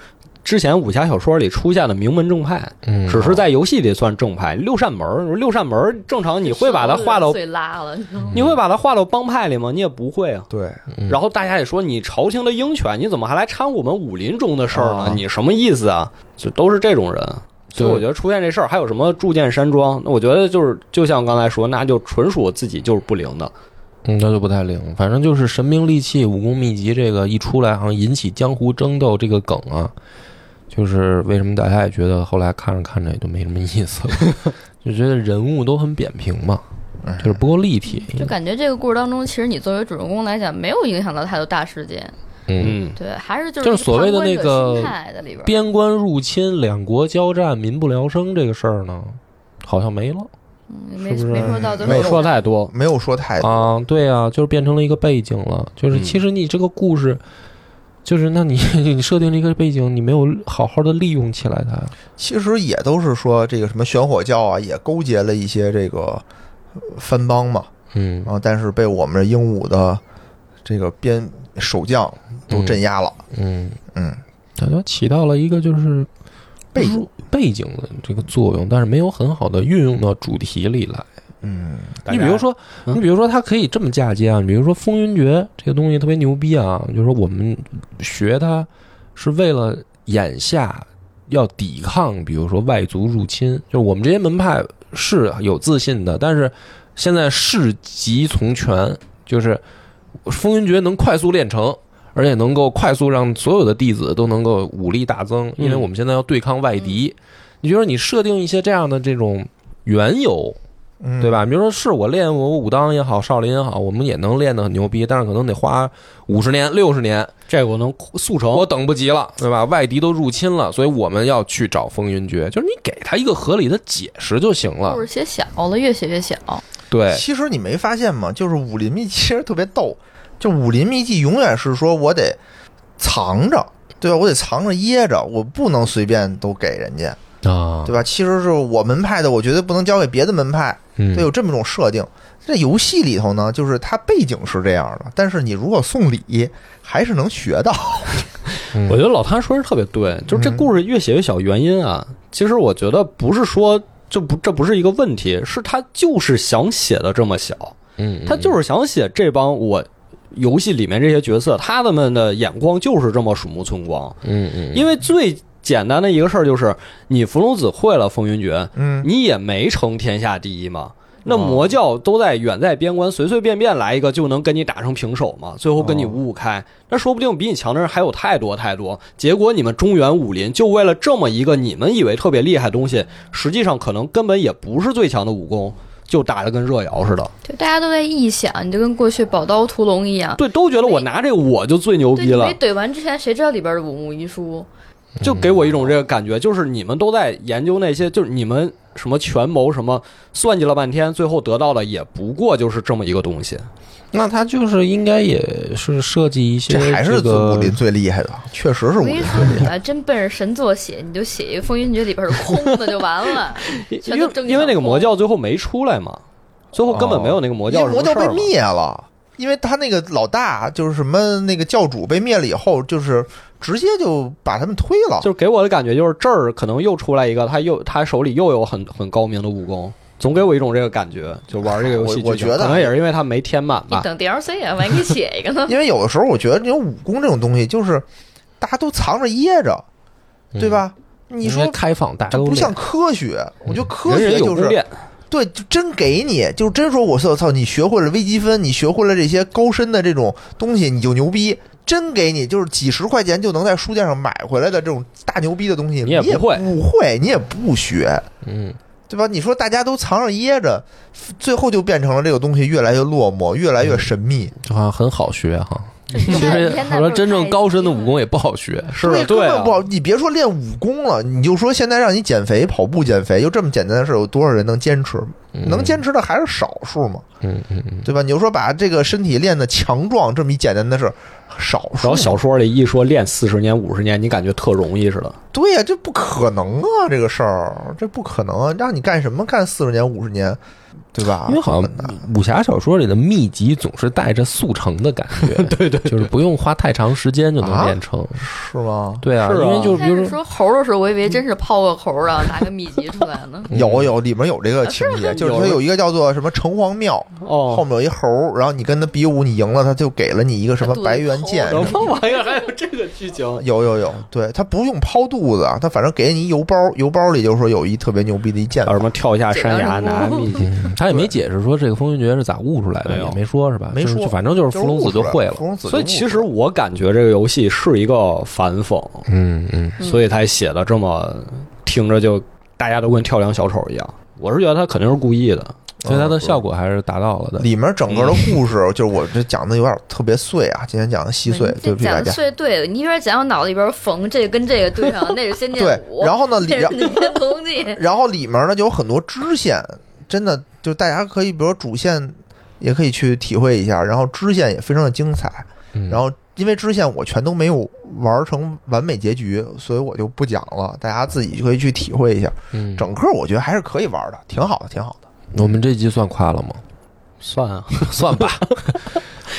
之前武侠小说里出现的名门正派，
嗯，
只是在游戏里算正派。六扇门，六扇门正常你会把它划到，
碎拉了，你知道吗
你会把它划到帮派里吗？你也不会啊。
对，
嗯
然后大家也说你朝廷的鹰犬，你怎么还来掺我们武林中的事儿呢
啊？
你什么意思啊？就都是这种人。所以我觉得出现这事儿，还有什么铸剑山庄？那我觉得就是，就像刚才说，那就纯属自己就是不灵的。
嗯，那就不太灵。反正就是神兵利器、武功秘籍这个一出来，好像引起江湖争斗这个梗啊，就是为什么大家也觉得后来看着看着也就没什么意思了， 就觉得人物都很扁平嘛，就是不够立体。嗯
就感觉这个故事当中，其实你作为主人公来讲，没有影响到太多大事件，
嗯，
嗯，
对，还是就
就是
一
所谓的
旁观
那
者
个
心态在里边儿。
边关入侵、两国交战、民不聊生这个事儿呢，好像没了
没
是不是
没说到最后，
没说太多。
嗯没有说太多，
啊。对啊，就是变成了一个背景了。就是
嗯
其实你这个故事。就是，那你 你设定了一个背景，你没有好好的利用起来它，
其实也都是说这个什么玄火教啊，也勾结了一些这个呃番邦嘛，
嗯，
然后但是被我们这鹦鹉的这个边守将都镇压了，
嗯，
嗯，
感觉起到了一个就是
背
入背景的这个作用，但是没有很好的运用到主题里来。
嗯，
你比如说，
嗯
你比如说，它可以这么嫁接啊，你比如说风云决这个东西特别牛逼啊，就是说我们学它是为了眼下要抵抗，比如说外族入侵，就是我们这些门派是啊有自信的，但是现在市级从权，就是风云决能快速练成。而且能够快速让所有的弟子都能够武力大增，因为
嗯
我们现在要对抗外敌。你就是你设定一些这样的这种缘由，
嗯
对？吧？比如说是我练我武当也好，少林也好，我们也能练得很牛逼，但是可能得花五十年、六十年，
这个我能速成。
我等不及了，对吧？外敌都入侵了，所以我们要去找风云决，就是你给他一个合理的解释就行了
故。事写小了，越写越小。
对，
其实你没发现吗？就是武林秘籍其实特别逗，就武林秘籍永远是说我得藏着，对吧？我得藏着掖着，我不能随便都给人家，
啊，
对吧？其实是我门派的，我绝对不能交给别的门派，
嗯
对，有这么一种设定。在游戏里头呢，就是它背景是这样的，但是你如果送礼，还是能学到。
嗯
我觉得老谭说的特别对，就是这故事越写越小，原因啊，其实我觉得不是说这不这不是一个问题，是他就是想写的这么小，
嗯，
他就是想写这帮我游戏里面这些角色，他们的眼光就是这么鼠目寸光，
嗯嗯，
因为最简单的一个事儿就是，你芙蓉子会了风云决，
嗯，
你也没成天下第一嘛。那魔教都在远在边关，随随便便来一个就能跟你打成平手嘛，最后跟你五五开。那说不定比你强的人还有太多太多。结果你们中原武林就为了这么一个你们以为特别厉害的东西，实际上可能根本也不是最强的武功，就打得跟热窑似的。
对，大家都在臆想，你就跟过去宝刀屠龙一样。
对，都觉得我拿这个我就最牛
对，
逼
你
了
没。怼完之前，谁知道里边的五木遗书？
就给我一种这个感觉，就是你们都在研究那些，就是你们什么权谋什么算计了半天，最后得到的也不过就是这么一个东西。
那他就是应该也是设计一些
这还是
个
武林最厉害的，确实是武
我跟你
林。
说，你啊，真奔着神作写，你就写一个《风云决》里边是空的就 完了。全
因
都
为
正
因为那个
常
魔教最后没出来嘛，最后根本没有那个魔
哦因
教
为
什
魔
么事
教被
儿嘛。
灭了，因为他那个老大就是什么那个教主被灭了以后，就是直接就把他们推了。
就是给我的感觉就是这儿可能又出来一个，他又他手里又有很很高明的武功，总给我一种这个感觉。就玩这个游戏
我我
剧情
觉得？
可能也是因为他没填满
你
吧。
等 DLC 啊，万一给写一个呢
因为有的时候我觉得这种武功这种东西，就是大家都藏着掖着，对吧？
嗯
你
应
说
该开放，大家
这
都
不像
练
科学，我觉得科
人
学
人有
就
宫
是
殿，
对，就真给你，就真说我操操，你学会了微积分，你学会了这些高深的这种东西，你就牛逼。真给你就是几十块钱就能在书店上买回来的这种大牛逼的东西，
你
你
也
也
不会
不会，你也不学，
嗯
对吧？你说大家都藏着掖着，最后就变成了这个东西越来越落寞，越来越神秘。
好像很好学哈。
这你
其
看
实
你看那
我说
不是
真正
太
高 深的
激
武
了
功也不好学，
是
对，
的，对
根本
啊
不。好。你别说练武功了，你就说现在让你减肥、跑步减肥，就这么简单的事儿，有多少人能坚持？能坚持的还是少数嘛，
嗯嗯嗯，
对吧？你就说把这个身体练得强壮这么一简单的事儿，少
然
数
后小说里一说练四十年、五十年，你感觉特容易似的。
对呀、这不可能啊，这个事儿这不可能、啊，让你干什么干四十年五十年，对吧？
因为好像
很难
武侠小说里的秘籍总是带着速成的感觉，对对，就是不用花太长时间就能
啊
练成。
是吗？
对啊，
是啊
因为就
一
比
开
如
始说猴的时候，我以为真是泡个猴儿啊，拿个秘籍出来呢。
有有，里面有这个情节，嗯啊就是它有一个叫做什么城隍庙，后
哦，
面有一猴儿，然后你跟他比武，你赢了，他就给了你一个什么白猿剑
什。 么玩意儿？还有这个剧情？
有有有，对他不用抛肚子，啊他反正给你一邮包，邮包里就说有一特别牛逼的一剑
叫
法
什，么跳下山崖拿秘籍？
嗯他也没解释说这个风云决是咋悟出来的，
没有
也没说是吧？
没
就是
说
就反正就是
就
伏
是
龙
悟
子
出
就
来
会
了。
了。
芙蓉子就
所以
悟
其
出
实
来了
我感觉这个游戏是一个反讽，
嗯嗯，
嗯
所以才写的这么听着就大家都跟跳梁小丑一样。我是觉得他肯定是故意的，
所以它的效果还是达到了的。
里面整个的故事，就是我这讲的有点特别碎啊，今天讲的稀碎，
嗯你
对不起大
讲
家。
碎对了，你一边讲我脑子一边缝，这个跟这个对上，那是仙剑
对
五，，
然后呢， 里
这是
然
你天同济。
然后里面呢就有很多支线，真的就大家可以，比如说主线也可以去体会一下，然后支线也非常的精彩。
嗯
然后因为支线我全都没有玩成完美结局，所以我就不讲了，大家自己就可以去体会一下。
嗯，
整个我觉得还是可以玩的，挺好的，挺好的。
我们这集算夸了吗？
算啊，
算 吧。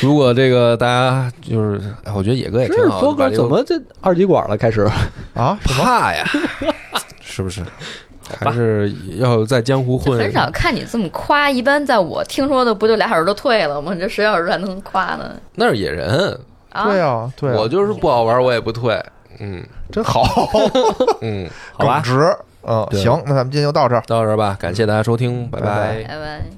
如果这个大家就是，哎我觉得野哥也挺
这
好的。
波
把
哥
这
怎
个
么这二极管了？开始
啊，什么？
怕呀？ 是不是？还是要在江湖混？
很少看你这么夸，一般在我听说的不就俩小时都退了吗？这谁小时还能夸呢？
那是野人，
啊，
对啊，对啊，
我就是不好玩，我也不退。嗯
真好，
嗯，
好吧
耿。直。嗯，
对
行，那咱们今天就到这儿。
到这儿吧，感谢大家收听，拜
拜
拜
拜
拜拜。